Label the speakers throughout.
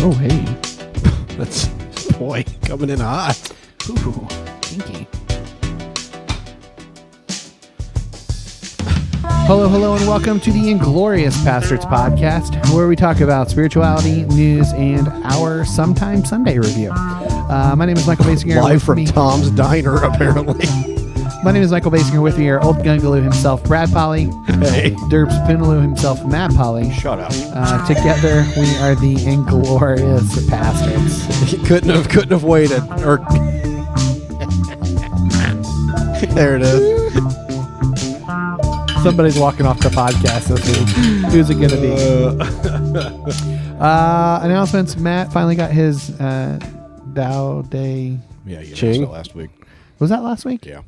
Speaker 1: Oh, hey. That's, boy, coming in hot. Ooh,
Speaker 2: Kinky.
Speaker 1: Hello, hello, and welcome to the Inglorious Pastors podcast, where we talk about spirituality, news, and our sometime Sunday review. Uh, my name is Michael Basinger.
Speaker 3: Live
Speaker 1: With
Speaker 3: from
Speaker 1: me-
Speaker 3: Tom's Diner, apparently.
Speaker 1: My name is Michael Basinger. With me are old Gungaloo himself, Brad Polly,
Speaker 3: hey,
Speaker 1: Derbs Pinaloo himself, Matt Polly.
Speaker 3: shut up.
Speaker 1: Uh, together, we are the Inglorious Pastors.
Speaker 3: He couldn't have couldn't have waited. Or there it is.
Speaker 1: Somebody's walking off the podcast this week. Who's it going to be?
Speaker 3: Uh,
Speaker 1: Uh, announcements. Matt finally got his uh, Dow Day.
Speaker 3: yeah, you
Speaker 1: Ching.
Speaker 3: Ching. last week.
Speaker 1: Was that last week?
Speaker 3: Yeah,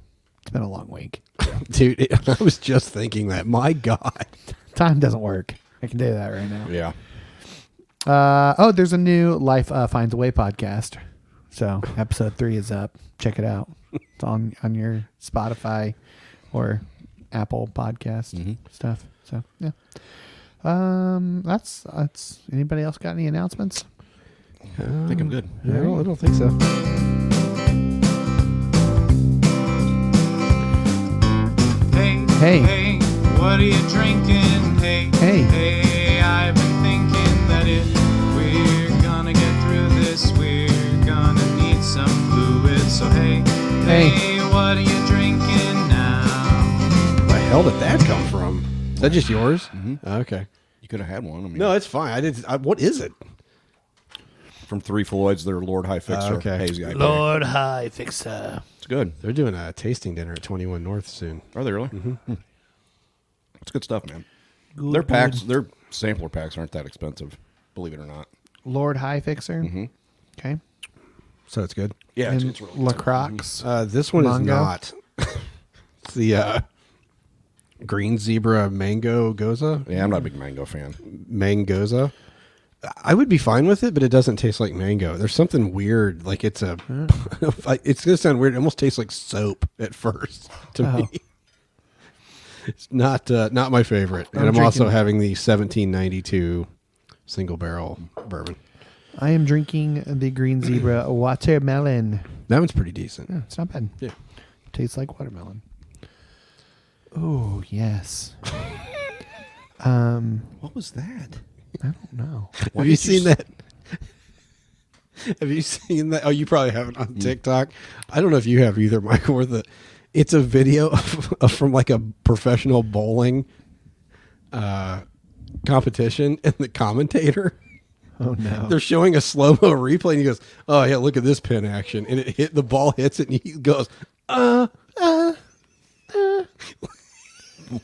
Speaker 1: It's been a long week.
Speaker 3: dude, I was just thinking that. My God.
Speaker 1: Time doesn't work. I can do that right now.
Speaker 3: Yeah.
Speaker 1: Uh, oh, there's a new Life uh, Finds a Way podcast. So episode three is up. Check it out. It's on on your Spotify or Apple podcast stuff. So yeah. Um, that's that's. Anybody else got any announcements?
Speaker 3: I
Speaker 1: think I'm
Speaker 3: good.
Speaker 1: I don't- I
Speaker 3: don't think so.
Speaker 4: Hey,
Speaker 1: Hey.
Speaker 4: hey, what are you drinking? Hey,
Speaker 1: Hey.
Speaker 4: hey, I've been thinking that if we're gonna get through this, we're gonna need some fluid. So hey,
Speaker 1: Hey.
Speaker 4: hey, what are you drinking now?
Speaker 3: Where the hell did that come from? Is that just yours? Mm-hmm. Okay.
Speaker 5: You could have had one. I mean,
Speaker 3: No, it's fine. I did. I, what is it?
Speaker 5: from Three Floyds, their Lord High Fixer.
Speaker 3: okay.
Speaker 5: Haze guy.
Speaker 2: Lord High Fixer.
Speaker 5: It's good.
Speaker 3: They're doing a tasting dinner at Twenty One North soon.
Speaker 5: Are they really? Hmm. It's good stuff, man. their packs, their sampler packs aren't that expensive, believe it or not.
Speaker 1: Lord High Fixer. Okay.
Speaker 3: So it's good.
Speaker 5: Mm-hmm. Yeah, it's,
Speaker 1: And
Speaker 5: it's really good. Mm-hmm.
Speaker 1: Lacroix.
Speaker 3: Uh, this one
Speaker 1: Mango?
Speaker 3: is not. it's the uh, green zebra mango goza.
Speaker 5: Yeah, I'm not a big mango fan.
Speaker 3: Mangoza. I would be fine with it, but it doesn't taste like mango. There's something weird. Like it's a. it's gonna sound weird. It almost tastes like soap at first to me. It's not uh, not my favorite, and
Speaker 1: I'm
Speaker 3: I'm also
Speaker 1: drinking-
Speaker 3: having the 1792 single barrel bourbon.
Speaker 1: I am drinking the Green Zebra watermelon.
Speaker 3: That one's pretty decent.
Speaker 1: It's not bad.
Speaker 3: Yeah.
Speaker 1: Tastes like watermelon. Oh yes. um,
Speaker 5: What was that?
Speaker 1: I don't know.
Speaker 3: Have you seen that? Have you seen that? Oh, you probably haven't on TikTok. I don't know if you have either, Michael. Where the it's a video of, of- from like a professional bowling uh, competition, and the commentator
Speaker 1: Oh no.
Speaker 3: they're showing a slow mo replay, and he goes, "Oh yeah, look at this pin action," and it hit the ball hits it, and he goes, "Uh, uh."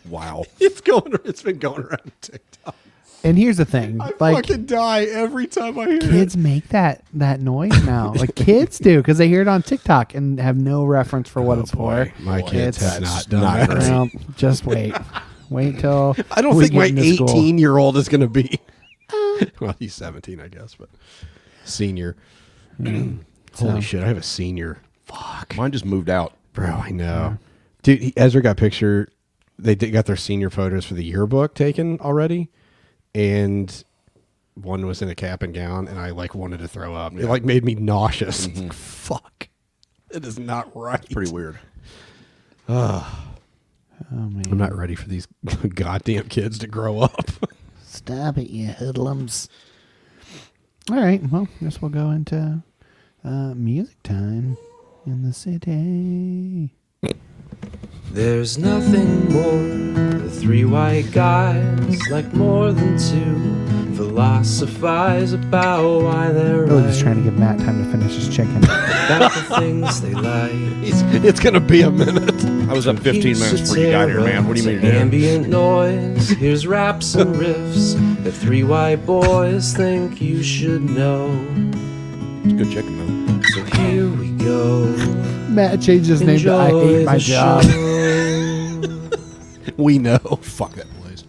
Speaker 5: Wow.
Speaker 3: It's going. It's been going around TikTok.
Speaker 1: and here's the thing,
Speaker 3: I
Speaker 1: like
Speaker 3: fucking die every time I hear it.
Speaker 1: kids make that that noise now. like kids do because they hear it on TikTok and have no reference for what it's for.
Speaker 3: Oh, My kids
Speaker 1: It's
Speaker 3: have not done that.
Speaker 1: Well, just wait. Wait till
Speaker 3: I don't
Speaker 1: we
Speaker 3: think
Speaker 1: get
Speaker 3: my
Speaker 1: into school.
Speaker 3: 18 year old is going to be. well, he's 17, I guess, but senior. Holy shit, I have a senior. Fuck.
Speaker 5: Mine just moved out.
Speaker 3: Bro, I know. Dude, he, Ezra got picture. They did, got their senior photos for the yearbook taken already. And one was in a cap and gown, and I like wanted to throw up. It like made me nauseous. Like, Fuck. It is not right.
Speaker 5: Pretty weird.
Speaker 1: Oh man.
Speaker 3: I'm not ready for these goddamn kids to grow up.
Speaker 1: Stop it, you hoodlums. All right, well, guess we'll go into uh, music time in the city.
Speaker 6: There's nothing more the three white guys like more than two philosophize about why they're
Speaker 1: Really
Speaker 6: right
Speaker 1: just Oh, trying to give Matt time to finish his chicken.
Speaker 6: about the things they like.
Speaker 3: It's, it's gonna be a minute.
Speaker 5: I was up 15 minutes before you got here, man. What do you mean? you did?
Speaker 6: Ambient noise. Here's raps and riffs that three white boys think you should know.
Speaker 5: It's good chicken, though.
Speaker 6: So here we go.
Speaker 1: Matt changed his name to I
Speaker 6: Enjoy
Speaker 1: Hate My
Speaker 6: the
Speaker 1: Job.
Speaker 6: show.
Speaker 3: We know.
Speaker 5: Fuck that place.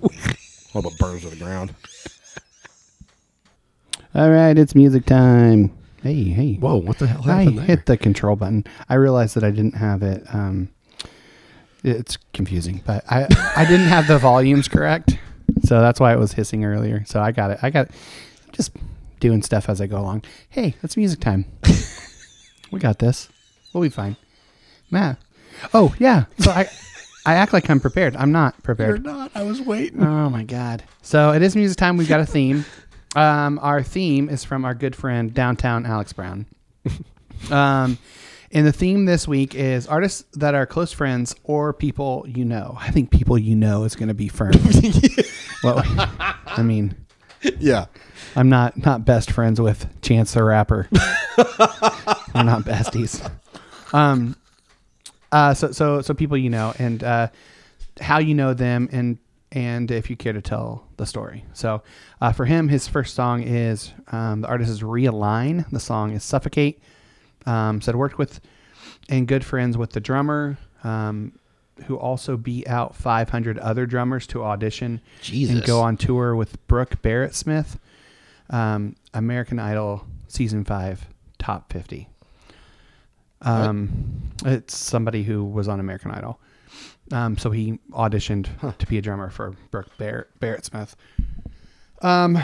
Speaker 5: All the burns to the ground.
Speaker 1: All right, it's music time. Hey, hey.
Speaker 3: Whoa, what the hell
Speaker 1: I
Speaker 3: happened there?
Speaker 7: hit the control button. I realized that I didn't have it. Um, it's confusing, but I I didn't have the volumes correct, so that's why it was hissing earlier. So I got it. I got it. I'm just
Speaker 1: doing stuff as I go along. Hey, it's music time. we got this. We'll be fine. Matt. Oh yeah. So I, I act like I'm prepared. I'm not prepared.
Speaker 3: not. I was waiting.
Speaker 1: Oh my god. So it is music time. We've got a theme. Um, our theme is from our good friend downtown Alex Brown. Um, and the theme this week is artists that are close friends or people you know. I think people you know is going to be firm. well, I mean,
Speaker 3: Yeah.
Speaker 1: I'm not not best friends with Chance the Rapper. We're not besties. Um, uh, so so so people you know and uh, how you know them and and if you care to tell the story. So uh, for him, his first song is um, the artist is Realign. The song is Suffocate. Um, said worked with and good friends with the drummer. Um, who also beat out 500 other drummers to audition and go on tour with Brooke Barrett Smith, um, American Idol season five top 50. Um, it's somebody who was on American Idol. Um, so he auditioned to be a drummer for Brooke Barrett, Barrett Smith. Um,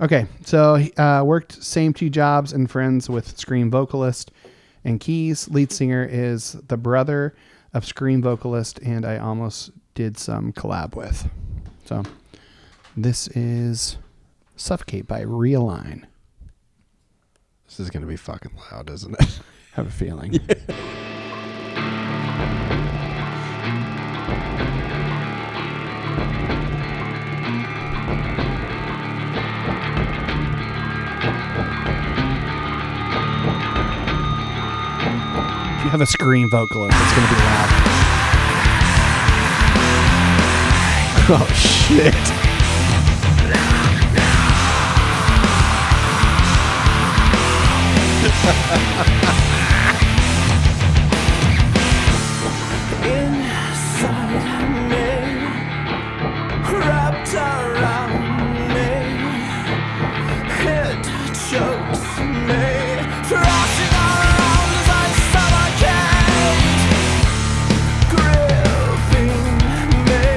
Speaker 1: okay, so he, uh, worked same two jobs and friends with Scream vocalist and keys. Lead singer is the brother of Scream vocalist, and I almost did some collab with. So this is Suffocate by Realign.
Speaker 3: This is gonna be fucking loud, isn't it?
Speaker 1: Have a feeling. If you have a scream vocalist, it's going to be loud.
Speaker 3: oh shit.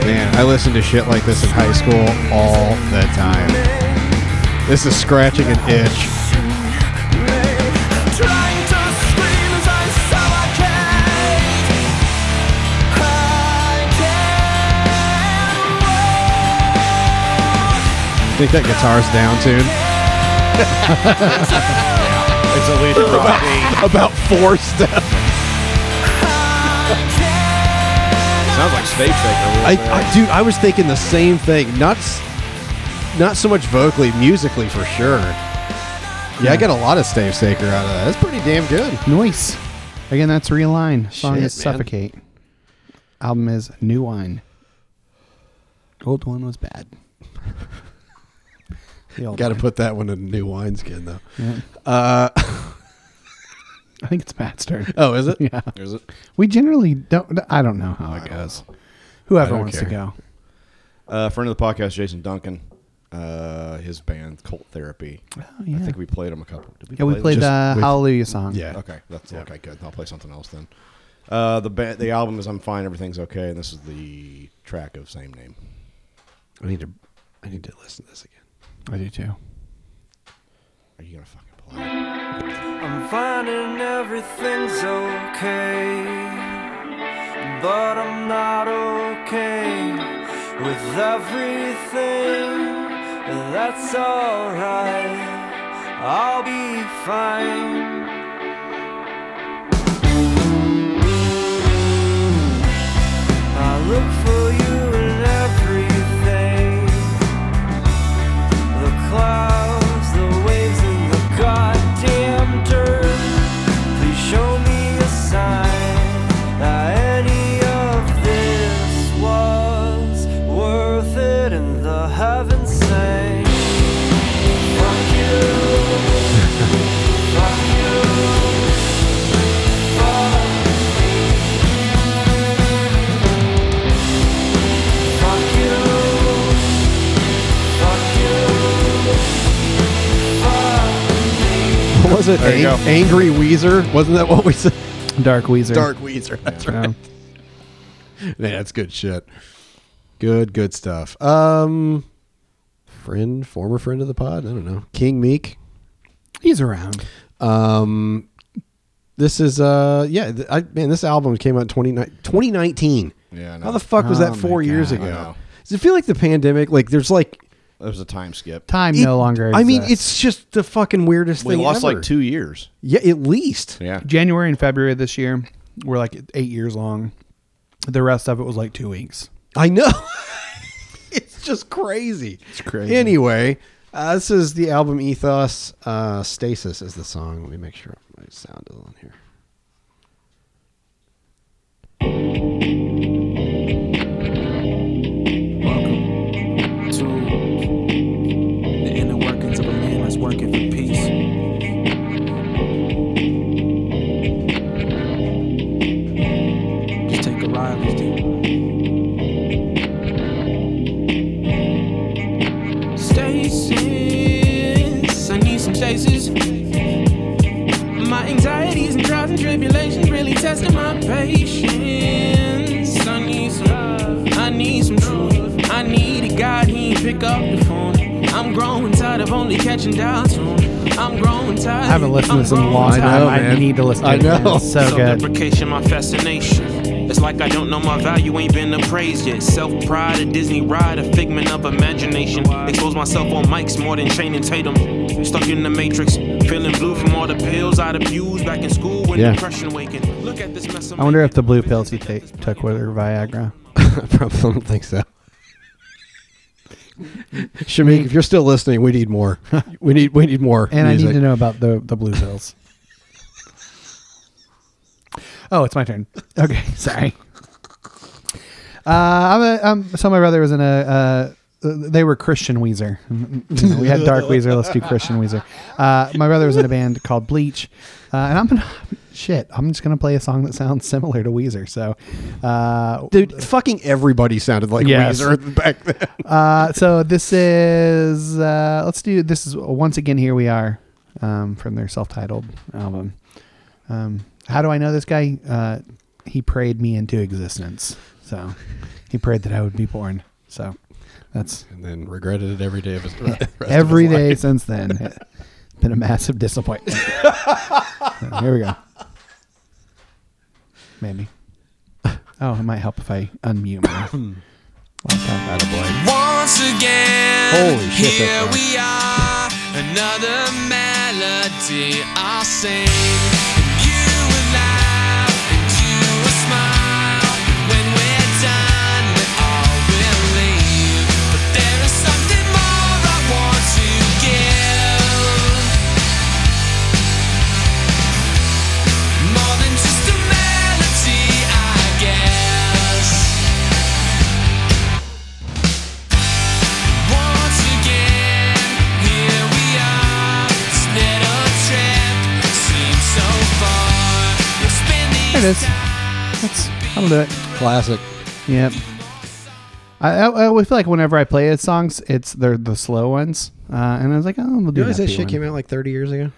Speaker 3: Man, I listened to shit like this in high school all the time. This is scratching an itch. Think that guitar's down tune
Speaker 5: It's a lead rock.
Speaker 3: about four steps.
Speaker 5: Sounds like stage shaker.
Speaker 3: I, I, dude, I was thinking the same thing. Not, s- not so much vocally, musically for sure. Yeah,
Speaker 5: Hmm.
Speaker 3: I got a lot of Stave Saker out of that. That's pretty damn good.
Speaker 1: Noise. Again, that's Realign. Song
Speaker 3: Shit,
Speaker 1: is
Speaker 3: man.
Speaker 1: Suffocate. Album is New Wine. Old one was bad. The old
Speaker 3: Got to
Speaker 1: one.
Speaker 3: put that one in new wineskin though.
Speaker 1: Yeah.
Speaker 3: Uh,
Speaker 1: I think it's Matt's turn.
Speaker 3: oh, is it?
Speaker 1: Yeah.
Speaker 5: Is it?
Speaker 1: We generally don't. I don't know how it goes. Whoever
Speaker 3: don't
Speaker 1: wants to
Speaker 3: care.
Speaker 1: go.
Speaker 5: Uh, friend of the podcast, Jason Duncan. Uh, his band, Cult Therapy.
Speaker 1: Oh, yeah.
Speaker 5: I think we played him a couple. Did we
Speaker 1: yeah, we
Speaker 5: play
Speaker 1: played uh, the
Speaker 3: just with-
Speaker 1: Hallelujah song.
Speaker 3: Yeah.
Speaker 5: Okay, that's okay. Good. I'll play something else then. Uh, the ba- the album is "I'm Fine, Everything's Okay," and this is the track of same name.
Speaker 3: I need to, I need to listen to this again.
Speaker 1: I do too.
Speaker 5: Are you gonna fucking play? it?
Speaker 8: I'm finding everything's okay, but I'm not okay with everything. That's alright, I'll be fine. I look for you in everything. The clouds, the waves, and the goddamn dirt. Please show me a sign that any of this was worth it in the heaven sang. Fuck you. Fuck you. Fuck me. Fuck you. Fuck you.
Speaker 3: What was it?
Speaker 5: There you
Speaker 3: Ang-
Speaker 5: go.
Speaker 3: Angry Weezer? Wasn't that what we said?
Speaker 1: Dark Weezer.
Speaker 3: Dark Weezer. That's right.
Speaker 1: Um,
Speaker 3: Man, that's good shit. Good, good stuff. Um, friend, former friend of the pod. I don't know. King Meek.
Speaker 1: He's around.
Speaker 3: Um, this is uh yeah th- I man this album came out in 29 2019.
Speaker 5: Yeah, I know.
Speaker 3: How the fuck was
Speaker 1: Oh
Speaker 3: that
Speaker 1: my
Speaker 3: four years
Speaker 1: God.
Speaker 5: I
Speaker 3: ago?
Speaker 5: know.
Speaker 3: Does it feel like the pandemic? Like there's like
Speaker 5: That was a time skip.
Speaker 1: Time
Speaker 3: it-
Speaker 1: no longer.
Speaker 3: I mean,
Speaker 1: exists.
Speaker 3: it's just the fucking weirdest
Speaker 5: we
Speaker 3: thing.
Speaker 5: lost
Speaker 3: ever.
Speaker 5: like two years.
Speaker 3: Yeah, at least.
Speaker 5: Yeah.
Speaker 1: January and February of this year were like eight years long. The rest of it was like two weeks.
Speaker 3: I know. it's just crazy. It's
Speaker 1: crazy.
Speaker 3: Anyway, uh, this is the album Ethos. Uh, Stasis is the song. Let me make sure my sound is on here.
Speaker 9: Welcome to the inner workings of a man that's working for peace. Just take a ride with you. Stasis, I need some stasis. My anxieties and trials and tribulations really testing my patience. I need some love, I need some truth. I need a God, he ain't pick up the phone. I'm growing tired of only catching doubts on. I'm growing tired.
Speaker 1: I haven't listened to this in a long time. I, need to listen to
Speaker 3: I
Speaker 1: it. man.
Speaker 3: know.
Speaker 1: It's so good.
Speaker 9: Self-deprecation, my fascination. It's like I don't know my value, ain't been appraised yet. Self-pride, a Disney ride, a figment of imagination. Expose myself on mics more than Shane and Tatum. Stuck in the matrix, feeling blue from all the pills I'd abused back in school when
Speaker 3: Yeah.
Speaker 9: depression awakened. Look at this mess I'm
Speaker 1: I wonder if
Speaker 9: making.
Speaker 1: the blue pills he take, took were Viagra.
Speaker 3: I probably don't think so. Shamik, if you're still listening, we need more. We need we need more.
Speaker 1: And I
Speaker 3: music.
Speaker 1: need to know about the, the blue pills. oh, it's my turn. Okay, sorry. Uh, I'm a, um, so my brother was in a. Uh, they were Christian Weezer. Mm, You know, we had Dark Weezer. Let's do Christian Weezer. Uh, my brother was in a band called Bleach, uh, and I'm gonna shit. I'm just gonna play a song that sounds similar to Weezer. So, uh,
Speaker 3: Dude, fucking everybody sounded like
Speaker 1: Yes.
Speaker 3: Weezer back then.
Speaker 1: uh, so this is uh, let's do this is once again here we are um, from their self-titled album. Um, how do I know this guy? Uh, he prayed me into existence. So he prayed that I would be born. So that's
Speaker 3: And then regretted it every day of his
Speaker 1: every day since then. It's Been a massive disappointment. So, here we go. Maybe. Oh, it might help if I unmute my laptop.
Speaker 9: Once again,
Speaker 3: Holy shit,
Speaker 9: here
Speaker 3: that's
Speaker 9: we are. Another melody I'll sing. You will laugh and you will smile. When we're done, we all will leave. But there is something more I want to give. More than just a melody, I guess. Once again, here we are. This little trip seems so far. We'll spend these
Speaker 1: There it is. That's, I'll do it.
Speaker 3: Classic.
Speaker 1: Yep. I, I, I always feel like whenever I play his songs, it's they're the slow ones, uh, and I was like, oh, we'll do
Speaker 3: You realize that
Speaker 1: happy
Speaker 3: shit
Speaker 1: one.
Speaker 3: came out like 30 years ago?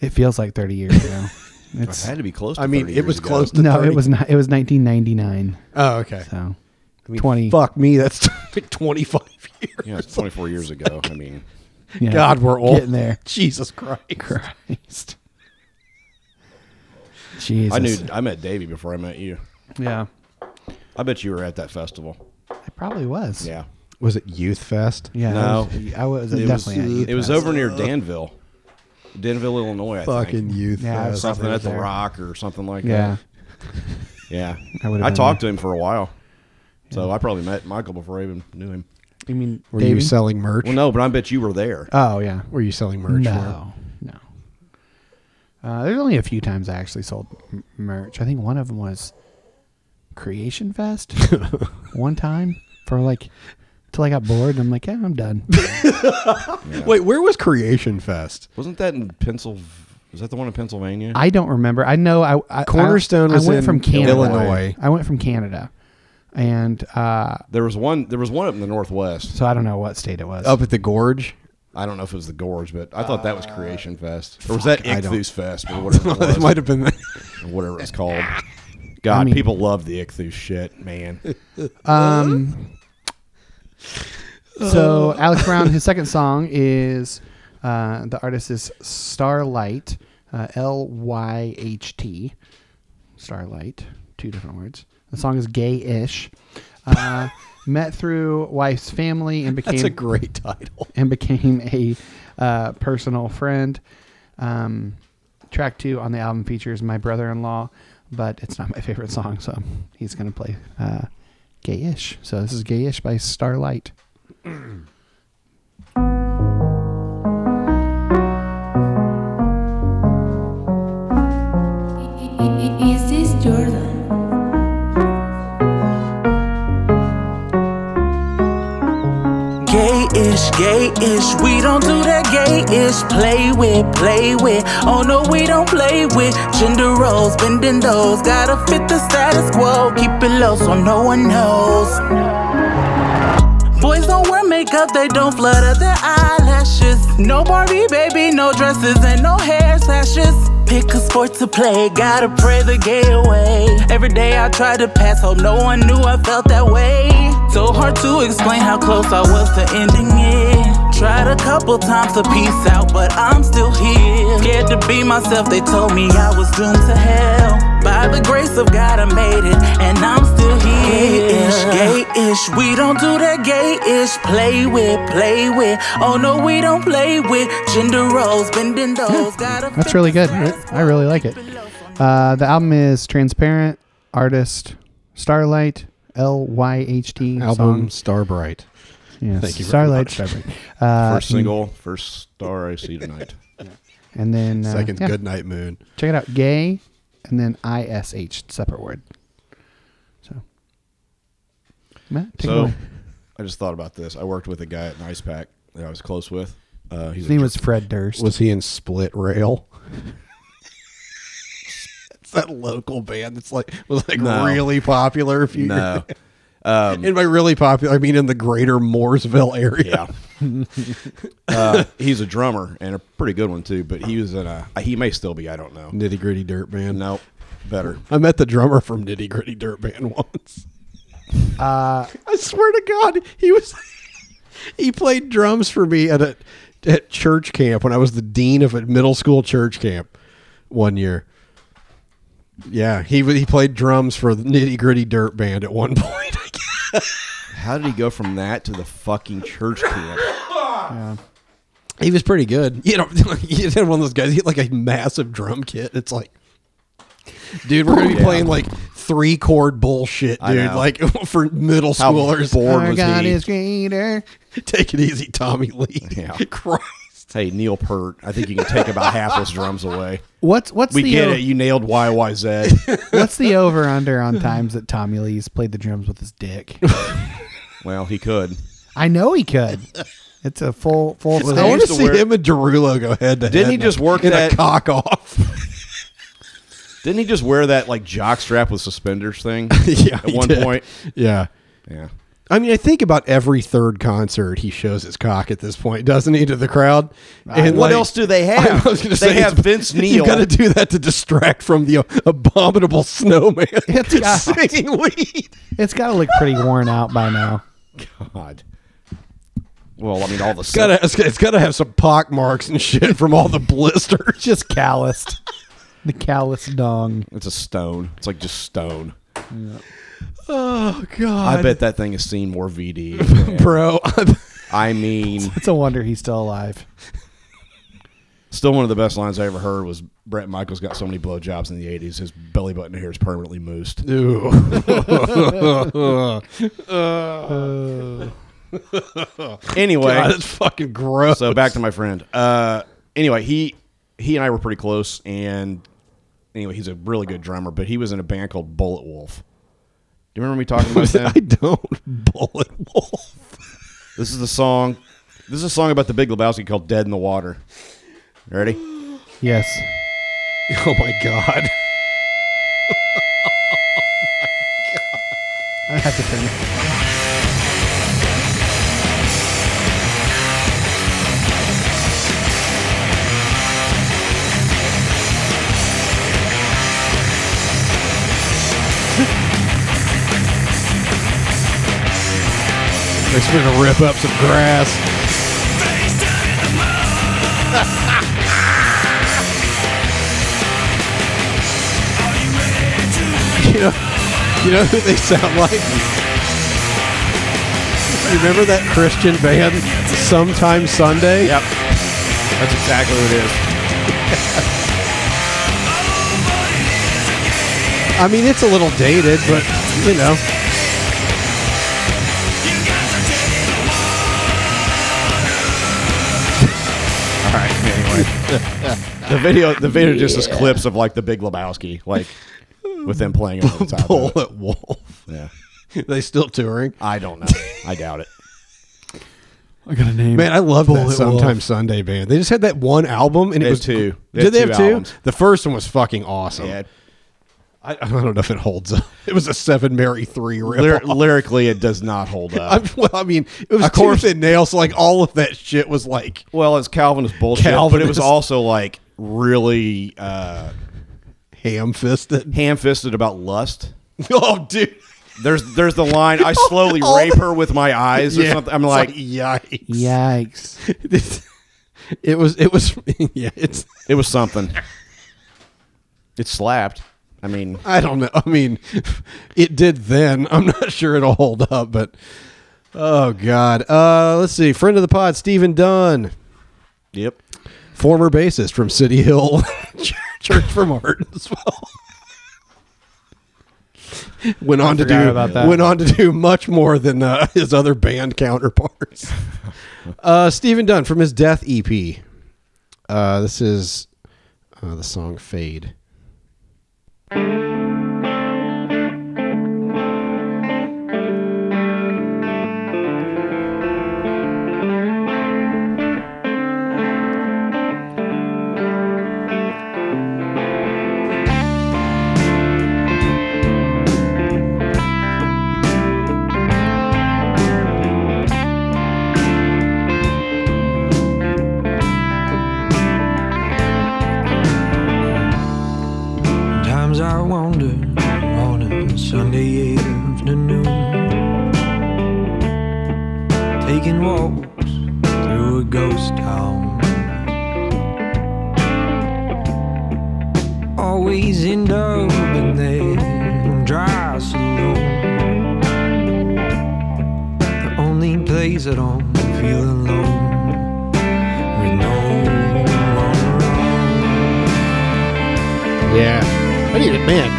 Speaker 1: It feels like thirty years ago.
Speaker 5: It
Speaker 1: It's
Speaker 5: had to be close. To
Speaker 3: I mean,
Speaker 5: 30
Speaker 3: it
Speaker 5: years
Speaker 3: was
Speaker 5: ago.
Speaker 3: close to
Speaker 1: no,
Speaker 3: 30.
Speaker 1: it was not. It was nineteen ninety nine.
Speaker 3: Oh, okay.
Speaker 1: So
Speaker 3: I mean,
Speaker 1: 20.
Speaker 3: Fuck me, that's 25 years.
Speaker 5: Yeah, it's 24 years ago. I mean,
Speaker 1: yeah.
Speaker 3: God, we're old.
Speaker 1: Getting there.
Speaker 3: Jesus Christ.
Speaker 1: Christ. Jesus.
Speaker 5: I knew I met Davey before I met you.
Speaker 1: Yeah,
Speaker 5: I bet you were at that festival.
Speaker 1: I probably was.
Speaker 5: Yeah.
Speaker 3: Was it Youth Fest?
Speaker 1: Yeah.
Speaker 5: No.
Speaker 1: I was, I was
Speaker 5: It was,
Speaker 1: definitely. at Youth
Speaker 5: it was
Speaker 1: Fest.
Speaker 5: over near Danville, Danville, Illinois. I
Speaker 3: Fucking
Speaker 5: think.
Speaker 3: Youth
Speaker 1: Yeah, I was
Speaker 3: Fest.
Speaker 1: probably
Speaker 5: something at the
Speaker 1: there.
Speaker 5: Rock or something like
Speaker 1: Yeah.
Speaker 5: that. Yeah,
Speaker 1: I would've
Speaker 5: I
Speaker 1: been
Speaker 5: talked to him for a while, so I probably met Michael before I even knew him.
Speaker 1: You mean
Speaker 3: Were you
Speaker 1: Davey?
Speaker 3: selling merch?
Speaker 5: Well, no, but I bet you were there.
Speaker 1: Oh yeah.
Speaker 3: Were you selling merch
Speaker 1: No, no. Uh, there's only a few times I actually sold m- merch. I think one of them was Creation Fest. one time for like, till I got bored and I'm like, yeah, I'm done.
Speaker 3: for it? Wait, where was Creation Fest?
Speaker 5: Wasn't that in Pennsylvania? Was that the one in Pennsylvania?
Speaker 1: I don't remember. I know I, I
Speaker 3: Cornerstone
Speaker 1: I,
Speaker 3: was
Speaker 1: I went
Speaker 3: in
Speaker 1: from Canada.
Speaker 3: Illinois.
Speaker 1: I went from Canada, and uh,
Speaker 5: there was one. There was one up in the Northwest.
Speaker 1: so I don't know what state it was.
Speaker 3: Up at the Gorge?
Speaker 5: I don't know if it was the Gorge, but I thought that was
Speaker 1: Uh,
Speaker 5: Creation Fest, or was that
Speaker 3: I don't-
Speaker 5: Ichthus Fest, or whatever it
Speaker 3: It
Speaker 5: was,
Speaker 3: might have been
Speaker 5: or whatever it's called. God,
Speaker 1: mean-
Speaker 5: people love the Ichthus shit, man.
Speaker 1: Um, so Alex Brown, his second song is Uh, the artist is Starlight, uh, L Y H T. Starlight, two different words. The song is gay ish. Uh, met through wife's family and became
Speaker 3: That's a great title.
Speaker 1: and became a uh, personal friend. Um, track two on the album features my brother-in-law, but it's not my favorite song, so he's gonna play uh, "Gayish." So this is "Gayish" by Starlight.
Speaker 10: Is this Jordan?
Speaker 8: Gay-ish, gay-ish, we don't do that gay-ish. Play with, play with, oh no, we don't play with. Gender roles, bending those, gotta fit the status quo. Keep it low so no one knows. Boys don't wear makeup, they don't flutter their eyelashes. No Barbie, baby, no dresses and no hair sashes. Pick a sport to play, gotta pray the gay away. Every day I try to pass, hope no one knew I felt that way. So hard to explain how close I was to ending it. Tried a couple times to peace out, but I'm still here. Scared to be myself, they told me I was doomed to hell. By the grace of God, I made it, and I'm still here. Gay-ish, gay-ish, we don't do that gay-ish. Play with, play with. Oh no, we don't play with gender roles, bending those. Gotta
Speaker 1: That's really good. I really like it. Uh, the album is Transparent, artist Starlight, L Y H T.
Speaker 3: Album Starbright.
Speaker 1: yes.
Speaker 3: Thank you very
Speaker 1: Starlight.
Speaker 3: much.
Speaker 1: Uh,
Speaker 5: First single, first star I see tonight.
Speaker 1: and then uh,
Speaker 3: Second,
Speaker 1: yeah,
Speaker 3: Good Night Moon.
Speaker 1: Check it out, gay, and then I S H, separate word. So, Matt, take it
Speaker 5: So
Speaker 1: away.
Speaker 5: I just thought about this. I worked with a guy at an ice pack that I was close with. Uh, he's
Speaker 1: His
Speaker 5: a
Speaker 1: name
Speaker 5: Ger-
Speaker 1: was Fred Durst.
Speaker 3: Was he in Split Rail? it's that local band that's like was like
Speaker 5: No.
Speaker 3: really popular a few years.
Speaker 5: no. Um,
Speaker 3: And by really popular, I mean in the greater Mooresville area.
Speaker 5: uh, he's a drummer and a pretty good one too. But he was in a. He may still be. I don't know.
Speaker 3: Nitty Gritty Dirt Band.
Speaker 5: No, better.
Speaker 3: I met the drummer from Nitty Gritty Dirt Band once. I swear to God, he was he played drums for me at a at church camp when I was the dean of a middle school church camp one year. Yeah, he w- he played drums for the Nitty Gritty Dirt Band at one point.
Speaker 5: How did he go from that to the fucking church camp?
Speaker 1: Uh,
Speaker 3: he was pretty good. You know, he had one of those guys. He had like a massive drum kit. It's like. Dude, we're gonna be
Speaker 5: Yeah.
Speaker 3: playing like three chord bullshit,
Speaker 5: I
Speaker 3: dude.
Speaker 5: know.
Speaker 3: Like for middle
Speaker 5: How
Speaker 3: schoolers.
Speaker 5: bored was he?
Speaker 1: greater.
Speaker 3: Take it easy, Tommy Lee.
Speaker 5: Yeah.
Speaker 3: Christ.
Speaker 5: hey, Neil Peart. I think you can take about half those drums away.
Speaker 1: What's what's
Speaker 5: We
Speaker 1: the
Speaker 5: get
Speaker 1: o-
Speaker 5: it. You nailed YYZ.
Speaker 1: what's the over under on times that Tommy Lee's played the drums with his dick?
Speaker 5: well, he could.
Speaker 1: I know he could. It's a full full.
Speaker 5: Well,
Speaker 3: I
Speaker 5: they
Speaker 3: want
Speaker 5: used
Speaker 3: to
Speaker 5: to
Speaker 3: see
Speaker 5: wear-
Speaker 3: him and Derulo go head to head.
Speaker 5: Didn't he
Speaker 3: in a-
Speaker 5: just work
Speaker 3: in
Speaker 5: that-
Speaker 3: a cock off?
Speaker 5: Didn't he just wear that like jock strap with suspenders thing? At
Speaker 3: he
Speaker 5: one
Speaker 3: did.
Speaker 5: point.
Speaker 3: Yeah.
Speaker 5: Yeah.
Speaker 3: I mean, I think about every third concert he shows his cock at this point, doesn't he, to the crowd? And
Speaker 5: what else do they have?
Speaker 3: I was gonna
Speaker 5: They
Speaker 3: say,
Speaker 5: have
Speaker 3: it's-
Speaker 5: Vince
Speaker 3: You
Speaker 5: Neil.
Speaker 3: got to do that to distract from the abominable snowman
Speaker 1: yeah.
Speaker 3: singing lead.
Speaker 1: It's got to look pretty worn out by now.
Speaker 5: God. Well, I mean, all the
Speaker 3: It's gotta, it's, gotta- it's gotta have some pock marks and shit from all the blisters.
Speaker 1: Just calloused. The callous dong.
Speaker 5: It's a stone. It's like just stone.
Speaker 3: Oh god,
Speaker 5: I bet that thing has seen more VD.
Speaker 3: bro.
Speaker 5: I mean,
Speaker 1: It's a wonder he's still alive.
Speaker 5: still one of the best lines I ever heard was Brett Michaels got so many blowjobs in the '80s, his belly button hair is permanently moosed. Anyway,
Speaker 3: God, it's fucking gross.
Speaker 5: so back to my friend. Uh, anyway, he he and I were pretty close, and anyway, he's a really good drummer. But he was in a band called Bullet Wolf. Do you remember me talking about that?
Speaker 3: I don't bullet wolf.
Speaker 5: This is the song. This is a song about the Big Lebowski called "Dead in the Water." You ready?
Speaker 1: Yes.
Speaker 3: Oh my god.
Speaker 1: I have to turn it.
Speaker 3: They're gonna rip up some grass.
Speaker 11: Face down in the mud.
Speaker 3: You know who they sound like? You remember that Christian band, Sometime Sunday?
Speaker 5: Yep. That's exactly what it is.
Speaker 3: I mean, it's a little dated, but you know.
Speaker 5: All right. Anyway, the video, the video just is clips of like the Big Lebowski, like with them playing over the top. of it.
Speaker 3: Bullet Wolf.
Speaker 5: Yeah.
Speaker 3: they still touring.
Speaker 5: I don't know. I doubt it.
Speaker 1: I got a name.
Speaker 3: Man, I love that
Speaker 1: Wolf.
Speaker 3: Sometime Sunday band. They just had that one album, and
Speaker 5: They
Speaker 3: it
Speaker 5: had
Speaker 3: was
Speaker 5: two. They
Speaker 3: Did
Speaker 5: had
Speaker 3: they
Speaker 5: two
Speaker 3: have two?
Speaker 5: albums.
Speaker 3: The first one was fucking awesome.
Speaker 5: Yeah.
Speaker 3: I, I don't know if it holds up. It was a Seven Mary Three rip.
Speaker 5: Lyr- lyrically, it does not hold up.
Speaker 3: I, well, I mean, it was
Speaker 5: Of course-
Speaker 3: tooth and nail, so like all of that shit was like
Speaker 5: Well, it's Calvinist bullshit, but it was
Speaker 3: Calvinist.
Speaker 5: also like really uh,
Speaker 3: ham fisted.
Speaker 5: ham-fisted about lust.
Speaker 3: Oh, dude.
Speaker 5: There's there's the line I slowly
Speaker 3: All
Speaker 5: rape
Speaker 3: the-
Speaker 5: her with my eyes or something. I'm
Speaker 3: It's
Speaker 5: like,
Speaker 3: yikes.
Speaker 1: Yikes.
Speaker 3: This- it was, it was, yeah, it's,
Speaker 5: it was something. It slapped. I mean,
Speaker 3: I don't know. I mean, it did then. I'm not sure it'll hold up, but oh, God. Uh, let's see. Friend of the pod, Stephen Dunn,
Speaker 5: yep.
Speaker 3: former bassist from City Hill Church for Martinsville. Went on to
Speaker 1: forgot
Speaker 3: do
Speaker 1: about that.
Speaker 3: went on to do much more than uh, his other band counterparts. Uh, Stephen Dunn from his Death EP. Uh, this is uh, the song Fade.
Speaker 6: Sometimes I wander on a Sunday afternoon, taking walks through a ghost town. Always end up in that dry saloon, the only place I don't feel alone with no one around.
Speaker 3: Yeah. I need it, man.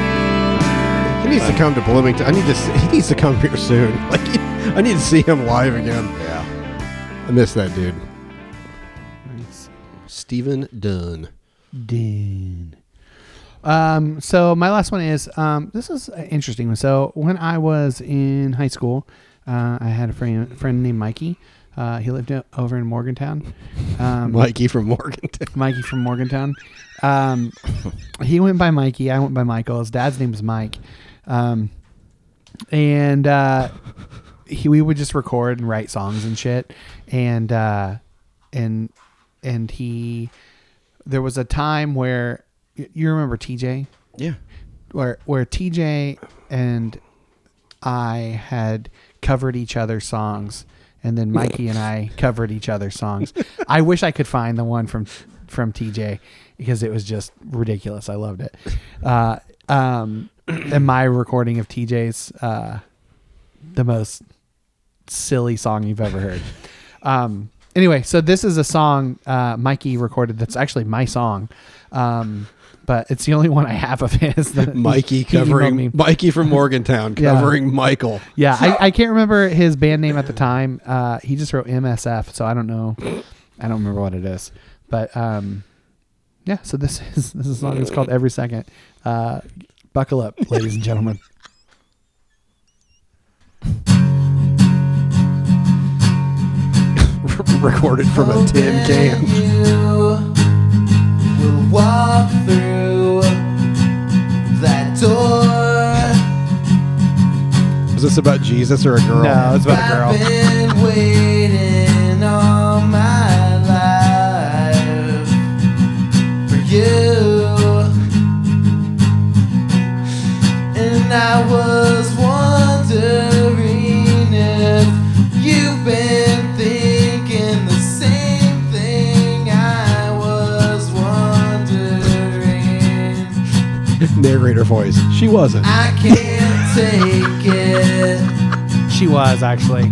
Speaker 3: He needs to come to Bloomington. I need to. See, he needs to come here soon. Like, I need to see him live again. Yeah. I miss that dude. Stephen Dunn.
Speaker 1: Dune. Um, so my last one is um, this is an interesting one. So when I was in high school, uh, I had a friend friend named Mikey. Uh, he lived o- over in Morgantown. Um,
Speaker 3: Mikey from Morgantown.
Speaker 1: Mikey from Morgantown. Um, he went by Mikey. I went by Michael. His dad's name was Mike. Um, and uh, he, we would just record and write songs and shit. And uh, and and he, there was a time where y- you remember TJ,
Speaker 5: Yeah.
Speaker 1: where where TJ and I had covered each other's songs, and then Mikey and I covered each other's songs. I wish I could find the one from from TJ because it was just ridiculous. I loved it. Uh, um, and my recording of TJ's uh, the most silly song you've ever heard. Um, anyway, so this is a song uh, Mikey recorded that's actually my song. Um, but it's the only one I have of his. that he-
Speaker 3: Mikey
Speaker 1: he emailed
Speaker 3: covering
Speaker 1: me.
Speaker 3: Mikey from Morgantown
Speaker 1: Yeah.
Speaker 3: covering Michael.
Speaker 1: Yeah, I, I can't remember his band name at the time. Uh, he just wrote MSF, so I don't know. I don't remember what it is. But um, yeah, so this is this is song is called Every Second. Uh, buckle up, ladies and gentlemen.
Speaker 3: recorded from a tin can.
Speaker 8: will walk through that door.
Speaker 3: Is this about Jesus or a girl?
Speaker 1: No, it's about a girl.
Speaker 8: I've been waiting all my life for you. And I was wondering if you've been thinking the same thing I
Speaker 3: narrator voice. She wasn't.
Speaker 9: I can't take it.
Speaker 1: She was actually.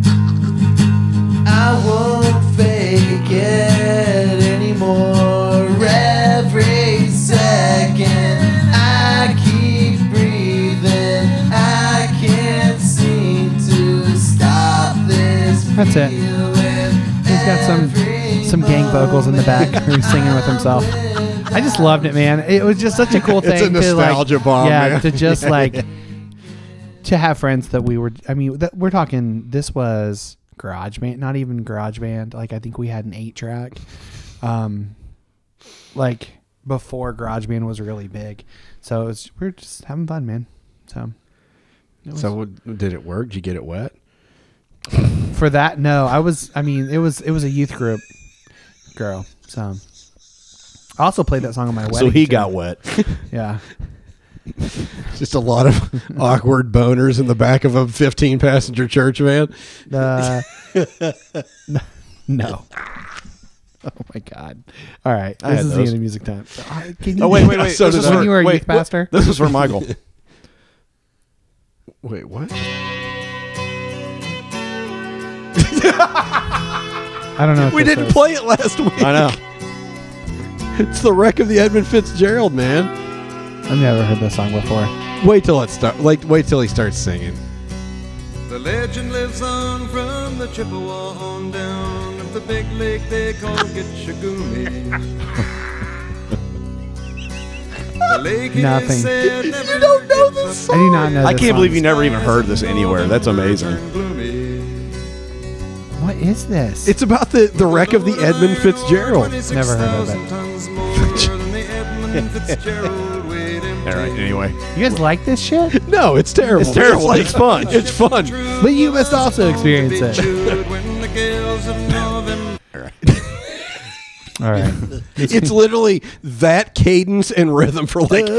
Speaker 9: I won't fake it anymore. Every second I keep breathing. I can't seem to stop this.
Speaker 1: That's it. He's got some some gang vocals in the back where he's singing with himself. I just loved it, man. It was just such a cool thing.
Speaker 3: It's a nostalgia
Speaker 1: to like,
Speaker 3: bomb,
Speaker 1: Yeah,
Speaker 3: man.
Speaker 1: to just like to have friends that we were. I mean, that, we're talking. This was Garage Band, not even Garage Band. Like I think we had an eight track, um, like before Garage Band was really big. So it was, we were just having fun, man. So
Speaker 3: So what- did it work? Did you get it wet?
Speaker 1: for that no i was i mean it was it was a youth group girl so i also played that song on my wedding
Speaker 5: So he
Speaker 1: too.
Speaker 5: got wet.
Speaker 1: yeah
Speaker 3: Just a lot of awkward boners in the back of a 15 passenger church van.
Speaker 1: the no oh my god all right this
Speaker 5: had
Speaker 1: is the
Speaker 5: those.
Speaker 1: end of music time
Speaker 3: Uh,
Speaker 5: Oh wait, wait,
Speaker 3: Yeah,
Speaker 5: wait.
Speaker 3: so
Speaker 5: this
Speaker 3: did
Speaker 5: is
Speaker 3: I.
Speaker 5: for,
Speaker 1: When you were a
Speaker 5: wait,
Speaker 1: youth
Speaker 5: what-
Speaker 1: pastor?
Speaker 5: This is for Michael.
Speaker 3: Wait, what?
Speaker 1: i don't know what
Speaker 3: We
Speaker 1: this
Speaker 3: didn't
Speaker 1: is.
Speaker 3: play it last week.
Speaker 5: I know.
Speaker 3: It's the wreck of the Edmund Fitzgerald, man.
Speaker 1: i've never heard this song before
Speaker 3: Wait till it start. Like, wait till he starts singing.
Speaker 12: The legend lives on from the Chippewa on down of the big lake they call Gitchagumi. the lake it is
Speaker 1: Nothing.
Speaker 12: said never you don't know this
Speaker 1: i do not know
Speaker 5: I
Speaker 1: this
Speaker 5: can't
Speaker 1: song.
Speaker 5: believe you never even heard this anywhere. That's amazing.
Speaker 1: what is this
Speaker 3: It's about the the wreck of the Edmund Fitzgerald.
Speaker 1: Never heard of it.
Speaker 5: All right. Anyway,
Speaker 1: you guys like this shit
Speaker 3: No, it's terrible.
Speaker 5: It's terrible.
Speaker 3: like
Speaker 5: It's fun.
Speaker 3: It's fun.
Speaker 1: but you must also experience it all right
Speaker 3: It's literally that cadence and rhythm for like 34
Speaker 5: Uh,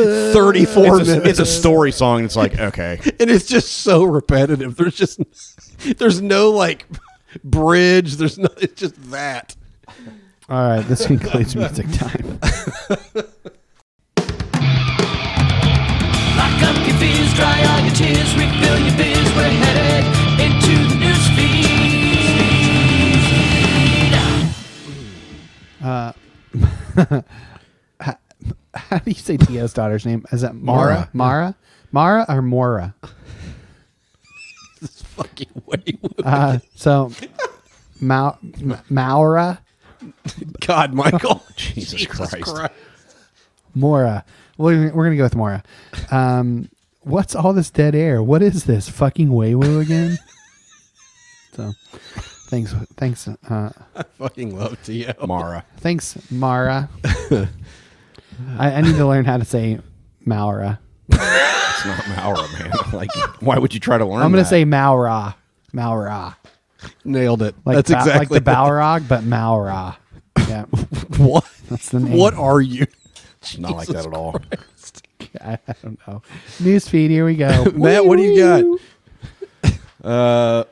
Speaker 5: it's a,
Speaker 3: minutes.
Speaker 5: it's a story song. It's like okay,
Speaker 3: and it's just so repetitive. There's just there's no like bridge. There's no it's just that.
Speaker 1: all right this concludes music time
Speaker 9: Lock up your fears, dry all your tears, refill your beers. We're headed into the news feed.
Speaker 1: How do you say Tio's daughter's name? Is that Mara? Mara? Mara or Mora?
Speaker 3: Fucking way.
Speaker 1: Uh, so, Ma- Ma- Maura?
Speaker 3: God, Michael.
Speaker 5: Jesus, Christ.
Speaker 1: Mora. We're, we're going to go with Mora. Um, what's all this dead air? What is this? Fucking Weiwu again? so, thanks. Thanks. Uh,
Speaker 3: Fucking love Tio.
Speaker 5: Mara.
Speaker 1: thanks, Mara. I, I need to learn how to say Maura.
Speaker 5: It's not Mara, man. Like, why would you try to learn?
Speaker 1: I'm going to
Speaker 5: that?
Speaker 1: say Maura. Maura.
Speaker 3: Nailed it.
Speaker 1: Like
Speaker 3: That's
Speaker 1: ba- like
Speaker 3: exactly
Speaker 1: the Balrog, but Maura. Yeah.
Speaker 3: What?
Speaker 1: That's the name.
Speaker 3: What are you?
Speaker 5: It's not like that at all.
Speaker 1: I, I don't know. Newsfeed, here we go.
Speaker 3: Matt, what do you got?
Speaker 5: Uh,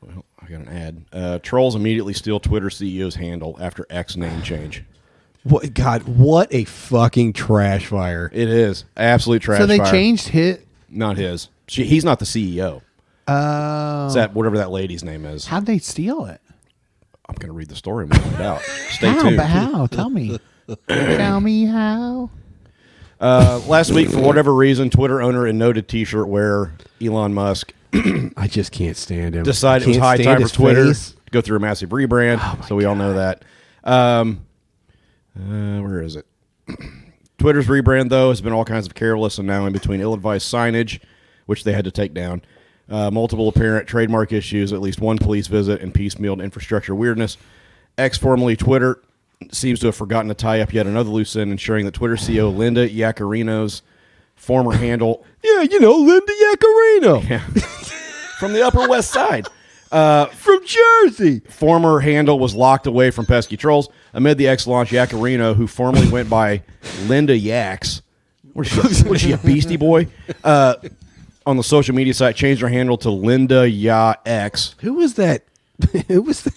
Speaker 5: well, I got an ad. Uh, trolls immediately steal Twitter CEO's handle after X name change.
Speaker 3: What God, what a fucking trash fire.
Speaker 5: It is absolute trash.
Speaker 1: so they
Speaker 5: fire.
Speaker 1: changed hit.
Speaker 5: Not his. She, he's not the CEO.
Speaker 1: Oh,
Speaker 5: It's that whatever that lady's name is.
Speaker 1: how'd they steal it?
Speaker 5: I'm gonna read the story and we'll find out. Stay
Speaker 1: how?
Speaker 5: tuned.
Speaker 1: But how? Tell me. Tell me how.
Speaker 5: Uh, last week, for whatever reason, Twitter owner and noted T-shirt wearer Elon Musk
Speaker 3: I just can't stand him. I
Speaker 5: decided it was
Speaker 3: can't
Speaker 5: high
Speaker 3: stand
Speaker 5: time for
Speaker 3: his
Speaker 5: Twitter
Speaker 3: face. Oh
Speaker 5: to go through a massive rebrand. so we all know that. Um, uh, where is it? Twitter's rebrand, though, has been all kinds of careless and now in between ill advised signage, which they had to take down, uh, multiple apparent trademark issues, at least one police visit, and piecemealed infrastructure weirdness. X, formerly Twitter, seems to have forgotten to tie up yet another loose end, ensuring that Twitter CEO Linda Yaccarino's former handle
Speaker 3: Yeah, you know, Linda Yaccarino
Speaker 5: from the Upper West Side. Uh,
Speaker 3: from Jersey.
Speaker 5: former handle was locked away from pesky trolls amid the X launch. Yacarino, who formerly went by Linda Yaks, was she, was she a Beastie Boy? Uh, on the social media site, changed her handle to Linda Ya X.
Speaker 3: Who was that? Who was that?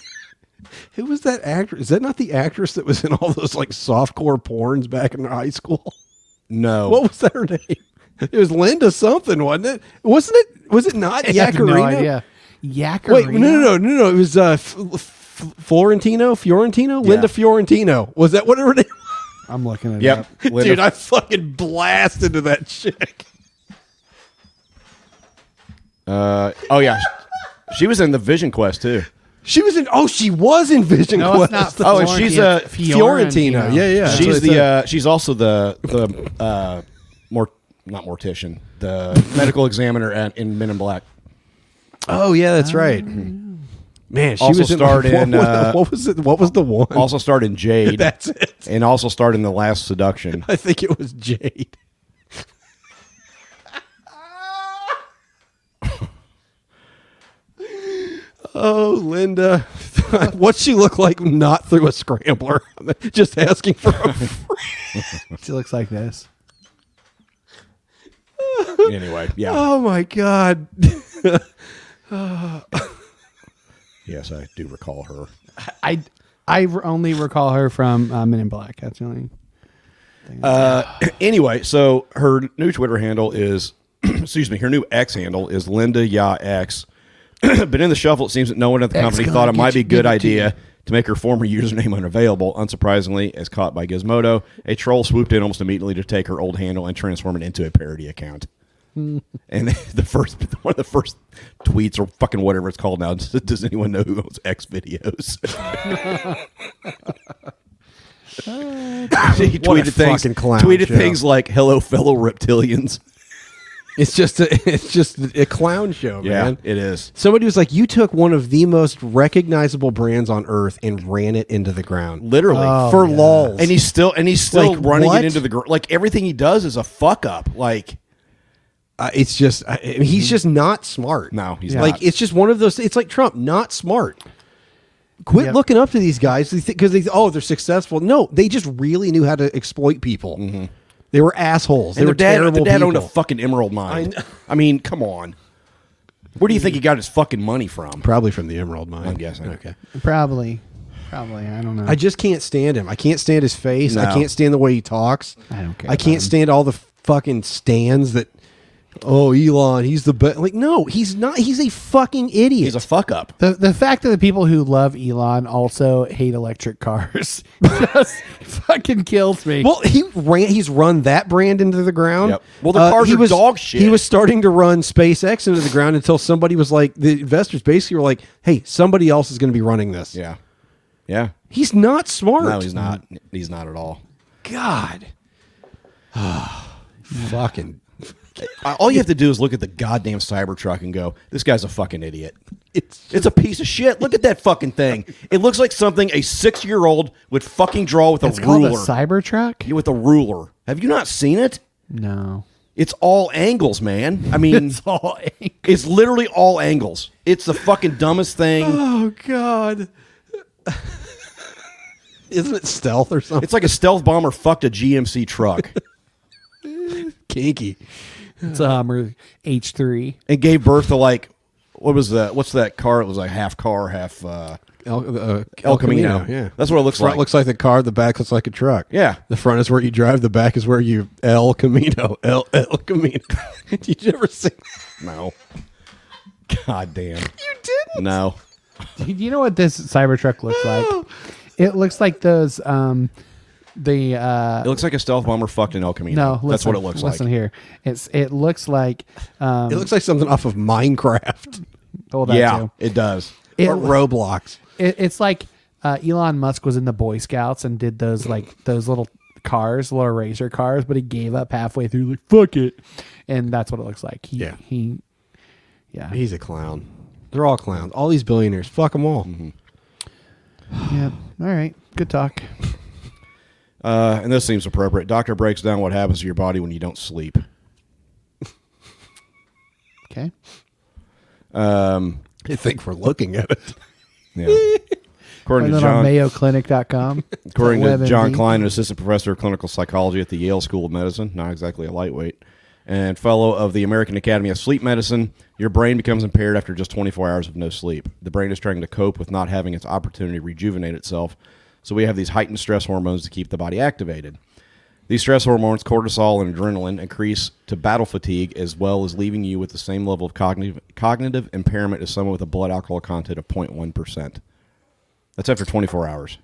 Speaker 3: Who was that actress? Is that not the actress that was in all those like softcore porns back in high school?
Speaker 5: No.
Speaker 3: What was her name? It was Linda something, wasn't it? Wasn't it? Was it not
Speaker 1: I have
Speaker 3: Yakarina?
Speaker 1: no idea. Yakarina.
Speaker 3: Wait, no, no, no, no, no. It was uh, F- F- Florentino, Fiorentino, Linda Fiorentino. Was that whatever name?
Speaker 1: I'm looking at
Speaker 5: Yep.
Speaker 1: up.
Speaker 5: Linda-
Speaker 3: Dude, I fucking blasted to that chick.
Speaker 5: uh, oh yeah, she was in the Vision Quest too.
Speaker 3: She was in. Oh, she was in Vision
Speaker 1: No,
Speaker 3: Quest.
Speaker 1: it's not.
Speaker 5: Oh, and she's a
Speaker 3: Fiorentino. Yeah, yeah. That's what
Speaker 5: she's
Speaker 3: I
Speaker 5: the
Speaker 3: said.
Speaker 5: uh, she's also the the uh, mort not mortician, the medical examiner at, in Men in Black.
Speaker 3: oh, yeah, that's right. Man, she
Speaker 5: Also
Speaker 3: was in,
Speaker 5: starred
Speaker 3: what,
Speaker 5: in,
Speaker 3: was-
Speaker 5: uh,
Speaker 3: what was it? What was the one?
Speaker 5: Also starred in Jade.
Speaker 3: That's it.
Speaker 5: And also starred in The Last Seduction.
Speaker 3: I think it was Jade. oh, Linda. What's she look like not through a scrambler? I'm just asking for a
Speaker 1: She looks like this.
Speaker 5: anyway, yeah,
Speaker 3: Oh my god.
Speaker 5: yes, I do recall her.
Speaker 1: I I only recall her from uh, Men in Black. That's the only.
Speaker 5: Anyway, so her new Twitter handle is, excuse me, her new X handle is Linda Ya X. Been in the shuffle, it seems that no one at the company
Speaker 1: gonna
Speaker 5: thought it
Speaker 1: get
Speaker 5: might be
Speaker 1: you,
Speaker 5: a good
Speaker 1: give it to
Speaker 5: idea to make her former username unavailable. Unsurprisingly, as caught by Gizmodo, a troll swooped in almost immediately to take her old handle and transform it into a parody account. and the first one of the first tweets or fucking whatever it's called now. Does anyone know who owns X videos? he
Speaker 3: What a
Speaker 5: tweeted things,
Speaker 3: fucking clown,
Speaker 5: tweeted
Speaker 3: Joe.
Speaker 5: things like "Hello, fellow reptilians."
Speaker 3: It's just a it's just a clown show, Oh, man.
Speaker 5: it is.
Speaker 3: Somebody was like, "You took one of the most recognizable brands on earth and ran it into the ground."
Speaker 5: Literally
Speaker 3: for lols.
Speaker 5: and he's still and he's still
Speaker 3: Oh, Like,
Speaker 5: running
Speaker 3: what?
Speaker 5: it into the ground. Like everything he does is a fuck up. Like
Speaker 3: Uh, it's just I, I mean, he's just not smart.
Speaker 5: Mm-hmm. No, he's
Speaker 3: like
Speaker 5: not.
Speaker 3: it's just one of those. It's like Trump, not smart. Quit looking up to these guys because they oh they're successful. No, they just really knew how to exploit people. They were assholes. They
Speaker 5: Mm-hmm. and
Speaker 3: were
Speaker 5: their dad,
Speaker 3: terrible.
Speaker 5: their dad owned a
Speaker 3: people.
Speaker 5: fucking emerald mine. I, mean, come on. Where do you think he got his fucking money from?
Speaker 3: Probably from the Emerald Mine.
Speaker 5: I'm guessing.
Speaker 3: Okay.
Speaker 1: Probably. Probably. I don't know.
Speaker 3: I just can't stand him. I can't stand his face. I
Speaker 5: No.
Speaker 3: can't stand the way he talks.
Speaker 1: I don't care
Speaker 3: I
Speaker 1: about
Speaker 3: can't
Speaker 1: him.
Speaker 3: stand all the fucking stands that. Oh, Elon, he's the best. Like, no, he's not. He's a fucking idiot.
Speaker 5: He's a fuck up.
Speaker 1: the, the fact that the people who love Elon also hate electric cars just fucking kills me.
Speaker 3: Well, he ran. He's run that brand into the ground. Uh,
Speaker 5: Yep. Well, their cars
Speaker 3: he
Speaker 5: are
Speaker 3: was,
Speaker 5: dog shit.
Speaker 3: He was starting to run SpaceX into the ground until somebody was like, the investors basically were like, "Hey, somebody else is going to be running this."
Speaker 5: Yeah. Yeah.
Speaker 3: He's not smart.
Speaker 5: No, he's not. He's not at all.
Speaker 3: God. Fucking.
Speaker 5: Uh, All you have to do is look at the goddamn Cybertruck and go, "This guy's a fucking idiot.
Speaker 3: It's
Speaker 5: It's a piece of shit. Look at that fucking thing. It looks like something a six-year-old would fucking draw with a
Speaker 1: it's called
Speaker 5: ruler.
Speaker 1: a Cybertruck?
Speaker 5: You with a ruler. Have you not seen it?
Speaker 1: No.
Speaker 5: It's all angles, man. I mean, it's all angles. It's literally all angles. It's the fucking dumbest thing.
Speaker 3: oh god. Isn't it stealth or something?
Speaker 5: It's like a stealth bomber fucked a GMC truck
Speaker 3: kinky.
Speaker 1: It's um, a Hummer H3.
Speaker 5: and gave birth to like what was that? What's that car? It was like half car, half uh,
Speaker 3: El, uh,
Speaker 5: El Camino.
Speaker 3: Yeah.
Speaker 5: that's what it looks
Speaker 3: front
Speaker 5: like.
Speaker 3: looks like the car. The back looks like a truck.
Speaker 5: Yeah.
Speaker 3: The front is where you drive. The back is where you El Camino. El El Camino. Did you ever see?
Speaker 5: no. God damn. You didn't. No.
Speaker 1: You know what this Cybertruck looks like? It looks like those um the uh
Speaker 5: It looks like a stealth bomber fucked an El Camino.
Speaker 1: no, listen,
Speaker 5: that's what it looks
Speaker 1: listen
Speaker 5: like.
Speaker 1: here. It's it looks like um
Speaker 3: It looks like something off of Minecraft
Speaker 1: oh, that
Speaker 5: yeah,
Speaker 1: too.
Speaker 5: it does.
Speaker 1: It-
Speaker 3: or Roblox.
Speaker 1: It, it's like uh, Elon Musk was in the Boy Scouts and did those like those little cars, little racer cars, but he gave up halfway through, like fuck it, and that's what it looks like. He,
Speaker 3: Yeah.
Speaker 1: he, yeah,
Speaker 3: He's a clown. They're all clowns. All these billionaires. Fuck them all.
Speaker 1: yeah. All right, good talk.
Speaker 5: Uh, and this seems appropriate. Doctor breaks down what happens to your body when you don't sleep.
Speaker 1: Okay,
Speaker 5: Um,
Speaker 3: I think we're looking at it.
Speaker 5: yeah.
Speaker 1: and
Speaker 5: According to
Speaker 1: then
Speaker 5: John,
Speaker 1: on MayoClinic.com.
Speaker 5: According to
Speaker 1: WebMD.
Speaker 5: John Klein, an assistant professor of clinical psychology at the Yale School of Medicine, not exactly a lightweight, and fellow of the American Academy of Sleep Medicine, your brain becomes impaired after just 24 hours of no sleep. The brain is trying to cope with not having its opportunity to rejuvenate itself, so we have these heightened stress hormones to keep the body activated. These stress hormones, cortisol and adrenaline, increase to battle fatigue as well as leaving you with the same level of cognitive, cognitive impairment as someone with a blood alcohol content of 0.1%. That's after 24 hours.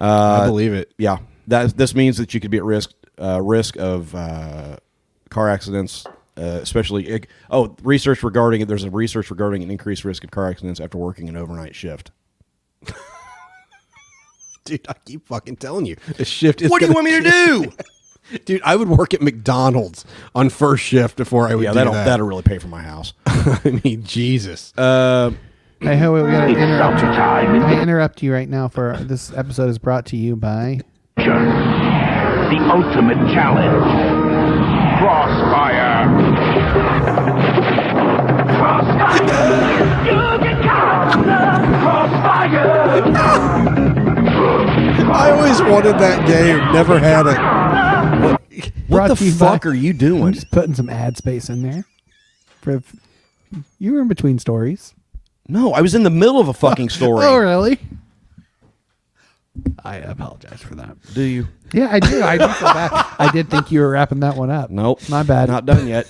Speaker 3: I believe it.
Speaker 5: Yeah, that this means that you could be at risk uh, risk of uh, car accidents, uh, especially. oh, research regarding it. There's a research regarding an increased risk of car accidents after working an overnight shift.
Speaker 3: Dude, I keep fucking telling you. The shift is
Speaker 5: what do you
Speaker 3: gonna
Speaker 5: want me to do?
Speaker 3: do? Dude, I would work at McDonald's on first shift before I would
Speaker 5: yeah,
Speaker 3: do
Speaker 5: that'll
Speaker 3: that. Uh,
Speaker 5: that. will really pay for my house.
Speaker 3: I mean, Jesus.
Speaker 1: Hey, hey, wait, we gotta interrupt you. Let me interrupt you right now for uh, this episode is brought to you by.
Speaker 13: The ultimate challenge. Crossfire. Crossfire. You get caught. Crossfire.
Speaker 3: I always wanted that game. Never had it.
Speaker 1: Brought
Speaker 5: what
Speaker 1: to
Speaker 5: the
Speaker 1: you
Speaker 5: fuck
Speaker 1: by-
Speaker 5: are you
Speaker 1: I'm
Speaker 5: doing?
Speaker 1: just putting some ad space in there. For you were in between stories.
Speaker 5: No, I was in the middle of a fucking story.
Speaker 1: Oh, really? I apologize for that.
Speaker 5: Do you?
Speaker 1: Yeah, I do. I do feel bad. I did think you were wrapping that one up.
Speaker 5: Nope.
Speaker 1: my bad.
Speaker 5: Not done yet.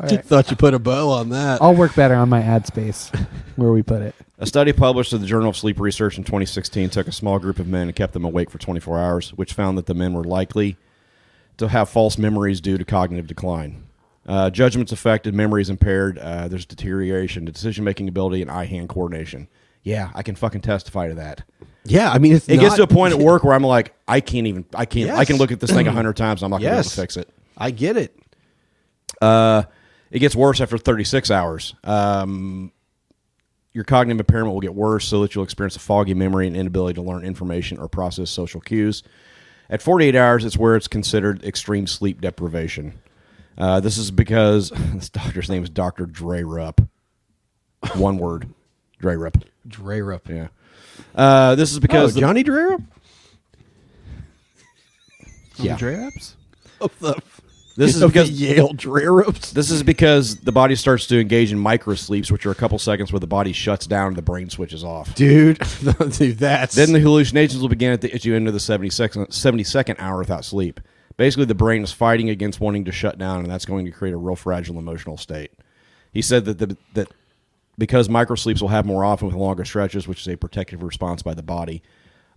Speaker 1: All right.
Speaker 3: Thought you put a bow on that.
Speaker 1: I'll work better on my ad space where we put it.
Speaker 5: A study published in the Journal of Sleep Research in 2016 took a small group of men and kept them awake for 24 hours, which found that the men were likely to have false memories due to cognitive decline. Uh, judgments affected, memories impaired. Uh, there's deterioration to decision making ability and eye hand coordination. Yeah, I can fucking testify to that.
Speaker 3: Yeah, I mean, it's
Speaker 5: It gets
Speaker 3: not-
Speaker 5: to a point at work where I'm like, I can't even. I can't. I can
Speaker 3: Yes.
Speaker 5: look at this thing a hundred times. I'm not gonna be able
Speaker 3: Yes.
Speaker 5: to fix it.
Speaker 3: I get it.
Speaker 5: it gets worse after 36 hours. Um, your cognitive impairment will get worse so that you'll experience a foggy memory and inability to learn information or process social cues. At 48 hours, it's where it's considered extreme sleep deprivation. Uh, this is because this doctor's name is Dr. Dre Rupp. One word Dre Rupp.
Speaker 3: Dreyer up.
Speaker 5: Yeah. Uh, this is because. the-
Speaker 3: Johnny Dreyer up?
Speaker 5: yeah.
Speaker 1: Draps?
Speaker 3: Of the,
Speaker 5: This is
Speaker 3: of the
Speaker 5: because
Speaker 3: Yale Dreyer ups?
Speaker 5: This is because the body starts to engage in micro sleeps, which are a couple seconds where the body shuts down and the brain switches off.
Speaker 3: Dude, dude, that's.
Speaker 5: Then the hallucinations will begin at the at you end of the 72nd, 72nd hour without sleep. Basically, the brain is fighting against wanting to shut down, and that's going to create a real fragile emotional state. He said that the, that because microsleeps will happen more often with longer stretches, which is a protective response by the body.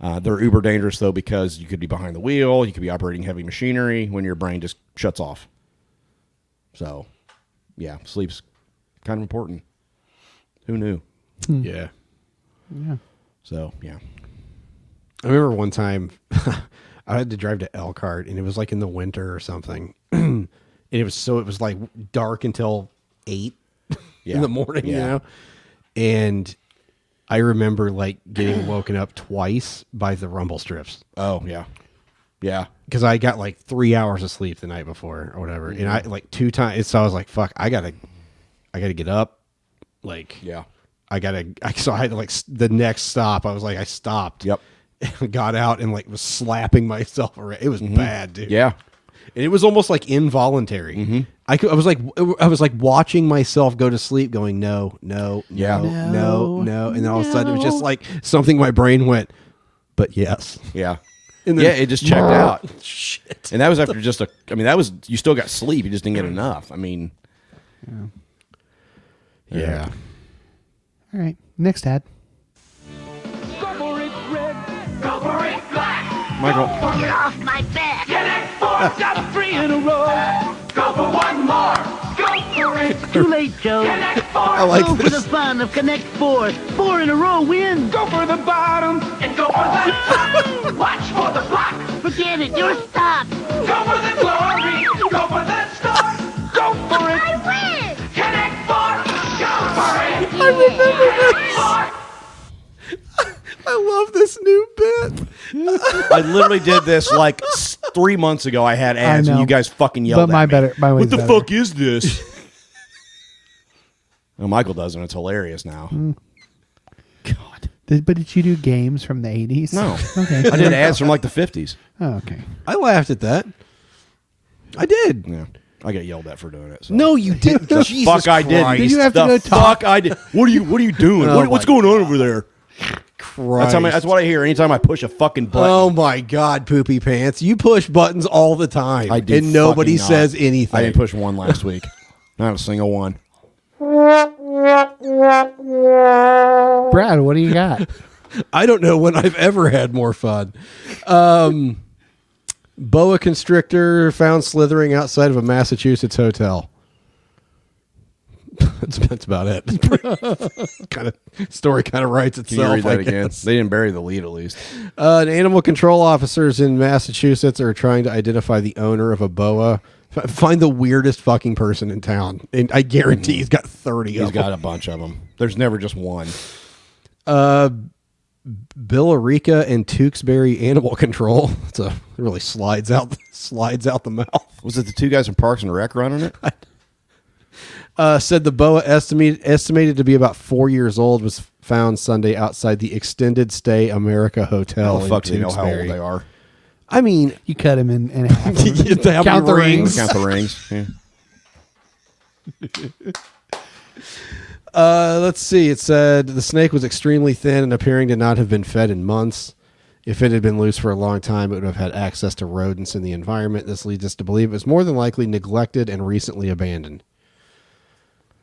Speaker 5: Uh, they're uber dangerous though because you could be behind the wheel, you could be operating heavy machinery when your brain just shuts off. So, yeah, sleep's kind of important. Who knew?
Speaker 3: yeah.
Speaker 5: So, yeah.
Speaker 3: I remember one time I had to drive to Elkhart and it was like in the winter or something. and it was so it was like dark until eight
Speaker 5: Yeah.
Speaker 3: in the morning, you
Speaker 5: Yeah.
Speaker 3: know? And I remember like getting woken up twice by the rumble strips
Speaker 5: Oh, yeah. Yeah.
Speaker 3: because I got like three hours of sleep the night before or whatever. And I like two times. So I was like, fuck, I gotta, I gotta get up. Like,
Speaker 5: Yeah.
Speaker 3: I gotta. I, so I had to like s- the next stop. I was like, I stopped.
Speaker 5: Yep.
Speaker 3: Got out and like was slapping myself around. It was bad, dude.
Speaker 5: Mm-hmm. Yeah. Mm-hmm.
Speaker 3: And it was almost like involuntary. I could, I was like I was like watching myself go to sleep, going no, no,
Speaker 5: Yeah.
Speaker 3: no, no, no, and then all of a sudden it was just like something my brain went, but yes,
Speaker 5: Yeah.
Speaker 3: and
Speaker 5: yeah, it just checked out.
Speaker 3: Shit.
Speaker 5: And that was after just a I mean, that was you still got sleep, you just didn't get enough. I mean Yeah.
Speaker 1: All right. Next ad.
Speaker 5: Michael
Speaker 13: off my back. Get it four, got three in a row. Go for one more. Go for it.
Speaker 8: Too late, Joe.
Speaker 13: Connect four.
Speaker 3: I like
Speaker 8: Go for the
Speaker 3: this.
Speaker 8: fun of Connect Four. Four in a row wins.
Speaker 13: Go for the bottom and go for the top. Watch for the block.
Speaker 8: Forget it, you're stopped.
Speaker 13: Go for the glory. Go for the star. Go for it.
Speaker 10: I win!
Speaker 13: Connect four. Go for it. I remember this.
Speaker 3: I love this new bit.
Speaker 5: I literally did this like s- three months ago. I had ads and
Speaker 1: know.
Speaker 5: you guys fucking yelled
Speaker 1: But my
Speaker 5: at me.
Speaker 1: better, my
Speaker 5: What
Speaker 1: way's
Speaker 5: the
Speaker 1: better.
Speaker 5: fuck is this? oh, Michael does, and it's hilarious now.
Speaker 1: Mm.
Speaker 5: God.
Speaker 1: Did, but did you do games from the eighties?
Speaker 5: No.
Speaker 1: Okay.
Speaker 5: I did ads from like the fifties.
Speaker 1: Oh, okay.
Speaker 3: I laughed at that. I did.
Speaker 5: Yeah. I got yelled at for doing it. so.
Speaker 3: No, you didn't.
Speaker 5: The
Speaker 3: Jesus
Speaker 5: fuck I did.
Speaker 3: Christ.
Speaker 1: Did you have to
Speaker 5: the
Speaker 1: go talk?
Speaker 5: fuck I did. What are you what are you doing?
Speaker 3: Oh
Speaker 5: what, what's
Speaker 3: my
Speaker 5: going on over there?
Speaker 3: Christ.
Speaker 5: That's, how I, that's what I hear anytime I push a fucking button.
Speaker 3: Oh my God, poopy pants! You push buttons all the time,
Speaker 5: I did
Speaker 3: and nobody
Speaker 5: fucking not.
Speaker 3: says anything.
Speaker 5: I didn't push one last week. Not a single one.
Speaker 1: Brad, what do you got?
Speaker 3: I don't know when I've ever had more fun. Um, boa constrictor found slithering outside of a Massachusetts hotel. that's, that's about it. kind of story kind of writes
Speaker 5: Can you
Speaker 3: itself.
Speaker 5: read that
Speaker 3: I
Speaker 5: again?
Speaker 3: guess.
Speaker 5: They didn't bury the lead at least.
Speaker 3: Uh, an animal control officers in Massachusetts are trying to identify the owner of a boa. F- Find the weirdest fucking person in town, and I guarantee he's got thirty.
Speaker 5: He's
Speaker 3: of them.
Speaker 5: got a bunch of them. There's never just one.
Speaker 3: Billerica and Tewksbury Animal Control. It's a it really slides out slides out the mouth.
Speaker 5: Was it the two guys from Parks and Rec running it?
Speaker 3: Uh, said the boa estimated estimated to be about four years old was found Sunday outside the extended stay America Hotel.
Speaker 5: How the Oh, fuck
Speaker 3: in
Speaker 5: do they know how old
Speaker 3: Tewksbury.
Speaker 5: they are?
Speaker 3: I mean,
Speaker 1: You cut him in, in half.
Speaker 3: they have
Speaker 1: Count the rings.
Speaker 5: Count the rings. Yeah.
Speaker 3: Uh, let's see. It said the snake was extremely thin and appearing to not have been fed in months. If it had been loose for a long time, it would have had access to rodents in the environment. This leads us to believe it was more than likely neglected and recently abandoned.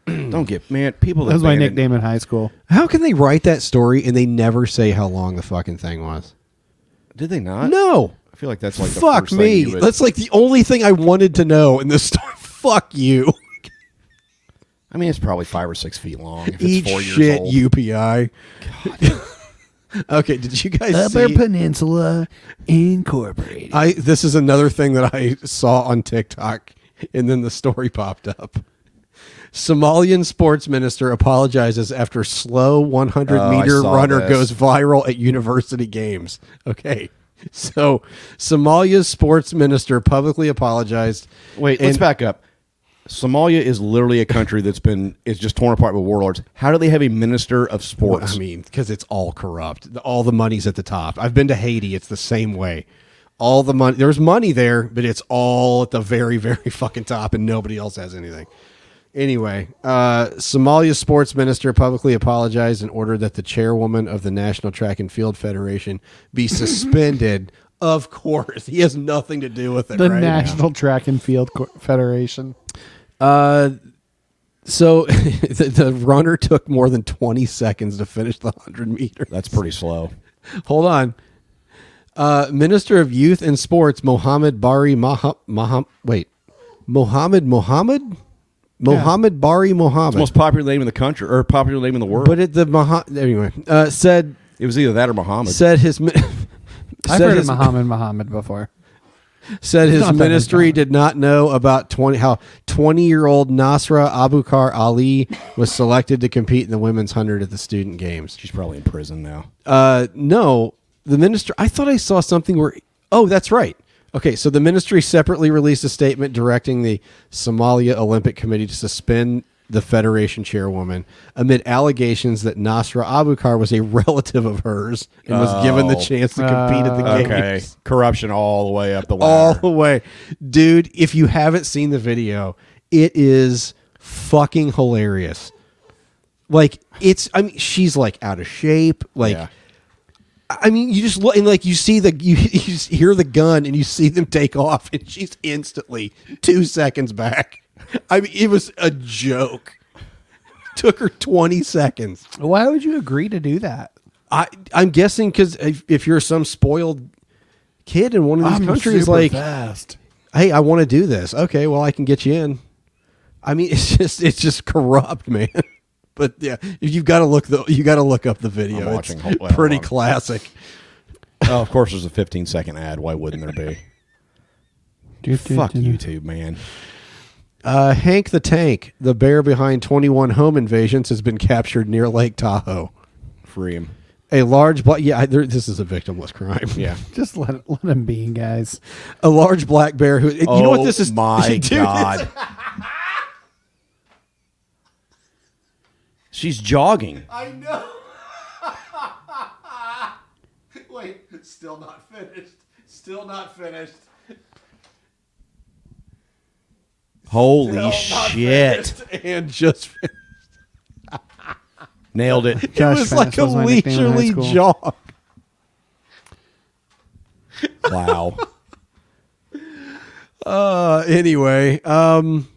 Speaker 5: Don't get man. People.
Speaker 1: That was my
Speaker 5: abandon-
Speaker 1: nickname in high school.
Speaker 3: How can they write that story and they never say how long the fucking thing was?
Speaker 5: Did they not?
Speaker 3: No.
Speaker 5: I feel like that's like the
Speaker 3: Fuck
Speaker 5: first thing
Speaker 3: me.
Speaker 5: you would-
Speaker 3: That's like the only thing I wanted to know in this story. Fuck you.
Speaker 5: I mean, it's probably five or six feet long. If it's
Speaker 3: Eat
Speaker 5: four years
Speaker 3: shit,
Speaker 5: old.
Speaker 3: UPI. okay, did you guys
Speaker 1: Upper
Speaker 3: see?
Speaker 1: Peninsula Incorporated.
Speaker 3: I this is another thing that I saw on TikTok and then the story popped up. Somalian sports minister apologizes after slow 100
Speaker 5: Oh, I
Speaker 3: meter
Speaker 5: saw
Speaker 3: runner
Speaker 5: this.
Speaker 3: goes viral at university games. Okay. So, Somalia's sports minister publicly apologized.
Speaker 5: Wait, let's
Speaker 3: and-
Speaker 5: back up. Somalia is literally a country that's been is just torn apart by warlords. How do they have a minister
Speaker 3: Well,
Speaker 5: of sports?
Speaker 3: I mean, because it's all corrupt. The- All the money's at the top. I've been to Haiti. It's the same way. All the money, there's money there, but it's all at the very, very fucking top, and nobody else has anything. Anyway, uh, Somalia's sports minister publicly apologized and ordered that the chairwoman of the National Track and Field Federation be suspended. of course, he has nothing to do with it.
Speaker 1: the
Speaker 3: right?
Speaker 1: National Track and Field Co- Federation.
Speaker 3: Uh, so the, the runner took more than 20 seconds to finish the 100 meters.
Speaker 5: That's pretty slow.
Speaker 3: Hold on. Uh, Minister of Youth and Sports, Mohammed Bari Maha, Maham, wait, Mohammed Mohammed? Mohammed Bari Mohammed.
Speaker 5: Most popular name in the country or popular name in the world.
Speaker 3: but it, the Maha, anyway, uh, said,
Speaker 5: it was either that or Muhammad.
Speaker 3: said his, mi-
Speaker 1: I've
Speaker 3: said
Speaker 1: heard
Speaker 3: his-
Speaker 1: of Muhammad Muhammad before.
Speaker 3: said his
Speaker 1: not that
Speaker 3: ministry
Speaker 1: uncommon.
Speaker 3: did not know about 20 how 20 year old Nasra Abukar Ali was selected to compete in the women's 100 at the student games.
Speaker 5: She's probably in prison now.
Speaker 3: Uh, no, the minister. I thought I saw something where. Oh, that's right. Okay, so the ministry separately released a statement directing the Somalia Olympic Committee to suspend the federation chairwoman amid allegations that Nasra Abukar was a relative of hers and was given the
Speaker 5: Oh.
Speaker 3: chance to compete at the
Speaker 5: Okay,
Speaker 3: games
Speaker 5: corruption all the way up the
Speaker 3: Oh, all
Speaker 5: ladder.
Speaker 3: the way. Dude, if you haven't seen the video, it is fucking hilarious. Like it's I mean she's like out of shape, like
Speaker 5: Yeah.
Speaker 3: I mean you just look and like you see the you, you just hear the gun and you see them take off and she's instantly 2 seconds back. I mean it was a joke. Took her 20 seconds.
Speaker 1: Why would you agree to do that?
Speaker 3: I I'm guessing cuz if, if you're some spoiled kid in one of these countries like
Speaker 1: fast.
Speaker 3: hey, I want to do this. Okay, well, I can get you in. I mean, it's just it's just corrupt, man. But yeah, you've got to look the you got to look up the video.
Speaker 5: I'm
Speaker 3: it's
Speaker 5: watching. Well,
Speaker 3: pretty
Speaker 5: I'm-
Speaker 3: classic.
Speaker 5: Oh, of course, there's a 15 second ad. Why wouldn't there be? Fuck YouTube, man.
Speaker 3: Uh, Hank the Tank, the bear behind 21 home invasions, has been captured near Lake Tahoe.
Speaker 5: Free him.
Speaker 3: A large black yeah, I, there, this is a victimless crime.
Speaker 5: Yeah.
Speaker 1: Just let let him be, guys.
Speaker 3: a large black bear who you know what
Speaker 5: Oh
Speaker 3: this is?
Speaker 5: My
Speaker 3: Dude, this-
Speaker 5: God. She's jogging.
Speaker 3: I know. Wait, still not finished. Still not finished.
Speaker 5: Holy shit.
Speaker 3: and just
Speaker 5: Nailed it.
Speaker 1: Josh
Speaker 3: it was
Speaker 1: Fennis
Speaker 3: like a
Speaker 1: was my nickname in high
Speaker 3: leisurely
Speaker 1: school.
Speaker 3: jog.
Speaker 5: wow.
Speaker 3: Uh, anyway, um,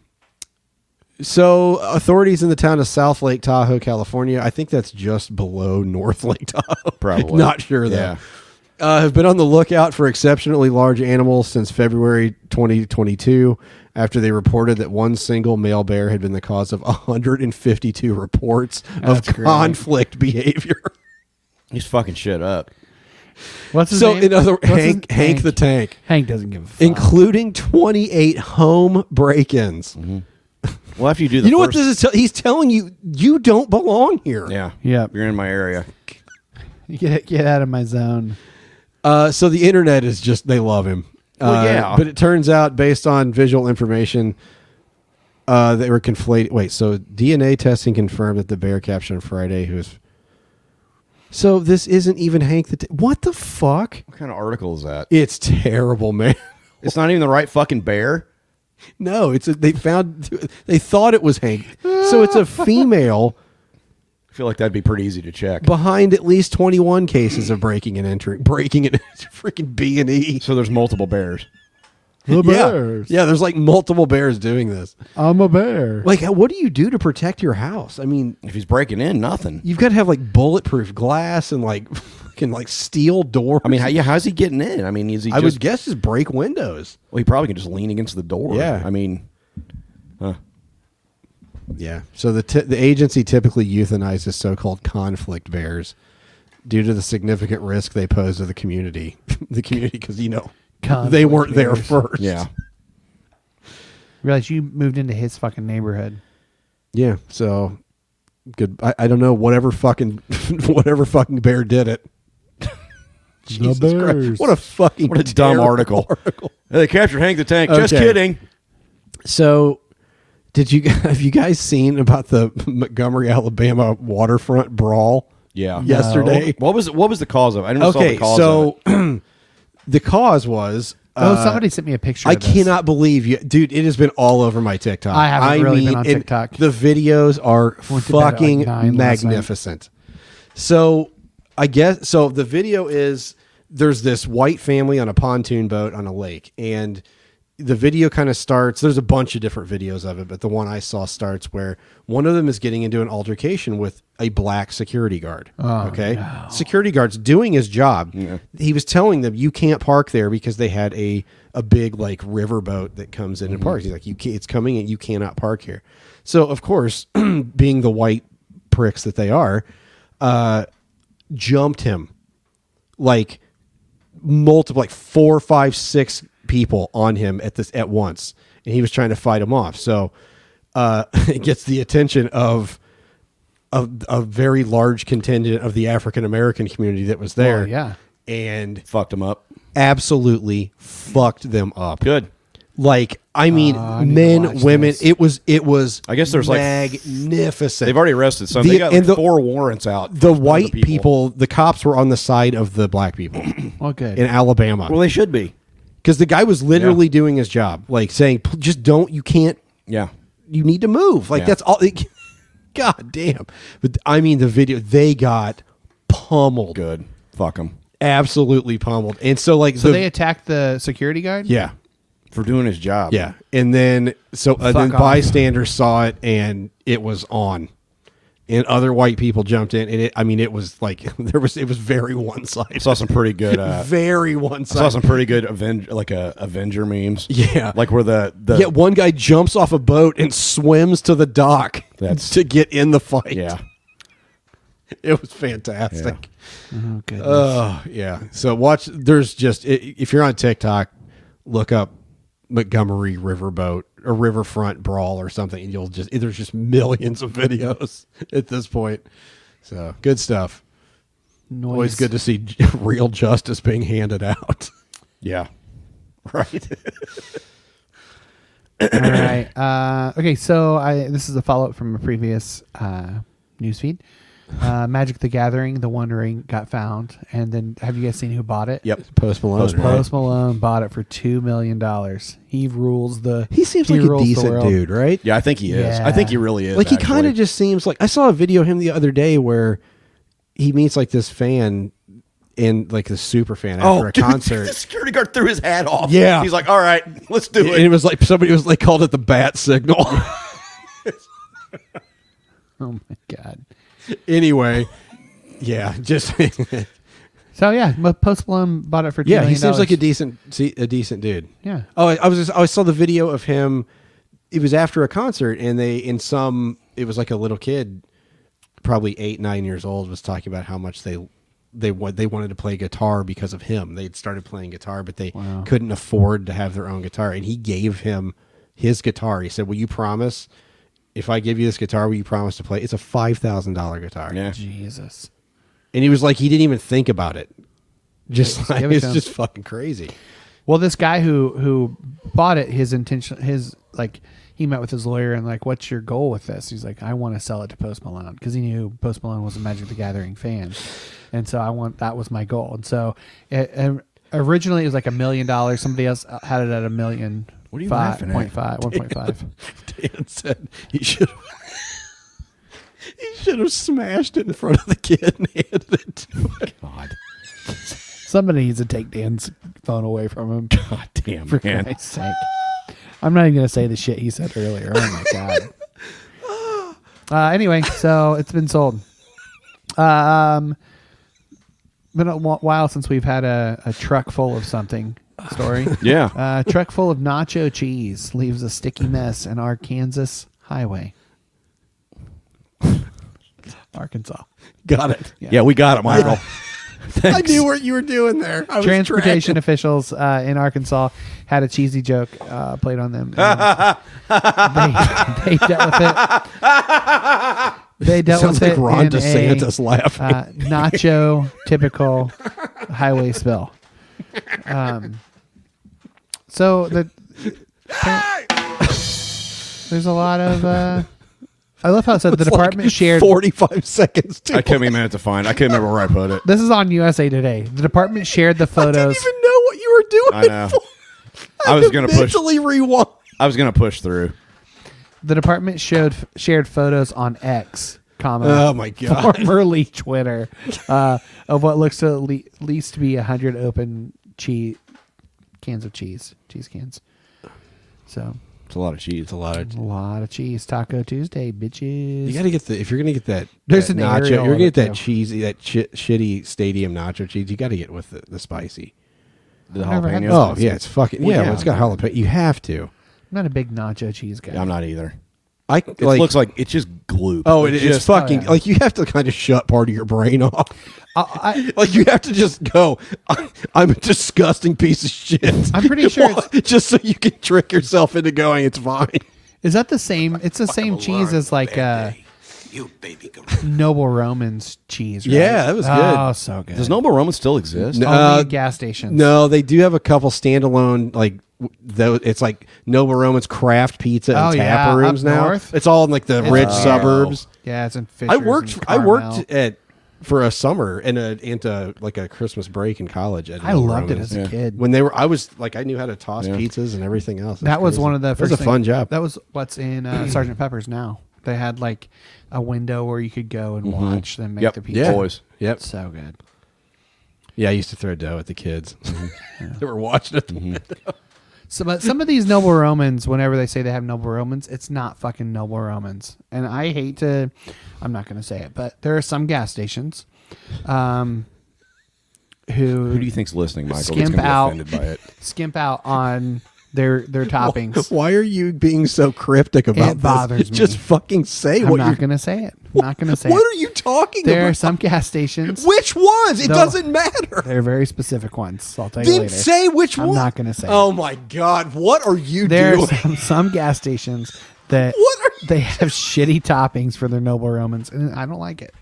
Speaker 3: so authorities in the town of South Lake Tahoe, California, I think that's just below North Lake Tahoe.
Speaker 5: Probably.
Speaker 3: Not sure though.
Speaker 5: Yeah.
Speaker 3: Uh, have been on the lookout for exceptionally large animals since February 2022 after they reported that one single male bear had been the cause of 152 reports
Speaker 1: That's
Speaker 3: of
Speaker 1: great.
Speaker 3: conflict behavior.
Speaker 5: He's fucking shit up.
Speaker 1: What's his
Speaker 3: so
Speaker 1: name?
Speaker 3: in other
Speaker 1: What's his-
Speaker 3: Hank, Hank the Tank,
Speaker 1: Hank doesn't give a fuck.
Speaker 3: including 28 home break-ins.
Speaker 5: Well, after you do the
Speaker 3: You know what
Speaker 5: first-
Speaker 3: this is? He's telling you you don't belong here.
Speaker 5: Yeah.
Speaker 1: Yep.
Speaker 5: You're in my area.
Speaker 1: get get out of my zone.
Speaker 3: Uh, so the internet is just they love him.
Speaker 5: Well,
Speaker 3: Uh,
Speaker 5: yeah.
Speaker 3: But it turns out, based on visual information, uh, they were conflated. Wait, so DNA testing confirmed that the bear captured on Friday, who's so this isn't even Hank. The t- what the fuck?
Speaker 5: What kind of article is that?
Speaker 3: It's terrible, man.
Speaker 5: It's not even the right fucking bear.
Speaker 3: No, it's a, they found they thought it was Hank. So it's a female
Speaker 5: I feel like that'd be pretty easy to check.
Speaker 3: behind at least twenty one cases of breaking and entering, breaking and freaking B and E.
Speaker 5: so there's multiple bears.
Speaker 1: The
Speaker 3: Yeah. Yeah, there's like multiple bears doing this.
Speaker 1: I'm a bear.
Speaker 3: Like, uh, what do you do to protect your house? I mean,
Speaker 5: If he's breaking in, nothing.
Speaker 3: you've got to have like bulletproof glass and like fucking like steel doors.
Speaker 5: I mean, how, yeah, how's he getting in? I mean, is he?
Speaker 3: I
Speaker 5: just,
Speaker 3: would guess just break windows.
Speaker 5: Well, he probably can just lean against the door.
Speaker 3: Yeah.
Speaker 5: I mean, huh.
Speaker 3: Yeah. So the t- the agency typically euthanizes so-called conflict bears due to the significant risk they pose to the community. the community, because you know they
Speaker 1: Conflict
Speaker 3: weren't there
Speaker 1: bears.
Speaker 3: first.
Speaker 5: Yeah.
Speaker 1: Realize you moved into his fucking neighborhood.
Speaker 3: Yeah. So good. I, I don't know. Whatever fucking whatever fucking bear did it. Jesus Christ.
Speaker 1: bears.
Speaker 3: What a fucking
Speaker 5: What a dumb
Speaker 3: terrible
Speaker 5: article. They captured Hank the Tank. Just
Speaker 3: Okay.
Speaker 5: kidding.
Speaker 3: So, did you have you guys seen about the Montgomery, Alabama waterfront brawl
Speaker 5: Yeah.
Speaker 3: yesterday?
Speaker 5: What was what was the cause of? it? I didn't know
Speaker 3: Okay,
Speaker 5: the cause of
Speaker 3: so
Speaker 5: it.
Speaker 3: the cause was
Speaker 1: Oh,
Speaker 3: uh,
Speaker 1: somebody sent me a picture.
Speaker 3: I
Speaker 1: of this.
Speaker 3: cannot believe you, dude. It has been all over my TikTok.
Speaker 1: I haven't really been on
Speaker 3: it-
Speaker 1: TikTok.
Speaker 3: The videos are
Speaker 1: Went to bed at, like,
Speaker 3: fucking
Speaker 1: nine last night.
Speaker 3: magnificent. So I guess so. The video is there's this white family on a pontoon boat on a lake, and the video kind of starts. There's a bunch of different videos of it, but the one I saw starts where one of them is getting into an altercation with a black security guard. okay, security guard's doing his job. He was telling them you can't park there because they had a a big like river boat that comes in and parks. He's like, you can't, it's coming and you cannot park here. So of course, being the white pricks that they are, uh, jumped him like multiple, like four, five, six people on him at this at once, and he was trying to fight him off. So uh, it gets the attention of a, a very large contingent of the African American community that was there.
Speaker 1: Well, yeah.
Speaker 3: and
Speaker 5: Fucked him up.
Speaker 3: absolutely fucked them up.
Speaker 5: Good.
Speaker 3: Like I mean,
Speaker 1: Ah, need to
Speaker 3: men,
Speaker 1: watch
Speaker 3: women.
Speaker 1: this.
Speaker 3: It was it was.
Speaker 5: I guess there's, like,
Speaker 3: magnificent.
Speaker 5: They've already arrested some.
Speaker 3: The-
Speaker 5: they got like
Speaker 3: and the-
Speaker 5: four warrants out. for
Speaker 3: the
Speaker 5: other
Speaker 3: white people. The cops were on the side of the black people
Speaker 1: Well, good.
Speaker 3: in Alabama.
Speaker 5: Well, they should be.
Speaker 3: because the guy was literally
Speaker 5: Yeah.
Speaker 3: doing his job, like saying, "P- "Just don't. You can't.
Speaker 5: Yeah.
Speaker 3: You need to move." Like
Speaker 5: Yeah.
Speaker 3: that's all. It, God damn. But I mean, the video they got pummeled,
Speaker 5: Good. Fuck him
Speaker 3: absolutely pummeled, and so like
Speaker 1: so
Speaker 3: the,
Speaker 1: they attacked the security guard.
Speaker 3: yeah,
Speaker 5: for doing his job.
Speaker 3: yeah, and then so and then
Speaker 1: Fuck off.
Speaker 3: bystanders saw it, and it was on. And other white people jumped in, and it, I mean, it was like there was it was very one
Speaker 5: I
Speaker 3: sided,
Speaker 5: saw some pretty good. Uh,
Speaker 3: very one
Speaker 5: I saw
Speaker 3: sided.
Speaker 5: some pretty good Avenger, like uh, Avenger memes.
Speaker 3: Yeah.
Speaker 5: like where the the
Speaker 3: Yet one guy jumps off a boat and swims to the dock
Speaker 5: That's-
Speaker 3: to get in the fight.
Speaker 5: yeah.
Speaker 3: It was fantastic.
Speaker 1: Oh, goodness.
Speaker 3: Oh, yeah. So watch there's just i- if you're on TikTok, look up Montgomery Riverboat or Riverfront Brawl or something and you'll just there's just millions of videos at this point. So, good stuff.
Speaker 1: Noise.
Speaker 3: Always good to see j- real justice being handed out.
Speaker 5: Yeah. Right.
Speaker 1: All right. Uh, okay, so I this is a follow up from a previous uh, newsfeed. uh, Magic the Gathering, The Wandering got found, and then have you guys seen who bought it?
Speaker 5: Yep.
Speaker 3: Post Malone.
Speaker 5: Post Malone.
Speaker 1: Post Malone bought it for two million dollars. He rules the.
Speaker 3: He seems
Speaker 1: he
Speaker 3: like a
Speaker 1: rules the
Speaker 3: decent
Speaker 1: world.
Speaker 3: dude, right?
Speaker 5: Yeah, I think he is.
Speaker 1: Yeah.
Speaker 5: I think he really is.
Speaker 3: like he kind
Speaker 5: actually.
Speaker 3: of just seems like I saw a video of him the other day where he meets like this fan and like this super fan after a
Speaker 5: Oh, dude,
Speaker 3: concert.
Speaker 5: The security guard threw his hat off.
Speaker 3: Yeah.
Speaker 5: He's like, all right, let's do
Speaker 3: And it
Speaker 5: it.
Speaker 3: was like somebody was like called it the bat signal.
Speaker 1: Oh my god.
Speaker 3: anyway, yeah, just
Speaker 1: So Oh, yeah, but Post Malone bought it for. $2
Speaker 3: yeah, he
Speaker 1: million.
Speaker 3: seems like a decent se- a decent dude.
Speaker 1: Yeah.
Speaker 3: Oh, I, I was just, I saw the video of him. It was after a concert, and they in some it was like a little kid, probably eight nine years old, was talking about how much they they what they wanted to play guitar because of him. They'd started playing guitar, but they couldn't afford to have their own guitar, and he gave him his guitar. He said, "Will you promise?" If I give you this guitar, will you promise to play? It's a five thousand dollar guitar.
Speaker 5: Yeah.
Speaker 1: Jesus.
Speaker 3: and he was like, he didn't even think about it. Just like
Speaker 1: give it
Speaker 3: it's
Speaker 1: to him.
Speaker 3: just fucking crazy.
Speaker 1: Well, this guy who who bought it, his intention, his like, he met with his lawyer and like, what's your goal with this? He's like, I want to sell it to Post Malone because he knew Post Malone was a Magic the Gathering fan, and so I want that was my goal. And so, it, and originally it was like a million dollars. Somebody else uh, had it at a million.
Speaker 5: What are you
Speaker 1: five,
Speaker 5: laughing at?
Speaker 1: point five, one point five.
Speaker 3: Dan said he should he should have smashed it in front of the kid and handed it to him. God,
Speaker 1: Somebody needs to take Dan's phone away from him.
Speaker 5: God damn,
Speaker 1: For
Speaker 5: man.
Speaker 1: Christ's sake. I'm not even going to say the shit he said earlier. Oh my God. Uh, anyway, so it's been sold. Um, been a wa- while since we've had a, a truck full of something story.
Speaker 5: Yeah.
Speaker 1: Uh, truck full of nacho cheese leaves a sticky mess in our Kansas highway. Arkansas.
Speaker 3: got it.
Speaker 5: yeah. we got it, Michael.
Speaker 3: I knew what you were doing there. I was
Speaker 1: Transportation officials uh, in Arkansas had a cheesy joke uh, played on them. and they, they dealt with it. They
Speaker 3: tracking.
Speaker 1: dealt
Speaker 3: Sounds
Speaker 1: with
Speaker 3: like
Speaker 1: it
Speaker 3: Ron
Speaker 1: in
Speaker 3: DeSantis
Speaker 1: a,
Speaker 3: laughing.
Speaker 1: uh, nacho typical highway spill. Um, so the there's a lot of. Uh, I love how it said the department shared.
Speaker 3: forty-five seconds. To
Speaker 5: I took me a minute to find. I couldn't remember where I put it.
Speaker 1: This is on USA Today. The department shared the
Speaker 3: I didn't
Speaker 1: photos.
Speaker 3: even know what you were doing.
Speaker 5: I know.
Speaker 3: for.
Speaker 5: I
Speaker 3: had
Speaker 5: was
Speaker 3: to
Speaker 5: gonna push-
Speaker 3: mentally rewind.
Speaker 5: I was gonna push through.
Speaker 1: The department showed shared photos on X, comma
Speaker 3: Oh my god!
Speaker 1: formerly Twitter, uh, of what looks to at le- least be a hundred open cheese cans of cheese, cheese cans. So
Speaker 5: It's a lot of cheese.
Speaker 3: a lot of.
Speaker 1: a lot of cheese. Taco Tuesday, bitches.
Speaker 3: You got to get the if you're gonna get that.
Speaker 1: There's
Speaker 3: that
Speaker 1: an
Speaker 3: nacho.
Speaker 1: aerial
Speaker 3: You're gonna
Speaker 1: of
Speaker 3: get
Speaker 1: it,
Speaker 3: that
Speaker 1: though.
Speaker 3: cheesy, that chi- shitty stadium nacho cheese. You got to get with the, the spicy.
Speaker 5: The
Speaker 1: never had
Speaker 5: jalapenos.
Speaker 1: that.
Speaker 3: Oh yeah, it's fucking yeah.
Speaker 5: yeah.
Speaker 3: well, it's got jalapeno. You have to.
Speaker 1: I'm not a big nacho cheese guy.
Speaker 5: I'm not either.
Speaker 3: I
Speaker 5: It looks like it's just glue.
Speaker 3: Oh, it is
Speaker 5: just,
Speaker 3: fucking
Speaker 1: oh, yeah.
Speaker 3: like you have to kind of shut part of your brain off.
Speaker 1: I,
Speaker 3: like you have to just go. I'm a disgusting piece of shit.
Speaker 1: I'm pretty sure
Speaker 3: Well, just so you can trick yourself into going. It's fine.
Speaker 1: is that the same? It's the same cheese as like
Speaker 3: eh?
Speaker 1: uh,
Speaker 13: You baby gorilla.
Speaker 1: Noble Roman's cheese. Right?
Speaker 3: Yeah, that was good.
Speaker 1: Oh, so good.
Speaker 5: Does Noble Roman still exist?
Speaker 3: No.
Speaker 1: Only
Speaker 3: Uh,
Speaker 1: at gas stations.
Speaker 3: No, they do have a couple standalone like w- though it's like Noble Roman's craft pizza and
Speaker 1: Oh, yeah,
Speaker 3: tap
Speaker 1: up
Speaker 3: rooms now.
Speaker 1: north.
Speaker 3: It's all in like the
Speaker 1: It's
Speaker 3: rich
Speaker 1: weird.
Speaker 3: suburbs.
Speaker 1: Yeah, it's in Fisher's.
Speaker 3: I worked.
Speaker 1: and
Speaker 3: I
Speaker 1: Carmel.
Speaker 3: worked at for a summer and a and a, like a Christmas break in college. At
Speaker 1: I
Speaker 3: Noble
Speaker 1: loved it
Speaker 3: Roman's.
Speaker 1: as a kid.
Speaker 3: when they were i was like i knew how to toss
Speaker 5: Yeah.
Speaker 3: pizzas and everything else
Speaker 1: that was one of the
Speaker 3: That was
Speaker 1: first.
Speaker 3: a
Speaker 1: thing-
Speaker 3: fun job
Speaker 1: That was what's in uh, Sergeant Pepper's now. They had like a window where you could go and watch them make
Speaker 5: Mm-hmm. Yep.
Speaker 1: the pizza.
Speaker 5: Yeah. Always.
Speaker 3: yep
Speaker 1: So good.
Speaker 3: yeah i used to throw dough at the kids
Speaker 1: Mm-hmm.
Speaker 3: they were watching it
Speaker 1: So, but some of these noble Romans, whenever they say they have noble Romans, it's not fucking noble Romans. And I hate to, I'm not going to say it, but there are some gas stations, um, who
Speaker 5: Who do you think's listening, Michael?
Speaker 1: Skimp
Speaker 5: that's gonna
Speaker 1: out.
Speaker 5: be offended by it.
Speaker 1: skimp out on their their toppings.
Speaker 3: why are you being so cryptic about this?
Speaker 1: bothers me.
Speaker 3: just fucking say
Speaker 1: I'm
Speaker 3: what
Speaker 1: not
Speaker 3: you're
Speaker 1: going to say it. I'm not going to say
Speaker 3: what
Speaker 1: it.
Speaker 3: are you talking
Speaker 1: There are
Speaker 3: about
Speaker 1: some gas stations.
Speaker 3: which ones it
Speaker 1: No.
Speaker 3: doesn't matter
Speaker 1: They're very specific ones. I'll tell you
Speaker 3: then
Speaker 1: later.
Speaker 3: say which
Speaker 1: I'm
Speaker 3: one
Speaker 1: not gonna say
Speaker 3: oh my god what are you
Speaker 1: there are
Speaker 3: doing
Speaker 1: some, some gas stations that
Speaker 3: What are you
Speaker 1: they have shitty toppings for their noble Romans, and I don't like it.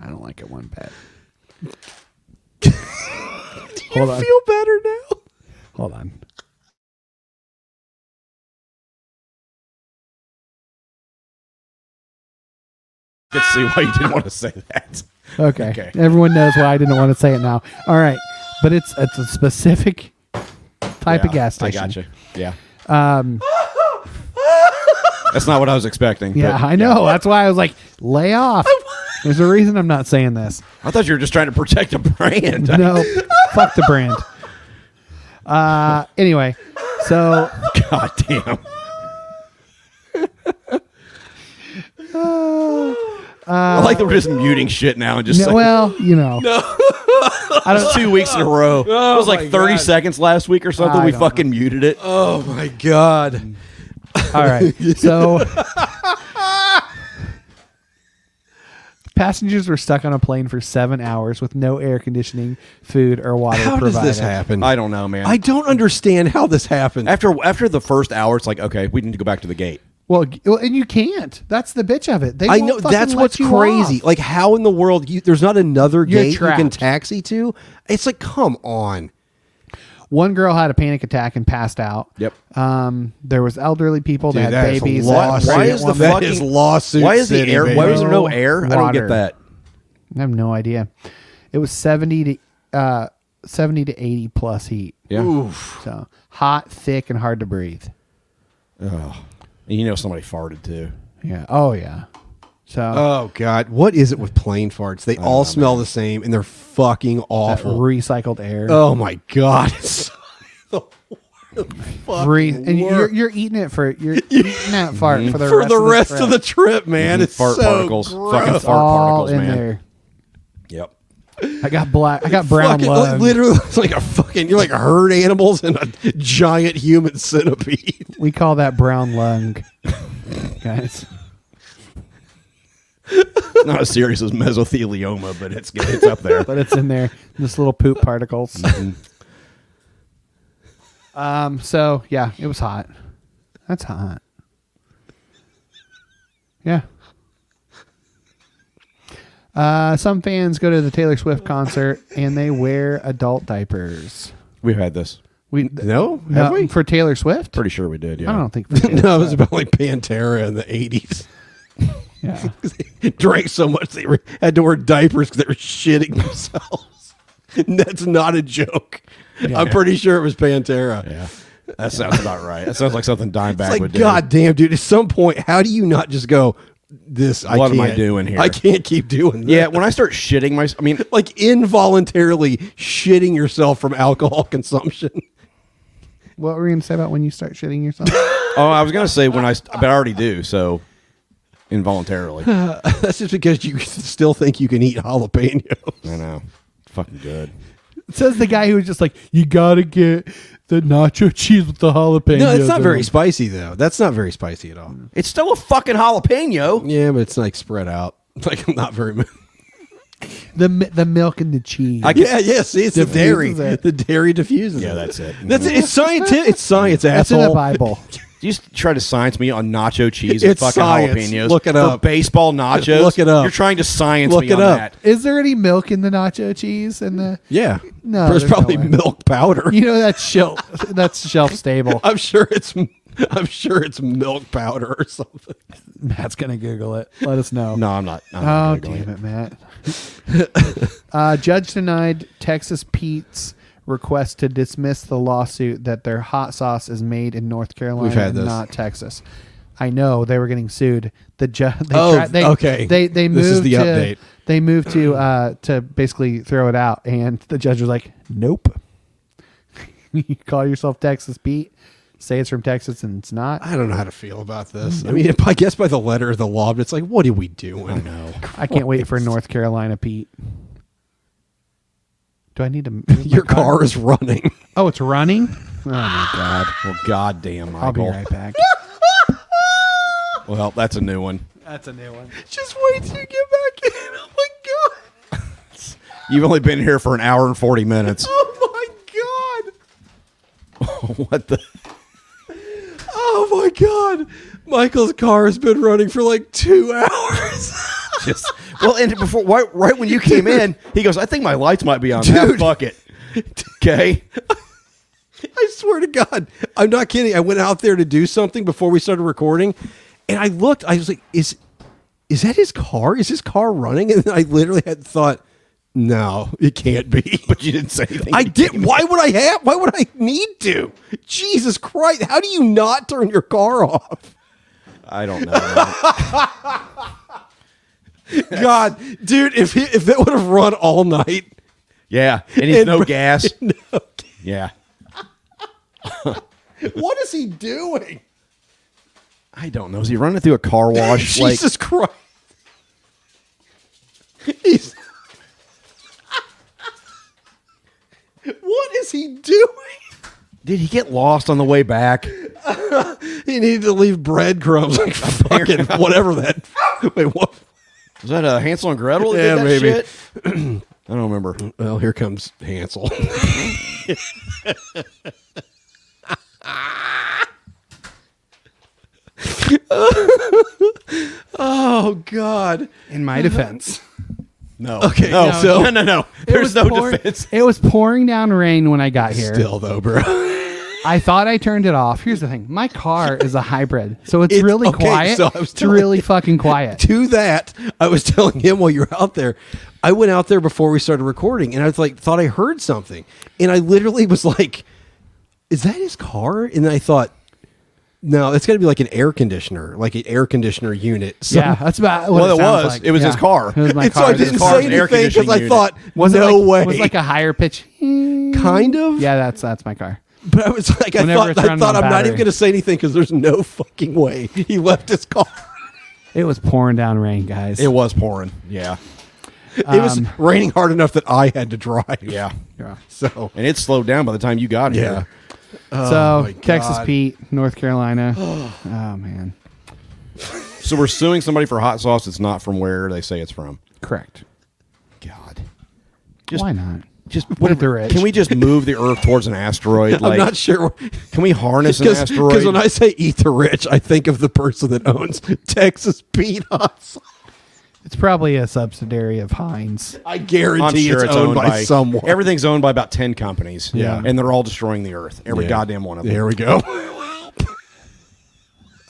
Speaker 1: I don't like it one bit.
Speaker 3: you
Speaker 1: hold on.
Speaker 3: feel better now
Speaker 1: Hold on.
Speaker 5: can see why you didn't want to say that.
Speaker 1: Okay.
Speaker 5: Okay.
Speaker 1: Everyone knows why I didn't want to say it now. All right. But it's it's a specific type
Speaker 5: Yeah,
Speaker 1: of gas station.
Speaker 5: I gotcha. Yeah. Um, That's not what I was expecting. but
Speaker 1: Yeah, I know. That's why I was like, lay off. There's a reason I'm not saying this.
Speaker 5: I thought you were just trying to protect a brand.
Speaker 1: No, fuck the brand. Uh, anyway, so
Speaker 5: God damn. I like that we're just muting shit now and just
Speaker 1: Uh, no,
Speaker 5: saying
Speaker 1: well, you know, I don't.
Speaker 5: two weeks in a row. it was like 30 seconds last week or something.
Speaker 1: I
Speaker 5: we
Speaker 1: don't
Speaker 5: fucking muted it.
Speaker 3: Oh my god.
Speaker 1: All right. So passengers were stuck on a plane for seven hours with no air conditioning, food, or water
Speaker 3: How
Speaker 1: provided.
Speaker 3: does this happen?
Speaker 5: I don't know, man.
Speaker 3: I don't understand how this happened.
Speaker 5: after after the first hour, it's like, okay, we need to go back to the gate.
Speaker 1: Well, g- well, and you can't. That's the bitch of it. They
Speaker 3: I
Speaker 1: won't
Speaker 3: know
Speaker 1: fucking
Speaker 3: that's
Speaker 1: let
Speaker 3: what's
Speaker 1: you
Speaker 3: crazy.
Speaker 1: off.
Speaker 3: Like, how in the world? You, there's not another
Speaker 1: You're
Speaker 3: gate you can
Speaker 1: trapped.
Speaker 3: taxi to. It's like, come on.
Speaker 1: One girl had a panic attack and passed out. Um, there was elderly people that
Speaker 3: that
Speaker 1: had
Speaker 3: is a
Speaker 1: babies.
Speaker 3: lot.
Speaker 1: that
Speaker 5: Why
Speaker 1: had
Speaker 5: is the
Speaker 1: one-
Speaker 3: That
Speaker 5: fucking
Speaker 3: is lawsuit
Speaker 5: Why is
Speaker 3: city,
Speaker 5: the air?
Speaker 3: baby.
Speaker 5: Why was there no air? I don't
Speaker 1: Water.
Speaker 5: get that.
Speaker 1: I have no idea. It was seventy to uh, seventy to eighty plus heat.
Speaker 5: Yeah.
Speaker 1: So hot, thick, and hard to breathe.
Speaker 5: And you know somebody farted too.
Speaker 1: Yeah. Oh yeah. So
Speaker 3: Oh God, what is it with plane farts? They all smell the same, and they're fucking
Speaker 1: that
Speaker 3: awful.
Speaker 1: recycled air.
Speaker 3: oh my God. It's-
Speaker 1: Re- and you're, you're eating it for you're eating that fart for the
Speaker 3: Mm-hmm. for
Speaker 1: rest
Speaker 3: the
Speaker 1: of the trip.
Speaker 3: rest of the trip, man. It's
Speaker 5: fart
Speaker 3: so
Speaker 5: particles, fucking
Speaker 3: gross.
Speaker 5: fart
Speaker 1: all
Speaker 5: particles,
Speaker 1: in
Speaker 5: man.
Speaker 1: there.
Speaker 5: Yep.
Speaker 1: I got black. I got brown
Speaker 3: Fucking, like,
Speaker 1: lung.
Speaker 3: literally, it's like a fucking. You're like a herd animals and a giant human centipede.
Speaker 1: We call that brown lung, guys.
Speaker 5: Not as serious as mesothelioma, but it's it's up there.
Speaker 1: but it's in there. This little poop particles. um. So yeah, it was hot. That's hot. Yeah. Uh, some fans go to the Taylor Swift concert and they wear adult diapers.
Speaker 5: We've had this.
Speaker 1: We
Speaker 3: No,
Speaker 1: no,
Speaker 3: have we?
Speaker 1: for Taylor Swift?
Speaker 5: Pretty sure we did. Yeah.
Speaker 1: I don't think. For Taylor
Speaker 3: No, it was
Speaker 1: Swift.
Speaker 3: about like Pantera in the '80s.
Speaker 1: Yeah.
Speaker 3: drank so much they were, had to wear diapers because they were shitting themselves. And That's not a joke. I'm pretty sure it was Pantera.
Speaker 5: Yeah. That sounds about right. That sounds like something Dimebag
Speaker 3: It's like,
Speaker 5: would do.
Speaker 3: God damn, dude, at some point, how do you not just go, this, I
Speaker 5: What
Speaker 3: can't.
Speaker 5: am I doing here?
Speaker 3: I can't keep doing this.
Speaker 5: Yeah, when I start shitting my, I mean,
Speaker 3: like involuntarily shitting yourself from alcohol consumption.
Speaker 1: What were you gonna say about when you start shitting yourself?
Speaker 5: oh, I was gonna say when I, st- but I already do so involuntarily. I
Speaker 3: That's just because you still think you can eat jalapenos.
Speaker 5: know, It's fucking good.
Speaker 1: Says the guy who was just like, "You gotta get the nacho cheese with the jalapeno."
Speaker 3: No, it's not very spicy, though. That's not very spicy at all.
Speaker 5: It's still a fucking jalapeno.
Speaker 3: Yeah, but it's like spread out. Like, I'm not very.
Speaker 1: the mi- the milk and the cheese.
Speaker 5: I
Speaker 3: Yeah, yeah. See, it's the dairy.
Speaker 1: Diffuses it.
Speaker 3: The dairy diffuses.
Speaker 5: Yeah,
Speaker 3: it.
Speaker 5: that's it.
Speaker 3: That's it. It's scientific. It's science,
Speaker 1: That's
Speaker 3: asshole.
Speaker 1: in the Bible.
Speaker 5: You just try to science me on nacho cheese and
Speaker 3: It's
Speaker 5: fucking
Speaker 3: science.
Speaker 5: jalapenos.
Speaker 3: Look it
Speaker 5: For
Speaker 3: up.
Speaker 5: baseball nachos.
Speaker 3: Look it up.
Speaker 5: You're trying to science
Speaker 3: Look
Speaker 5: me
Speaker 3: it
Speaker 5: on
Speaker 3: up.
Speaker 5: that.
Speaker 1: Is there any milk in the nacho cheese and the?
Speaker 3: Yeah.
Speaker 1: No,
Speaker 3: There's,
Speaker 1: there's
Speaker 3: probably
Speaker 1: no way.
Speaker 3: milk powder.
Speaker 1: You know that's shelf that's shelf stable.
Speaker 3: I'm sure it's. I'm sure it's milk powder or something.
Speaker 1: Matt's gonna Google it. Let us know.
Speaker 5: No, I'm not. I'm
Speaker 1: Oh
Speaker 5: not Googling
Speaker 1: damn it, Matt. uh, judge denied Texas Pete's request to dismiss the lawsuit that their hot sauce is made in North Carolina,
Speaker 3: We've had
Speaker 1: and
Speaker 3: this.
Speaker 1: not Texas. I know they were getting sued. The judge. They
Speaker 3: Oh,
Speaker 1: tried- they,
Speaker 3: okay.
Speaker 1: They they moved
Speaker 3: This is the
Speaker 1: to,
Speaker 3: update.
Speaker 1: They moved to uh, to basically throw it out, and the judge was like, "Nope." you call yourself Texas Pete, say it's from Texas, and it's not.
Speaker 3: I don't know how to feel about this. I mean, I guess by the letter of the law, but it's like, what are we doing? I know.
Speaker 1: I can't wait for North Carolina Pete. Do I need to? move my
Speaker 3: Your car is running.
Speaker 1: Oh, it's running. Oh my god!
Speaker 5: Well, goddamn,
Speaker 1: I'll be
Speaker 5: Michael.
Speaker 1: right back.
Speaker 5: Well, that's a new one.
Speaker 1: That's a new one.
Speaker 3: Just wait till you get back in. Oh my god.
Speaker 5: You've only been here for an hour and forty minutes.
Speaker 3: Oh my god.
Speaker 5: what the?
Speaker 3: Oh my god. Michael's car has been running for like two hours.
Speaker 5: Just, well, and before right, right when you came in, he goes, "I think my lights might be on." Dude.
Speaker 3: Dude.
Speaker 5: Fuck it. Okay.
Speaker 3: I swear to God, I'm not kidding. I went out there to do something before we started recording, and I looked. I was like, "Is is that his car? Is his car running? And I literally had thought, no, it can't be.
Speaker 5: But you didn't say anything.
Speaker 3: I did. Why would I have? Why would I need to? Jesus Christ! How do you not turn your car off?
Speaker 5: I don't know.
Speaker 3: God, dude, if he, if that would have run all night,
Speaker 5: yeah, and he's
Speaker 3: And
Speaker 5: no
Speaker 3: br-
Speaker 5: gas.
Speaker 3: no.
Speaker 5: Yeah,
Speaker 3: what is he doing?
Speaker 5: I don't know. Is he running through a car wash?
Speaker 3: Jesus Christ! He's what is he doing?
Speaker 5: Like, did he get lost on the way back?
Speaker 3: He needed to leave breadcrumbs, like fucking whatever that. Wait, what?
Speaker 5: Was that a Hansel and Gretel? that did
Speaker 3: Yeah,
Speaker 5: that
Speaker 3: maybe.
Speaker 5: shit? I don't remember.
Speaker 3: Well, here comes Hansel. oh God!
Speaker 1: In my defense,
Speaker 5: No.
Speaker 3: Okay,
Speaker 5: No.
Speaker 3: no, so-
Speaker 5: no. No. No. There's no defense.
Speaker 1: it was pouring down rain when I got here.
Speaker 3: Still though, bro.
Speaker 1: I thought I turned it off. Here's the thing: my car is a hybrid, so it's,
Speaker 3: It's-
Speaker 1: really
Speaker 3: okay,
Speaker 1: quiet.
Speaker 3: so I was
Speaker 1: it's
Speaker 3: telling
Speaker 1: really
Speaker 3: you-
Speaker 1: fucking quiet.
Speaker 3: to that, I was telling him while you were out there, I went out there before we started recording, and I was like, thought I heard something, and I literally was like, "Is that his car?" And then I thought, "No, it's got to be like an air conditioner, like an air conditioner unit." So-
Speaker 1: yeah, that's about what
Speaker 5: Well, it,
Speaker 1: sounds
Speaker 5: was.
Speaker 1: like.
Speaker 5: It was
Speaker 1: Yeah.
Speaker 5: his car.
Speaker 1: It was my
Speaker 3: and so
Speaker 1: car.
Speaker 3: I
Speaker 1: It was
Speaker 3: didn't
Speaker 1: his car.
Speaker 5: car's
Speaker 3: say
Speaker 5: an air
Speaker 3: anything because I
Speaker 5: conditioning
Speaker 3: thought,
Speaker 1: Was it
Speaker 3: "No
Speaker 1: like,
Speaker 3: way."
Speaker 1: Was like a higher pitch.
Speaker 3: kind of.
Speaker 1: Yeah, that's that's my car.
Speaker 3: But I was like, I
Speaker 1: Whenever
Speaker 3: thought,
Speaker 1: it's
Speaker 3: I
Speaker 1: running
Speaker 3: thought
Speaker 1: on
Speaker 3: I'm not even
Speaker 1: battery.
Speaker 3: going to say anything because there's no fucking way he left his car.
Speaker 1: It was pouring down rain, guys.
Speaker 5: It was pouring. Yeah.
Speaker 3: it
Speaker 1: Um,
Speaker 3: was raining hard enough that I had to drive.
Speaker 5: Yeah.
Speaker 1: Yeah.
Speaker 3: So
Speaker 5: And it slowed down by the time you got
Speaker 3: Yeah.
Speaker 5: here.
Speaker 1: so
Speaker 5: Oh
Speaker 3: my God.
Speaker 1: Texas Pete, North Carolina. oh man,
Speaker 5: So we're suing somebody for hot sauce. It's not from where they say it's from.
Speaker 1: correct.
Speaker 5: God. Just,
Speaker 1: Why not?
Speaker 5: Just
Speaker 1: they're
Speaker 5: whatever.
Speaker 1: rich.
Speaker 5: Can we just move the Earth towards an asteroid? Like,
Speaker 3: I'm not sure
Speaker 5: Can we harness an
Speaker 3: because
Speaker 5: asteroid?
Speaker 3: when I say eat the rich, I think of the person that owns Texas Pete Hot.
Speaker 1: It's probably a subsidiary of Heinz.
Speaker 3: I
Speaker 5: I'm
Speaker 3: guarantee
Speaker 5: sure
Speaker 3: it's, owned, by, someone.
Speaker 5: Everything's owned by about ten companies.
Speaker 3: Yeah.
Speaker 5: and they're all destroying the Earth. Every
Speaker 3: Yeah.
Speaker 5: goddamn one of them.
Speaker 3: There we go.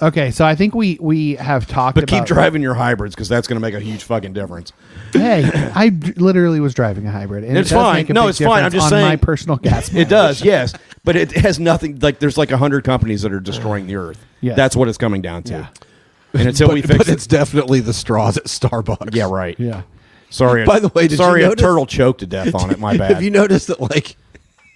Speaker 1: Okay, so I think we we have talked
Speaker 5: But
Speaker 1: about
Speaker 5: keep driving your hybrids because that's going to make a huge fucking difference.
Speaker 1: Hey, I d- literally was driving a hybrid. And
Speaker 5: It's
Speaker 1: it does
Speaker 5: fine.
Speaker 1: Make a
Speaker 5: No,
Speaker 1: big
Speaker 5: it's fine. I'm
Speaker 1: difference
Speaker 5: just
Speaker 1: on my
Speaker 5: saying-
Speaker 1: personal gas.
Speaker 5: It does, yes, but it has nothing. Like there's like hundred companies that are destroying the Earth.
Speaker 1: Yes.
Speaker 5: that's what it's coming down to.
Speaker 1: Yeah.
Speaker 5: And until
Speaker 3: but,
Speaker 5: we fix
Speaker 3: but
Speaker 5: it,
Speaker 3: it's definitely the straws at Starbucks.
Speaker 5: yeah, right.
Speaker 1: Yeah.
Speaker 5: Sorry.
Speaker 3: By the way, did you
Speaker 5: sorry, a
Speaker 3: notice-
Speaker 5: turtle choked to death on it. My bad.
Speaker 3: Have you noticed that like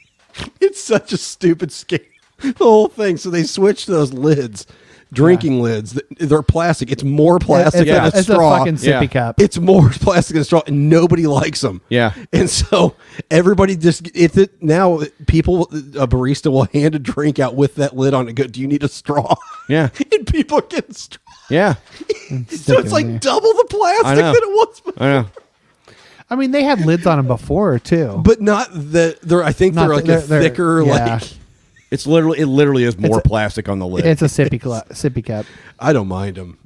Speaker 3: it's such a stupid scam? The whole thing. So they switched those lids, drinking lids. th- They're plastic. It's more plastic
Speaker 1: It's,
Speaker 5: Yeah.
Speaker 1: a,
Speaker 3: than a
Speaker 1: it's a
Speaker 3: straw.
Speaker 1: fucking sippy
Speaker 5: Yeah.
Speaker 1: cup.
Speaker 3: it's more plastic than straw, and nobody likes them.
Speaker 5: Yeah.
Speaker 3: and so everybody just if it now people a barista will hand a drink out with that lid on it. Go, do you need a straw?
Speaker 5: Yeah.
Speaker 3: and people are getting straw.
Speaker 5: yeah,
Speaker 3: So it's like double the
Speaker 5: I
Speaker 3: plastic
Speaker 5: know.
Speaker 3: than it was. before.
Speaker 5: I know.
Speaker 1: I mean, they had lids on them before too.
Speaker 3: But not the they're. I think
Speaker 1: Not
Speaker 3: they're
Speaker 1: the-
Speaker 3: like
Speaker 1: they're-
Speaker 3: a
Speaker 1: they're-
Speaker 3: thicker
Speaker 1: yeah.
Speaker 3: like.
Speaker 5: It's literally it literally is more
Speaker 1: a-
Speaker 5: plastic on the lid.
Speaker 1: it's a sippy cl- sippy cup.
Speaker 3: I don't mind them.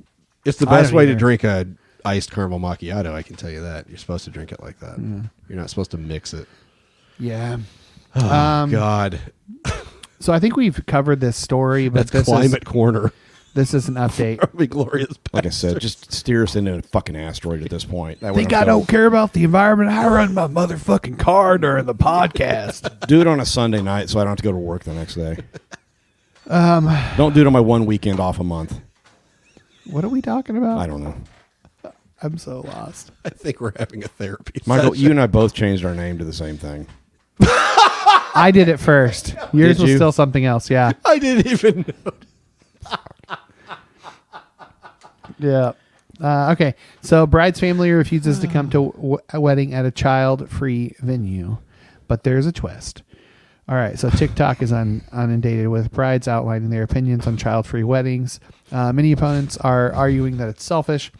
Speaker 3: It's the
Speaker 1: I
Speaker 3: best
Speaker 1: don't
Speaker 3: way to
Speaker 1: either.
Speaker 3: drink a iced caramel macchiato. I can tell you that. You're supposed to drink it like that. You're not supposed to mix it.
Speaker 1: Yeah.
Speaker 3: God,
Speaker 1: So I think we've covered this story, but
Speaker 3: that's
Speaker 1: this
Speaker 3: climate corner.
Speaker 1: is this is an update.
Speaker 3: That'd be glorious.
Speaker 5: like I said, just steer us into a fucking asteroid at this point. That way
Speaker 14: Think I
Speaker 5: feel-
Speaker 14: don't care about the environment? I run my motherfucking car during the podcast.
Speaker 5: do it on a Sunday night so I don't have to go to work the next day. Um, don't do it on my one weekend off a month.
Speaker 1: What are we talking
Speaker 5: I
Speaker 1: about?
Speaker 5: don't know.
Speaker 1: I'm so lost.
Speaker 3: I think we're having a therapy.
Speaker 5: Michael,
Speaker 3: session.
Speaker 5: you and I both changed our name to the same thing.
Speaker 1: I did it first. Yours
Speaker 5: Did
Speaker 1: was
Speaker 5: you?
Speaker 1: still something else. Yeah.
Speaker 3: I didn't even know.
Speaker 1: Yeah. Uh, okay. So bride's family refuses to come to w- a wedding at a child-free venue, but there's a twist. All right. So TikTok is un- inundated with brides outlining their opinions on child-free weddings. Uh, many opponents are arguing that it's selfish.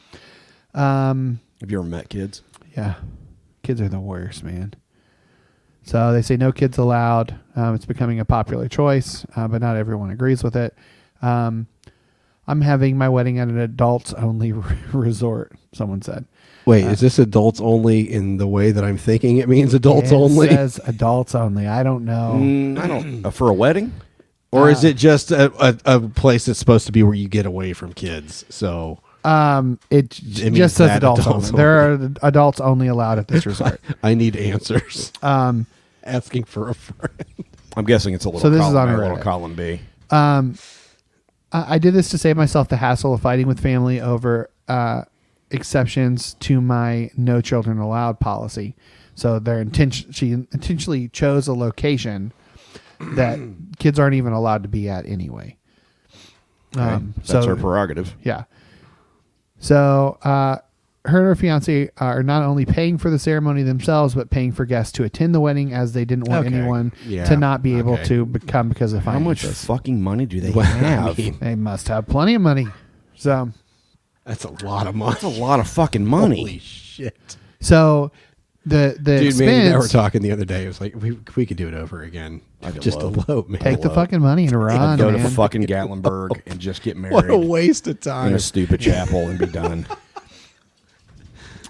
Speaker 1: Um,
Speaker 5: Have you ever met kids?
Speaker 1: yeah. Kids are the worst, man. So they say no kids allowed. Um, it's becoming a popular choice, uh, but not everyone agrees with it. Um, I'm having my wedding at an adults only resort, someone said.
Speaker 3: Wait, is this adults only in the way that I'm thinking it means adults
Speaker 1: It
Speaker 3: only?
Speaker 1: says adults only. I don't know.
Speaker 5: I don't. Uh, for a wedding?
Speaker 3: or is it just a, a, a place that's supposed to be where you get away from kids? So
Speaker 1: Um, it
Speaker 3: I mean,
Speaker 1: just says
Speaker 3: Mm. that
Speaker 1: adults.
Speaker 3: adults
Speaker 1: only. There are adults only allowed at this resort.
Speaker 3: I need answers.
Speaker 1: Um,
Speaker 3: Asking for a friend.
Speaker 5: I'm guessing it's a little.
Speaker 1: So this is
Speaker 5: column
Speaker 1: on
Speaker 5: A,
Speaker 1: Reddit.
Speaker 5: little column B.
Speaker 1: Um, I, I did this to save myself the hassle of fighting with family over uh, exceptions to my no children allowed policy. So their intention, she intentionally chose a location that kids aren't even allowed to be at anyway. Um,
Speaker 5: That's
Speaker 1: so
Speaker 5: her prerogative.
Speaker 1: yeah. So uh, her and her fiance are not only paying for the ceremony themselves, but paying for guests to attend the wedding, as they didn't want
Speaker 3: Okay.
Speaker 1: anyone
Speaker 3: Yeah.
Speaker 1: to not be able
Speaker 3: Okay.
Speaker 1: to become because of
Speaker 5: How much
Speaker 1: finances.
Speaker 5: fucking money do they
Speaker 3: Well, I
Speaker 5: have?
Speaker 3: mean-
Speaker 1: They must have plenty of money. So,
Speaker 3: That's a lot of money.
Speaker 5: That's a lot of fucking money.
Speaker 3: Holy shit.
Speaker 1: so the the
Speaker 3: Dude, man, and I were
Speaker 1: expense.
Speaker 3: talking the other day. It was like, we, we could do it over again.
Speaker 5: I'd
Speaker 3: Just
Speaker 5: elope.
Speaker 3: elope, man.
Speaker 1: Take the
Speaker 5: Hello.
Speaker 1: fucking money and run,
Speaker 5: Go to
Speaker 1: man.
Speaker 5: fucking Gatlinburg and just get married
Speaker 3: What a waste of time.
Speaker 5: in a stupid chapel and be done.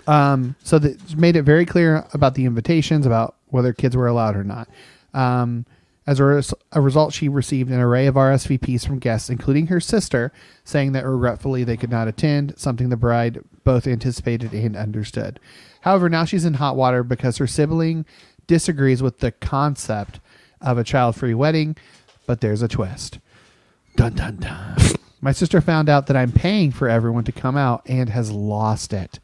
Speaker 1: Um, so that made it very clear about the invitations, about whether kids were allowed or not. Um, as a, res- a result, she received an array of RSVPs from guests, including her sister, saying that regretfully they could not attend, something the bride both anticipated and understood. However, now she's in hot water because her sibling disagrees with the concept of a child free wedding, but there's a twist. Dun dun dun. My sister found out that I'm paying for everyone to come out and has lost it.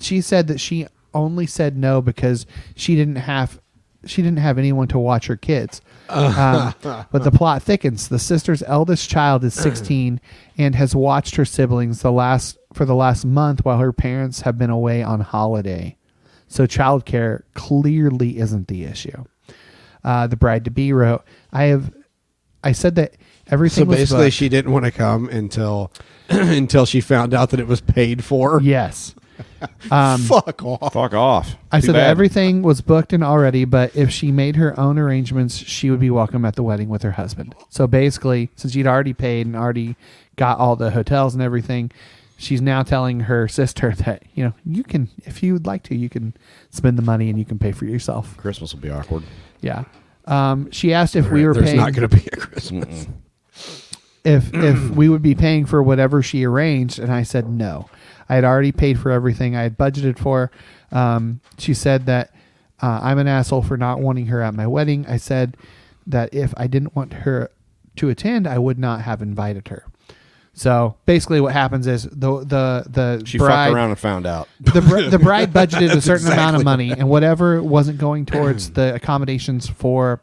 Speaker 1: She said that she only said no because she didn't have she didn't have anyone to watch her kids. Um, but the plot thickens. The sister's eldest child is 16 and has watched her siblings the last for the last month while her parents have been away on holiday. So childcare clearly isn't the issue. Uh, the bride to be wrote, "I have, I said that everything
Speaker 3: So
Speaker 1: was
Speaker 3: basically,
Speaker 1: booked.
Speaker 3: she didn't want to come until until she found out that it was paid for.
Speaker 1: Yes. Um,
Speaker 3: Fuck off.
Speaker 5: Fuck off.
Speaker 1: I
Speaker 5: Too
Speaker 1: said that
Speaker 5: bad.
Speaker 1: everything was booked and already, but if she made her own arrangements, she would be welcome at the wedding with her husband. So basically, since she'd already paid and already got all the hotels and everything, she's now telling her sister that, you know, you can, if you'd like to, you can spend the money and you can pay for yourself.
Speaker 5: Christmas will be awkward.
Speaker 1: Yeah. Um, she asked if we were
Speaker 3: There's
Speaker 1: paying.
Speaker 3: not going to be a Christmas.
Speaker 1: if if we would be paying for whatever she arranged and i said no i had already paid for everything i had budgeted for um, she said that uh, i'm an asshole for not wanting her at my wedding i said that if i didn't want her to attend i would not have invited her so basically what happens is the the the
Speaker 5: She
Speaker 1: bride
Speaker 5: fucked around and found out.
Speaker 1: the, br- the bride budgeted a certain amount
Speaker 3: exactly
Speaker 1: of money, and whatever wasn't going towards the accommodations for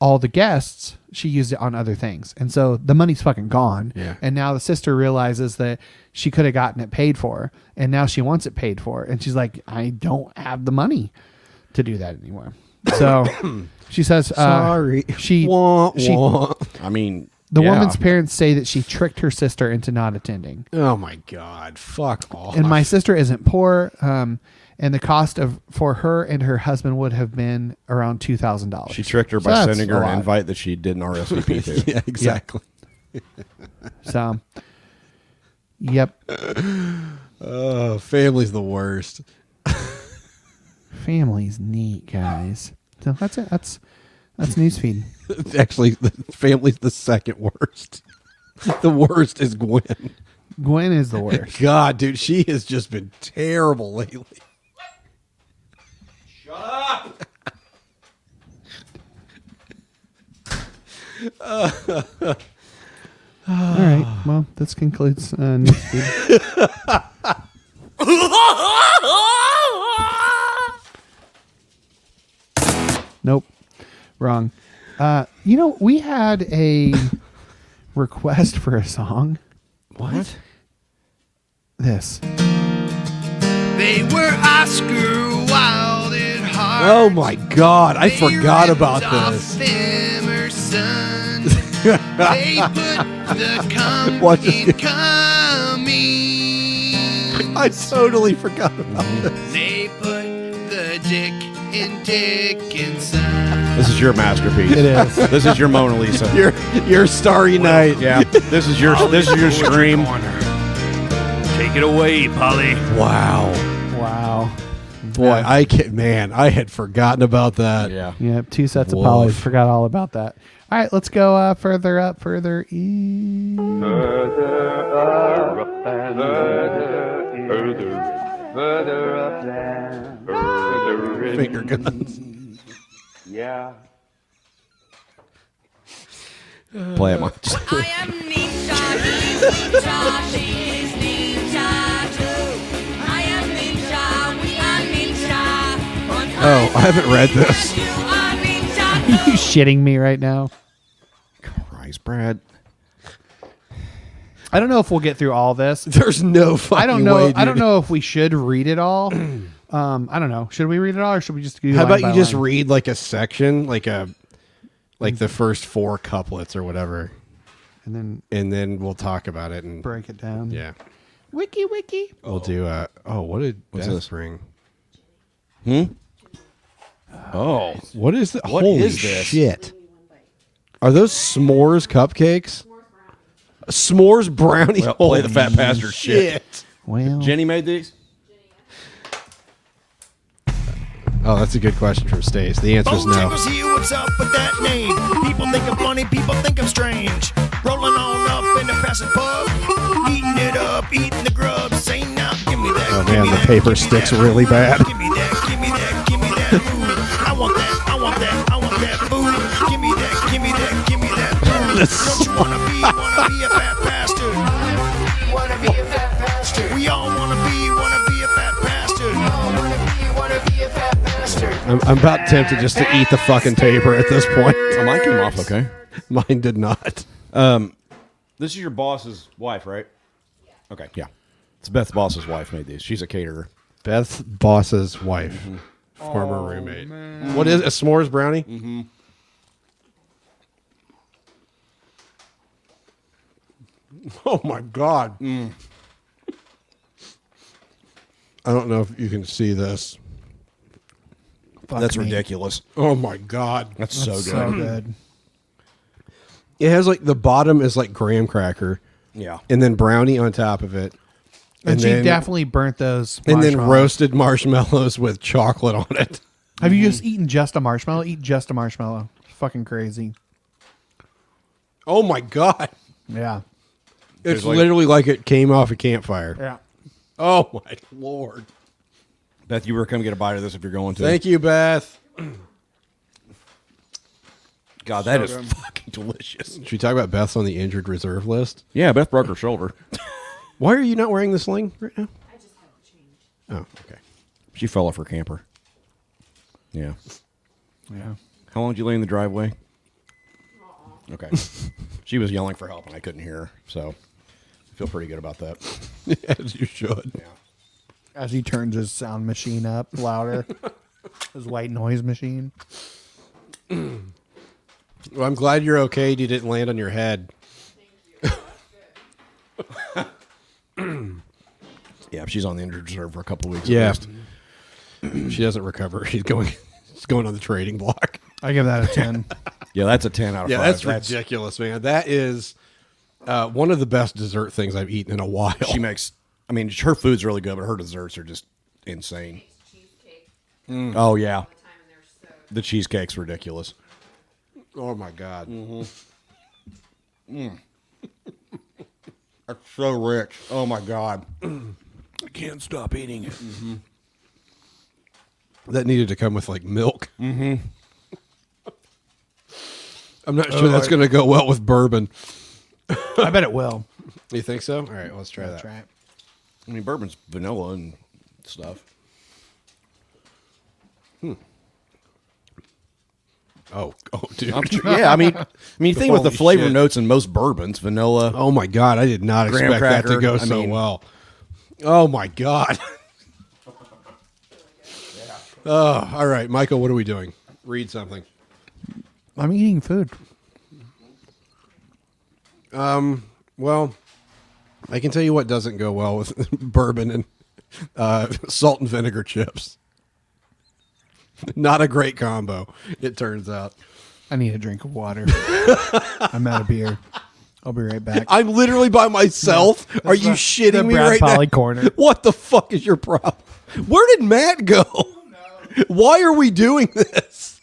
Speaker 1: all the guests, she used it on other things. And so the money's fucking gone.
Speaker 3: Yeah.
Speaker 1: And now the sister realizes that she could have gotten it paid for, and now she wants it paid for. And she's like, I don't have the money to do that anymore. So she says, uh,
Speaker 3: Sorry.
Speaker 1: She,
Speaker 3: Wah,
Speaker 1: she
Speaker 3: wah.
Speaker 5: I mean,
Speaker 1: the
Speaker 5: yeah.
Speaker 1: woman's parents say that she tricked her sister into not attending.
Speaker 3: Oh my god. Fuck off.
Speaker 1: and my sister isn't poor um, and the cost of for her and her husband would have been around $2000
Speaker 5: She tricked her
Speaker 1: So
Speaker 5: by
Speaker 1: that's
Speaker 5: sending her
Speaker 1: a
Speaker 5: an
Speaker 1: lot.
Speaker 5: invite that she didn't RSVP to.
Speaker 3: yeah, exactly.
Speaker 1: so yep
Speaker 3: Oh, family's the worst.
Speaker 1: family's neat guys so that's it that's that's newsfeed
Speaker 3: Actually, the family's the second worst. The worst is Gwen.
Speaker 1: gwen is the worst
Speaker 3: God, dude, she has just been terrible lately.
Speaker 1: all
Speaker 3: Ah.
Speaker 1: right well this concludes uh, newsfeed nope wrong uh, you know we had a request for a song
Speaker 3: What?
Speaker 1: this
Speaker 9: They were Oscar Wilde at heart.
Speaker 3: Oh my god, I
Speaker 9: They
Speaker 3: forgot
Speaker 9: ripped
Speaker 3: about
Speaker 9: off
Speaker 3: this.
Speaker 9: Emerson. they put the cum
Speaker 3: Watch this.
Speaker 9: in coming.
Speaker 3: I totally forgot about this.
Speaker 9: They put the dick in Dickinson.
Speaker 5: This is your masterpiece. It
Speaker 1: is.
Speaker 5: This is your Mona Lisa.
Speaker 3: Your your starry night.
Speaker 5: yeah. This is your this is your scream.
Speaker 2: Take it away, Polly.
Speaker 3: Wow.
Speaker 1: wow
Speaker 3: Boy, I can man, I had forgotten about that.
Speaker 5: Yeah.
Speaker 1: Yep, two sets
Speaker 3: Woof.
Speaker 1: of polys. Forgot all about that. All right, let's go uh, further up, further east.
Speaker 13: Further up,
Speaker 15: and further, further, further upland, further in-
Speaker 3: Finger guns.
Speaker 15: Yeah.
Speaker 5: Play it, Mike.
Speaker 8: I am Ninja, Ninja, she is Ninja too. I am Ninja, we are Ninja. One
Speaker 3: Oh, I haven't read this.
Speaker 8: you are Ninja
Speaker 1: Are you shitting me right now?
Speaker 5: Christ, Brad.
Speaker 1: I don't know if we'll get through all this.
Speaker 3: There's no fucking
Speaker 1: I don't know.
Speaker 3: way, dude.
Speaker 1: I don't know if we should read it all. um, I don't know. Should we read it all, or should we just? Do
Speaker 3: How
Speaker 1: line
Speaker 3: about you
Speaker 1: by
Speaker 3: just
Speaker 1: line?
Speaker 3: read like a section, like a like the first four couplets or whatever,
Speaker 1: and then
Speaker 3: and then we'll talk about it and
Speaker 1: break it down?
Speaker 3: yeah.
Speaker 1: Wiki, wiki.
Speaker 3: We'll do uh oh what did
Speaker 5: What's
Speaker 3: death
Speaker 5: this?
Speaker 3: ring?
Speaker 5: Oh,
Speaker 3: What is that?
Speaker 5: What
Speaker 3: Holy
Speaker 5: is this?
Speaker 3: shit. Are those s'mores cupcakes? S'mores brownies.
Speaker 5: Well, play the fat pastor shit.
Speaker 1: Well,
Speaker 5: Jenny made these.
Speaker 3: Oh, that's a good question from Stace. The answer is
Speaker 9: Bone
Speaker 3: no.
Speaker 9: tickles you, what's up with that name? People think I'm funny, people think I'm strange. Rolling on up in the passing pub, eating it up, eating the grub. Say now, give me that.
Speaker 3: Oh
Speaker 9: give
Speaker 3: man,
Speaker 9: me
Speaker 3: the
Speaker 9: that,
Speaker 3: paper
Speaker 9: give me
Speaker 3: sticks
Speaker 9: that.
Speaker 3: really bad.
Speaker 9: Give me that, give me that, give me that. Ooh, I want that, I want that, I want that. Ooh, give me that, give me that, give me that. Ooh, don't you wanna be, wanna be a fat bastard? Wanna be a fat bastard? We all wanna be, wanna be a fat bastard. wanna be, wanna be a fat bastard.
Speaker 3: I'm, I'm about tempted just to eat the fucking paper at this point.
Speaker 5: Oh, mine came off okay.
Speaker 3: Mine did not.
Speaker 5: This is your boss's wife, right? Okay, yeah. It's Beth's boss's wife made these. She's a caterer.
Speaker 3: Beth's boss's wife,
Speaker 5: Mm-hmm.
Speaker 3: former roommate. What is a s'mores brownie? Mm-hmm. Oh my god!
Speaker 5: Mm.
Speaker 3: I don't know if you can see this.
Speaker 5: That's ridiculous.
Speaker 3: Oh my god!
Speaker 5: That's, so good.
Speaker 1: so good.
Speaker 3: It has like the bottom is like graham cracker,
Speaker 5: Yeah.
Speaker 3: and then brownie on top of it,
Speaker 1: And, she
Speaker 3: then-
Speaker 1: definitely burnt those.
Speaker 3: and then
Speaker 1: marshmallows.
Speaker 3: roasted marshmallows with chocolate on it.
Speaker 1: Have you just eaten just a marshmallow? Eat just a marshmallow. Fucking crazy.
Speaker 3: Oh my god!
Speaker 1: Yeah.
Speaker 3: It's
Speaker 5: There's like-
Speaker 3: literally like it came off a campfire.
Speaker 1: Yeah.
Speaker 3: Oh my lord!
Speaker 5: Beth, you were come get a bite of this if you're going to.
Speaker 3: Thank you, Beth.
Speaker 5: God, that is fucking delicious.
Speaker 3: Should we talk about Beth's on the injured reserve list?
Speaker 5: Yeah, Beth broke her shoulder.
Speaker 3: Why are you not wearing the sling right now? Oh, okay.
Speaker 5: she fell off her camper. Yeah.
Speaker 1: Yeah.
Speaker 5: How long did you lay in the driveway? Okay. she was yelling for help and I couldn't hear her, so I feel pretty good about that.
Speaker 3: As you should.
Speaker 1: As he turns his sound machine up louder, his white noise machine.
Speaker 3: Well, I'm glad you're okay. and You didn't land on your head.
Speaker 5: Yeah, she's on the injured reserve for a couple of weeks. at
Speaker 3: Yeah.
Speaker 5: least.
Speaker 3: she doesn't recover. She's going. She's going on the trading block.
Speaker 1: I give that a 10.
Speaker 5: Yeah, that's a 10 out of
Speaker 3: Yeah,
Speaker 5: 5.
Speaker 3: that's, ridiculous, man. That is uh, one of the best dessert things I've eaten in a while.
Speaker 5: She makes. I mean, her food's really good, but her desserts are just insane.
Speaker 3: Mm.
Speaker 5: Oh yeah, the cheesecake's ridiculous.
Speaker 3: oh my god.
Speaker 5: Mm-hmm. Mm. That's so rich. Oh my god.
Speaker 16: I can't stop eating it.
Speaker 3: That needed to come with like milk. Mm-hmm. I'm not sure that's going to go well with bourbon.
Speaker 1: Oh, I bet it will.
Speaker 3: You think so? All right, let's try that.
Speaker 1: Try it.
Speaker 5: I mean, bourbon's vanilla and stuff.
Speaker 3: Oh, oh, dude.
Speaker 5: I'm sure- yeah, I mean, I mean, think with the
Speaker 3: Holy
Speaker 5: flavor
Speaker 3: shit.
Speaker 5: notes in most bourbons, vanilla.
Speaker 3: oh my god, I did not
Speaker 5: Graham
Speaker 3: expect that
Speaker 5: cracker,
Speaker 3: to go
Speaker 5: I
Speaker 3: so
Speaker 5: mean-
Speaker 3: well. Oh my god. oh, all right, Michael. What are we doing? Read something.
Speaker 1: I'm eating food.
Speaker 3: Um, Well, I can tell you what doesn't go well with bourbon and uh, salt and vinegar chips. Not a great combo, it turns out.
Speaker 1: I need a drink of water. I'm out of beer. I'll be right back.
Speaker 3: I'm literally by myself. Are you
Speaker 1: the-
Speaker 3: shitting
Speaker 1: the
Speaker 3: me
Speaker 1: Brad
Speaker 3: right
Speaker 1: Polly
Speaker 3: now?
Speaker 1: corner.
Speaker 3: What the fuck is your problem? Where did Matt go? Why are we doing this?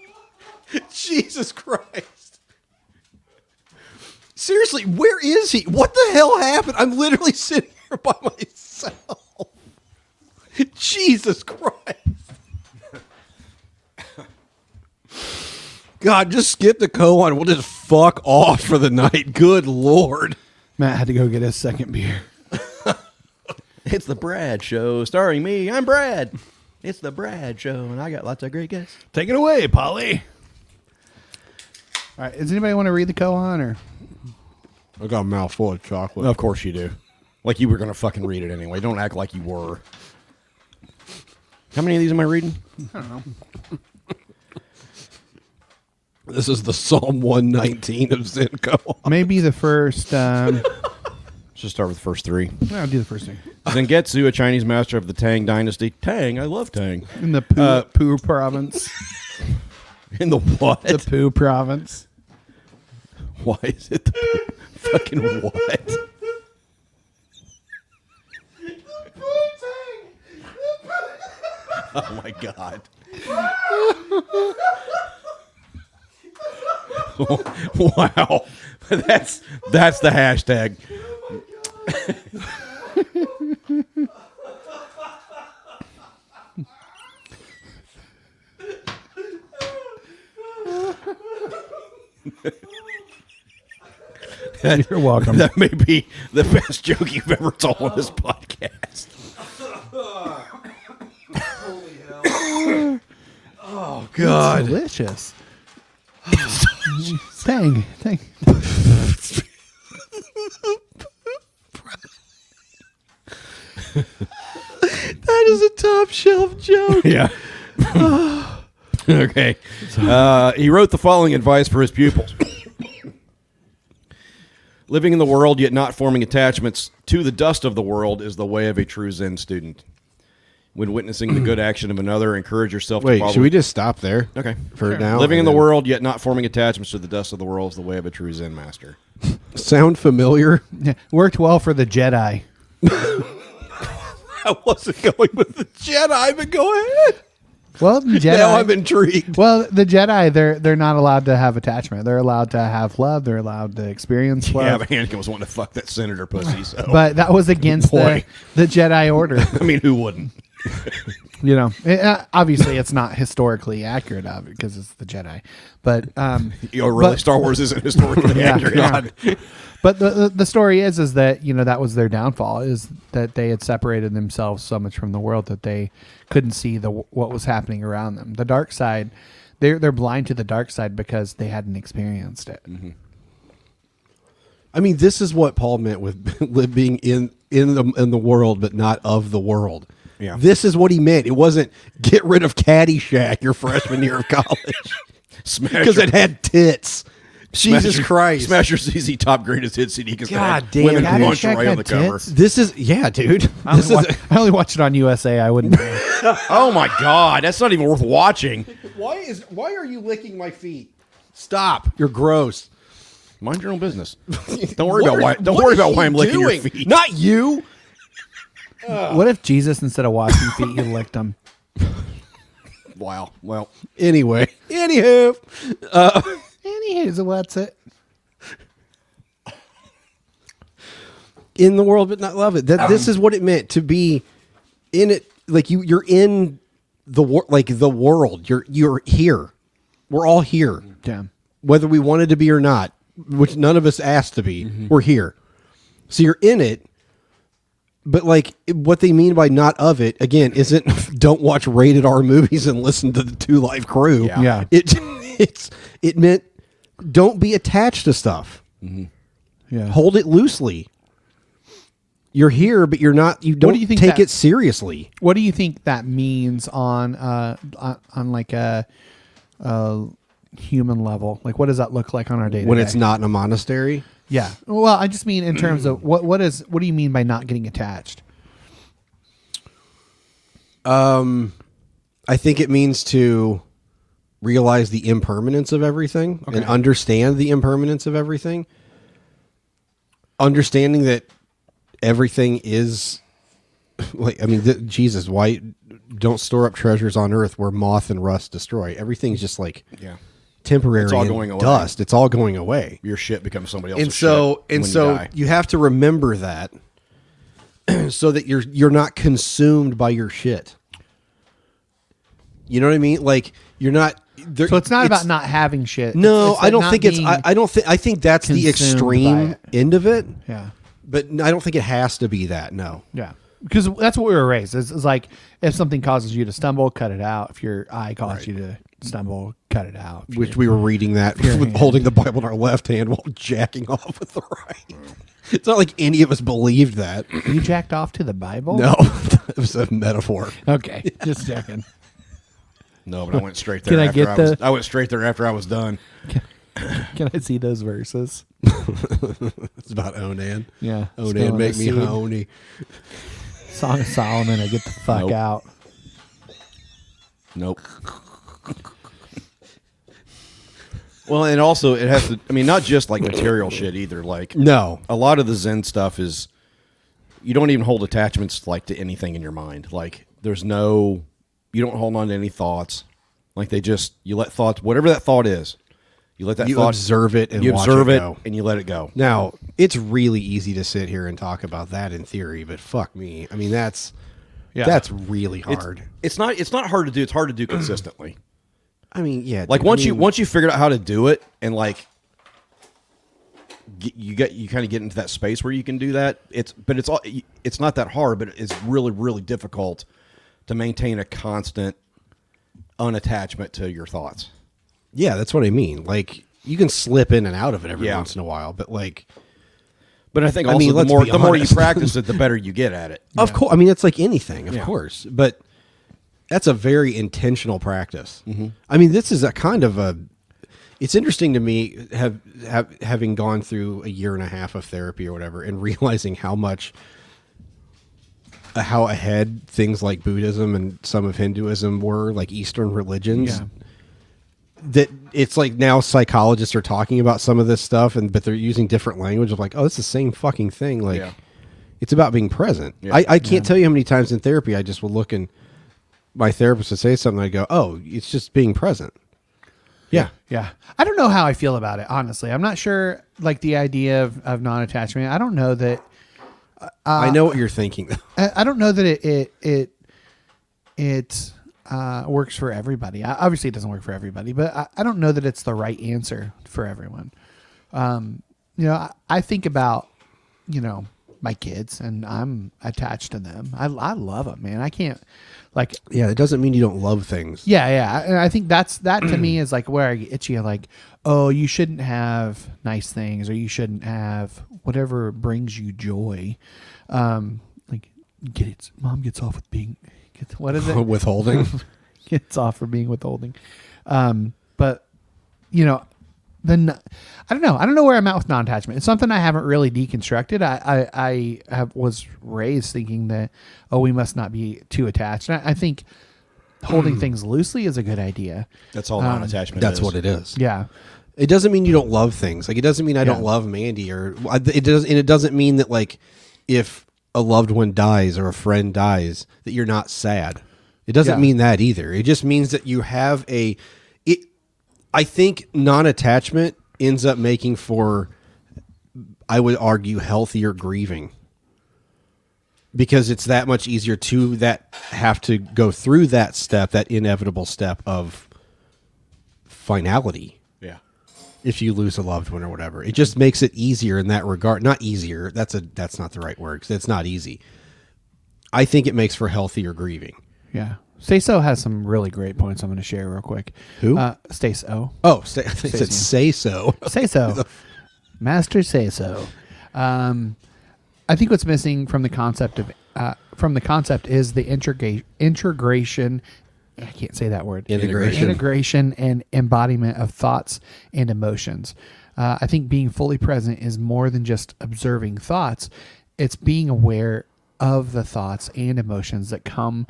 Speaker 3: Jesus Christ.
Speaker 5: Seriously, where is he? What the hell happened? I'm literally sitting here by myself. Jesus Christ. God, just skip the co on. We'll just fuck off for the night. Good Lord.
Speaker 1: Matt had to go get his second beer.
Speaker 5: It's the Brad Show starring me. I'm Brad. It's the Brad Show, and I got lots of great guests.
Speaker 1: Take it away, Polly. All right. Does anybody want to read the koan or?
Speaker 3: I got a mouthful of chocolate.
Speaker 5: Of course you do. Like you were going to fucking read it anyway. Don't act like you were. How many of these am I reading?
Speaker 1: I don't know.
Speaker 3: This is the Psalm 119 of Zen co
Speaker 1: Maybe the first. Um,
Speaker 5: Let's just start with the first three.
Speaker 1: I'll do the first thing.
Speaker 5: Zengetsu, a Chinese master of the Tang Dynasty. Tang, I love Tang.
Speaker 1: In the poo,
Speaker 5: Uh,
Speaker 1: poo province.
Speaker 5: In the what?
Speaker 1: the poo province.
Speaker 5: Why is it the fucking what? Oh my god. wow. That's that's the hashtag.
Speaker 1: You're welcome.
Speaker 5: That may be the best joke you've ever told on this podcast. oh god.
Speaker 1: Delicious. Dang. Dang.
Speaker 5: That is a top shelf joke. yeah. okay. Uh, he wrote the following advice for his pupils Living in the world, yet not forming attachments to the dust of the world, is the way of a true Zen student. When witnessing the good action of another, encourage yourself to
Speaker 3: Wait,
Speaker 5: follow.
Speaker 3: should we just stop there?
Speaker 5: Okay.
Speaker 3: For now.
Speaker 5: Living in
Speaker 3: and
Speaker 5: the
Speaker 3: then-
Speaker 5: world, yet not forming attachments to the dust of the world, is the way of a true Zen master.
Speaker 3: Sound familiar?
Speaker 1: Yeah, worked well for the Jedi.
Speaker 5: I wasn't going with the Jedi, but go ahead.
Speaker 1: Well, the Jedi.
Speaker 3: Now I'm intrigued.
Speaker 1: well, the Jedi, they're they're not allowed to have attachment. They're allowed to have love. They're allowed to experience
Speaker 5: Yeah,
Speaker 1: love.
Speaker 5: but Anakin was wanting to fuck that senator pussy. So,
Speaker 1: but that was against the,
Speaker 5: Boy.
Speaker 1: the Jedi Order.
Speaker 5: I mean, who wouldn't?
Speaker 1: you know, It- uh, obviously it's not historically accurate because it's the Jedi. But um,
Speaker 5: You know, really,
Speaker 1: But-
Speaker 5: Star Wars isn't historically
Speaker 1: Yeah,
Speaker 5: accurate.
Speaker 1: yeah. But the, the the story is is that you know that was their downfall is that they had separated themselves so much from the world that they couldn't see the what was happening around them. The dark side, they're they're blind to the dark side because they hadn't experienced it.
Speaker 3: I mean, this is what Paul meant with live being in in the in the world, but not of the world.
Speaker 5: Yeah.
Speaker 3: This is what he meant. It wasn't get rid of Caddyshack your freshman year of college
Speaker 5: Smash
Speaker 3: because
Speaker 5: your-
Speaker 3: it had tits.
Speaker 5: smash
Speaker 3: Jesus
Speaker 5: your-
Speaker 3: Christ!
Speaker 5: Smash your ZZ Top Greatest Hits CD because
Speaker 3: God damn.
Speaker 5: women in
Speaker 3: Caddyshack
Speaker 5: lingerie on
Speaker 1: had
Speaker 5: the cover.
Speaker 1: tits?
Speaker 3: This is yeah, dude.
Speaker 1: I
Speaker 3: This
Speaker 1: only,
Speaker 3: is
Speaker 1: watch, I only watch it on USA. I wouldn't.
Speaker 5: Oh my God, that's not even worth watching.
Speaker 3: why is why are you licking my feet? Stop! You're gross.
Speaker 5: Mind your own business. Don't worry
Speaker 3: What
Speaker 5: about
Speaker 3: are-
Speaker 5: why. Don't
Speaker 3: what
Speaker 5: worry
Speaker 3: is
Speaker 5: about
Speaker 3: he
Speaker 5: why I'm licking your
Speaker 3: doing?
Speaker 5: feet.
Speaker 3: Not you.
Speaker 1: what if Jesus instead of washing feet, he licked them?
Speaker 5: Wow. Well,
Speaker 3: Anyway, anywho,
Speaker 1: Anywho, what's it?
Speaker 3: in the world but not love it. That this is what it meant to be in it. Like you, you're in the wor- like the world. You're you're here. We're all here,
Speaker 1: Damn.
Speaker 3: whether we wanted to be or not, which none of us asked to be. We're here. So you're in it. But like what they mean by not of it again isn't don't watch rated R movies and listen to the Two Live Crew.
Speaker 5: Yeah.
Speaker 1: Yeah.
Speaker 3: It it's it meant don't be attached to stuff
Speaker 1: Yeah.
Speaker 3: hold it loosely. You're here, but you're not. You don't
Speaker 1: do you think
Speaker 3: take
Speaker 1: that-
Speaker 3: it seriously.
Speaker 1: what do you think that means on uh on, on like a, a human level like what does that look like on our day
Speaker 3: When it's not in a monastery,
Speaker 1: yeah well i just mean in terms of what what is what do you mean by not getting attached
Speaker 3: I think it means to realize the impermanence of everything and understand the impermanence of everything. Understanding that everything is like I mean th- Jesus, why don't store up treasures on earth where moth and rust destroy? Everything's just like
Speaker 5: yeah.
Speaker 3: temporary.
Speaker 5: It's all
Speaker 3: and
Speaker 5: going away.
Speaker 3: Dust. It's all going away.
Speaker 5: Your shit becomes somebody else's
Speaker 3: And so
Speaker 5: shit
Speaker 3: and
Speaker 5: when you
Speaker 3: so you,
Speaker 5: die.
Speaker 3: have to remember that, so that you're you're not consumed by your shit. You know what I mean? Like you're not. there-
Speaker 1: So it's not about not having shit.
Speaker 3: No,
Speaker 1: It's- it's
Speaker 3: I don't
Speaker 1: not
Speaker 3: think it's. I,
Speaker 1: being-
Speaker 3: I don't think. I think that's the
Speaker 1: consumed by
Speaker 3: extreme
Speaker 1: it.
Speaker 3: end of it.
Speaker 1: Yeah.
Speaker 3: But n- I don't think it has to be that. No.
Speaker 1: Yeah. Because that's what we were raised. It's, it's like if something causes you to stumble, cut it out. If your eye caused you to stumble, cut it out. If
Speaker 3: Which
Speaker 1: your-
Speaker 3: we were reading that
Speaker 1: Your
Speaker 3: with
Speaker 1: hand.
Speaker 3: holding the Bible in our left hand while jacking off with the right. It's not like any of us believed that.
Speaker 1: you jacked off to the Bible.
Speaker 3: No, it was a metaphor.
Speaker 1: Okay, just checking.
Speaker 5: No, but I went straight there.
Speaker 1: Can I
Speaker 5: after
Speaker 1: get
Speaker 5: I, was,
Speaker 1: the-
Speaker 5: I went straight there after I was done.
Speaker 1: Can I see those verses?
Speaker 3: It's about Onan.
Speaker 1: Yeah,
Speaker 3: Onan, Oh, make me
Speaker 1: Stone of the
Speaker 3: honey.
Speaker 1: Song of Solomon. I get the fuck
Speaker 5: Nope.
Speaker 1: out.
Speaker 5: Nope. well, and also it has to. I mean, not just like material shit either. Like
Speaker 3: No.
Speaker 5: a lot of the Zen stuff is you don't even hold attachments like to anything in your mind. Like there's no you don't hold on to any thoughts. Like they just you let thoughts whatever that thought is, you let that
Speaker 3: You
Speaker 5: thought
Speaker 3: observe it and
Speaker 5: you
Speaker 3: watch
Speaker 5: observe
Speaker 3: it
Speaker 5: it,
Speaker 3: go.
Speaker 5: and you let it go.
Speaker 3: Now, it's really easy to sit here and talk about that in theory, but fuck me. I mean, that's
Speaker 1: Yeah.
Speaker 3: that's really
Speaker 5: It's-
Speaker 3: hard.
Speaker 5: It's, not it's not hard to do. It's hard to do consistently.
Speaker 3: I mean, yeah.
Speaker 5: like
Speaker 3: dude, I
Speaker 5: once you
Speaker 3: mean,
Speaker 5: once you figured out how to do it and like get, you get you kind of get into that space where you can do that it's but it's all it's not that hard but it's really really difficult to maintain a constant unattachment to your thoughts
Speaker 3: yeah, that's what I mean. Like you can slip in and out of it every
Speaker 5: Yeah.
Speaker 3: once in a while, but like
Speaker 5: but i think
Speaker 3: I
Speaker 5: also
Speaker 3: mean,
Speaker 5: the
Speaker 3: let's
Speaker 5: more
Speaker 3: be
Speaker 5: the more you
Speaker 3: honest.
Speaker 5: practice it the better you get at it
Speaker 3: Of course. I mean, it's like anything, of
Speaker 5: Yeah.
Speaker 3: course. But that's a very intentional practice.
Speaker 5: Mm-hmm.
Speaker 3: I mean, this is a kind of a. It's interesting to me have, have having gone through a year and a half of therapy or whatever, and realizing how much uh, how ahead things like Buddhism and some of Hinduism were, like Eastern religions.
Speaker 1: Yeah.
Speaker 3: That it's like now psychologists are talking about some of this stuff, and but they're using different language of like, oh, it's the same fucking thing. Like,
Speaker 5: Yeah.
Speaker 3: it's about being present.
Speaker 5: Yeah.
Speaker 3: I, I can't tell you how many times in therapy I just would look and my therapist would say something. I go, "Oh, it's just being present." Yeah,
Speaker 1: Yeah. I don't know how I feel about it, honestly. I'm not sure, like, the idea of, of non attachment. I don't know that,
Speaker 3: I know what you're thinking.
Speaker 1: I, I don't know that it, it, it, it uh, works for everybody. I, obviously, it doesn't work for everybody, but I, I don't know that it's the right answer for everyone. Um, you know, I, I think about, you know, my kids and I'm attached to them. I, I love them, man. I can't, like,
Speaker 3: yeah, it doesn't mean you don't love things.
Speaker 1: Yeah, yeah, and I think that's that to me is like where I get itchy. Like, oh, you shouldn't have nice things, or you shouldn't have whatever brings you joy. Um, like, get it. Mom gets off with being. Gets, what is it?
Speaker 3: Withholding.
Speaker 1: gets off for being withholding. Um, but you know, then I don't know. I don't know where I'm at with non-attachment. It's something I haven't really deconstructed. I I, I have was raised thinking that oh, we must not be too attached. And I, I think holding things loosely is a good idea.
Speaker 5: that's all
Speaker 3: Um,
Speaker 5: non-attachment
Speaker 3: That's
Speaker 5: is.
Speaker 3: what it is.
Speaker 1: Yeah.
Speaker 3: It doesn't mean you don't love things. Like it doesn't mean I don't
Speaker 1: Yeah.
Speaker 3: love Mandy or I- it does and it doesn't mean that like if a loved one dies or a friend dies that you're not sad. It doesn't
Speaker 1: Yeah.
Speaker 3: mean that either. It just means that you have a it I think non-attachment ends up making for I would argue healthier grieving. Because it's that much easier to that have to go through that step, that inevitable step of finality
Speaker 5: yeah
Speaker 3: if you lose a loved one or whatever. It just makes it easier in that regard. Not easier. That's a that's not the right word. 'cause It's not easy. I think it makes for healthier grieving.
Speaker 1: Yeah. Say So has some really great points I'm going to share real quick.
Speaker 3: Who?
Speaker 1: Uh, Stay So.
Speaker 3: Oh, say, I think it said say so.
Speaker 1: Say So. Master Say So. Um, I think what's missing from the concept of uh, from the concept is the integra- integration. I can't say that word.
Speaker 3: Integration.
Speaker 1: Integration and embodiment of thoughts and emotions. Uh, I think being fully present is more than just observing thoughts. It's being aware of the thoughts and emotions that come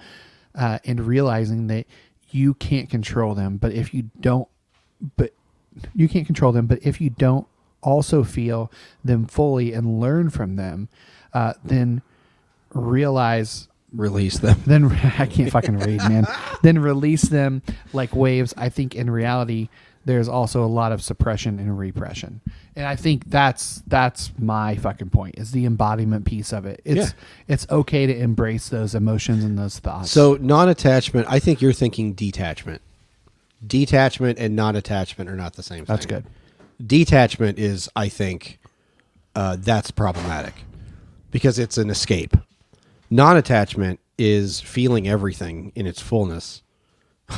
Speaker 1: uh, and realizing that you can't control them. But if you don't, but you can't control them, but if you don't also feel them fully and learn from them, uh, then realize
Speaker 3: Release them.
Speaker 1: then I can't fucking read, man. Then release them like waves. I think in reality, there's also a lot of suppression and repression. And I think that's that's my fucking point is the embodiment piece of it. It's it's okay to embrace those emotions and those thoughts.
Speaker 3: So non-attachment. I think you're thinking detachment. Detachment and non-attachment are not the same.
Speaker 1: That's
Speaker 3: thing.
Speaker 1: good.
Speaker 3: Detachment is, I think, uh, that's problematic because it's an escape. Non-attachment is feeling everything in its fullness,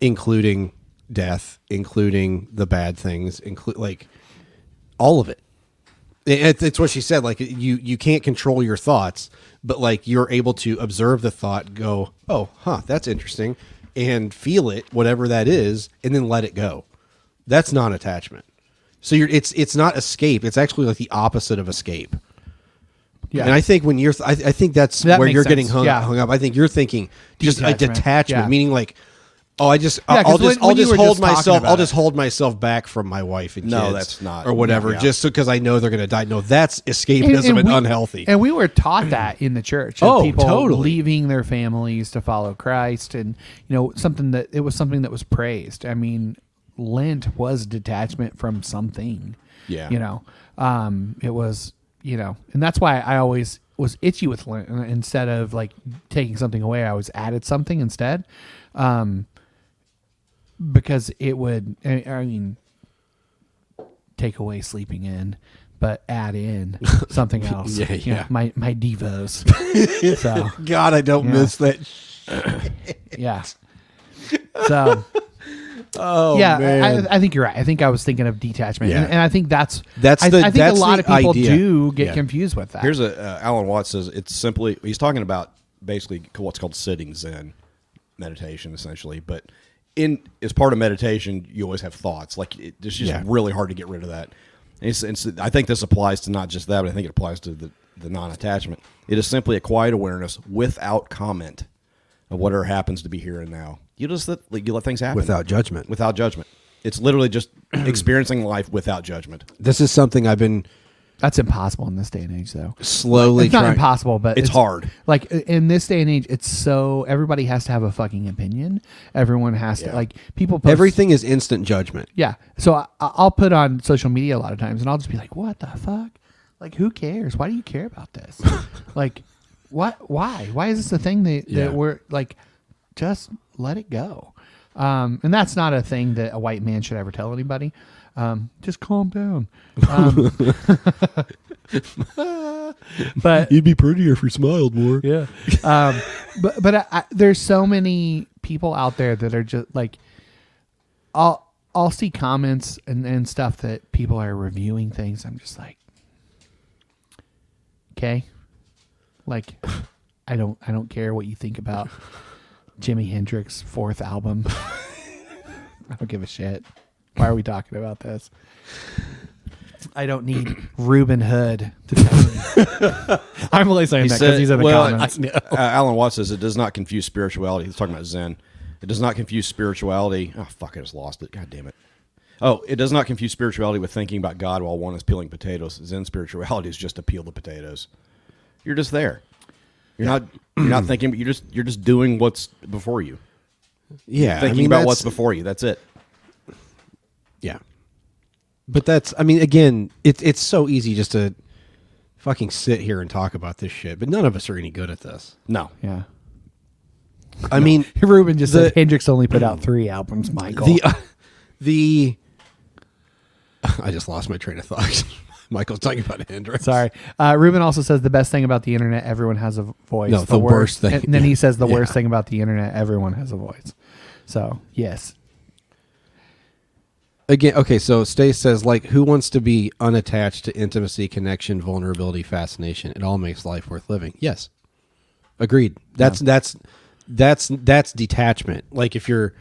Speaker 3: including death, including the bad things, include like all of it. It- it- it's what she said. Like you, you can't control your thoughts, but like you're able to observe the thought, go, oh, huh, that's interesting, and feel it, whatever that is, and then let it go. That's non-attachment. So you're, it's it's not escape. It's actually like the opposite of escape.
Speaker 1: Yeah.
Speaker 3: And I think when you're, I, I think that's
Speaker 1: That
Speaker 3: where
Speaker 1: makes
Speaker 3: you're getting
Speaker 1: sense.
Speaker 3: hung,
Speaker 1: Yeah.
Speaker 3: hung up. I think you're thinking just a
Speaker 1: Detachment.
Speaker 3: detachment,
Speaker 1: Yeah.
Speaker 3: meaning like, oh, I just,
Speaker 1: Yeah, 'cause
Speaker 3: I'll just,
Speaker 1: when-
Speaker 3: I'll
Speaker 1: when you
Speaker 3: just
Speaker 1: were
Speaker 3: hold
Speaker 1: just talking
Speaker 3: myself,
Speaker 1: about
Speaker 3: I'll
Speaker 1: it.
Speaker 3: just hold myself back from my wife and
Speaker 5: No,
Speaker 3: kids
Speaker 5: that's not-
Speaker 3: or whatever,
Speaker 5: yeah.
Speaker 3: just because I know they're going to die. No, that's
Speaker 1: And-
Speaker 3: escapism and,
Speaker 1: and we-
Speaker 3: unhealthy.
Speaker 1: And we were taught that in the church. of
Speaker 3: Oh,
Speaker 1: people
Speaker 3: totally.
Speaker 1: Leaving their families to follow Christ, and you know something that it was something that was praised. I mean, Lent was detachment from something.
Speaker 5: Yeah.
Speaker 1: You know, um, it was you know, and that's why I always was itchy with Lent. And Instead of like taking something away, I always added something instead. Um, because it would I I mean take away sleeping in but add in something else
Speaker 3: Yeah,
Speaker 1: You know,
Speaker 3: yeah.
Speaker 1: my my devos so
Speaker 3: God, I don't
Speaker 1: Yeah.
Speaker 3: miss that.
Speaker 1: yeah so
Speaker 3: Oh,
Speaker 1: yeah
Speaker 3: man.
Speaker 1: I, I think you're right i think i was thinking of detachment
Speaker 3: Yeah.
Speaker 1: and, and i think that's
Speaker 3: That's
Speaker 1: I,
Speaker 3: the-
Speaker 1: I think
Speaker 3: that's
Speaker 1: a lot
Speaker 3: the
Speaker 1: of people
Speaker 3: idea.
Speaker 1: do get
Speaker 3: Yeah.
Speaker 1: confused with that
Speaker 5: Here's a uh, Alan Watts says it's simply he's talking about basically what's called sitting Zen meditation essentially, but in as part of meditation you always have thoughts like it, it's just
Speaker 3: Yeah.
Speaker 5: really hard to get rid of that. And It's, it's, I think this applies to not just that, but I think it applies to the, the non-attachment. It is simply a quiet awareness without comment of whatever happens to be here and now. You just let like, you let things happen
Speaker 3: Without judgment.
Speaker 5: Without judgment, it's literally just experiencing life without judgment.
Speaker 3: This is something I've been
Speaker 1: that's impossible in this day and age though
Speaker 3: slowly
Speaker 1: it's not
Speaker 3: trying-
Speaker 1: impossible, but
Speaker 5: It's hard.
Speaker 1: Like i- in this day and age, it's so everybody has to have a fucking opinion. Everyone has to like people. Post,
Speaker 3: Everything is instant judgment.
Speaker 1: Yeah. So I, I- I'll put on social media a lot of times, and I'll just be like, "What the fuck? Like, who cares? Why do you care about this? like, what? Why? Why is this a thing that
Speaker 3: Yeah.
Speaker 1: that we're like? Just let it go." Um, and that's not a thing that a white man should ever tell anybody. Um, just calm down. Um, but
Speaker 3: You'd be prettier if you smiled more.
Speaker 1: yeah. Um, but but I, I, there's so many people out there that are just like, I'll I'll see comments and and stuff that people are reviewing things. I'm just like, okay, like, I don't I don't care what you think about Jimi Hendrix's fourth album. I don't give a shit. Why are we talking about this? I don't need Ruben Hood to tell me. I'm only saying that because
Speaker 5: said-
Speaker 1: he's in the
Speaker 5: well,
Speaker 1: comments.
Speaker 5: uh, Alan Watts says it does not confuse spirituality. He's talking about Zen. It does not confuse spirituality. Oh fuck! I just lost it. God damn it. Oh, it does not confuse spirituality with thinking about God while one is peeling potatoes. Zen spirituality is just to peel the potatoes. You're just there. You're not. You're not thinking. But you're just. You're just doing what's before you.
Speaker 3: Yeah. I
Speaker 5: Thinking
Speaker 3: mean,
Speaker 5: about what's
Speaker 3: that's-
Speaker 5: before you. That's it.
Speaker 3: Yeah. But that's I mean, again, it's it's so easy just to fucking sit here and talk about this shit, but none of us are any good at this.
Speaker 5: No.
Speaker 1: Yeah.
Speaker 3: I mean
Speaker 1: Ruben just
Speaker 3: The-
Speaker 1: said Hendrix only put out three albums, Michael.
Speaker 3: the the I just lost my train of thought. Michael's talking about Hendrix.
Speaker 1: Sorry. Uh, Ruben also says the best thing about the internet, everyone has a voice.
Speaker 3: No, the worst thing-
Speaker 1: And then he says the
Speaker 3: Yeah.
Speaker 1: worst thing about the internet, everyone has a voice. So, yes.
Speaker 3: Again, okay, so Stace says like who wants to be unattached to intimacy, connection, vulnerability, fascination? It all makes life worth living. Yes. Agreed. That's that's that's that's detachment. Like if you're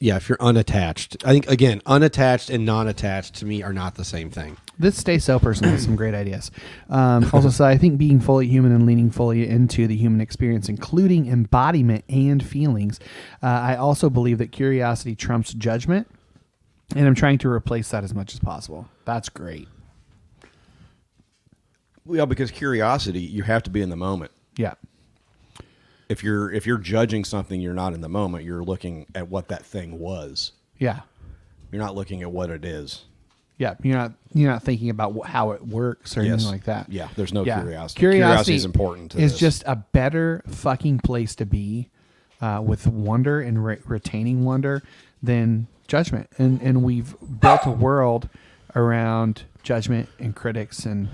Speaker 3: yeah, if you're unattached. I think again, unattached and non-attached to me are not the same thing.
Speaker 1: This Stay So person has some great ideas. Um, also, so I think being fully human and leaning fully into the human experience, including embodiment and feelings. Uh, I also believe that curiosity trumps judgment, and I'm trying to replace that as much as possible. That's great.
Speaker 5: Well, because curiosity, you have to be in the moment.
Speaker 1: Yeah.
Speaker 5: If you're if you're judging something, you're not in the moment. You're looking at what that thing was.
Speaker 1: Yeah.
Speaker 5: You're not looking at what it is.
Speaker 1: Yeah, you're not you're not thinking about wh- how it works or
Speaker 5: Yes.
Speaker 1: anything like that.
Speaker 5: Yeah, there's no curiosity.
Speaker 1: Curiosity,
Speaker 5: Curiosity is important to
Speaker 1: it's
Speaker 5: this.
Speaker 1: just a better fucking place to be uh, with wonder and re- retaining wonder than judgment. And and we've built a world around judgment and critics and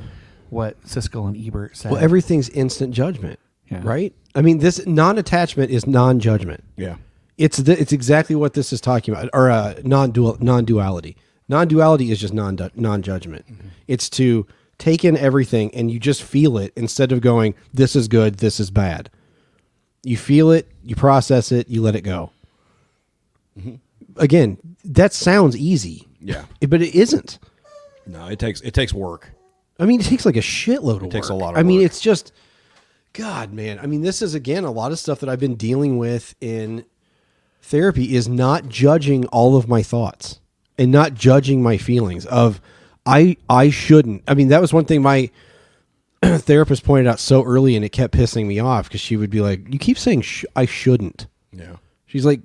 Speaker 1: what Siskel and Ebert said.
Speaker 3: Well, everything's instant judgment,
Speaker 1: Yeah.
Speaker 3: right? I mean, this non-attachment is non-judgment.
Speaker 5: Yeah.
Speaker 3: it's the, it's exactly what this is talking about, or uh, non-dual non-duality. Non-duality is just non non-judgment.
Speaker 5: Mm-hmm.
Speaker 3: It's to take in everything and you just feel it instead of going, "This is good, this is bad." You feel it, you process it, you let it go. Again, that sounds easy.
Speaker 5: Mm-hmm. Yeah.
Speaker 3: but it isn't.
Speaker 5: No, it takes it takes work.
Speaker 3: I mean, it takes like a shitload of
Speaker 5: It takes a
Speaker 3: work.
Speaker 5: lot of
Speaker 3: I mean,
Speaker 5: work.
Speaker 3: it's just, God, man. I mean, this is again a lot of stuff that I've been dealing with in therapy is not judging all of my thoughts and not judging my feelings of I I shouldn't. I mean, that was one thing my therapist pointed out so early, and it kept pissing me off because she would be like, "You keep saying sh- I shouldn't."
Speaker 5: Yeah.
Speaker 3: She's like,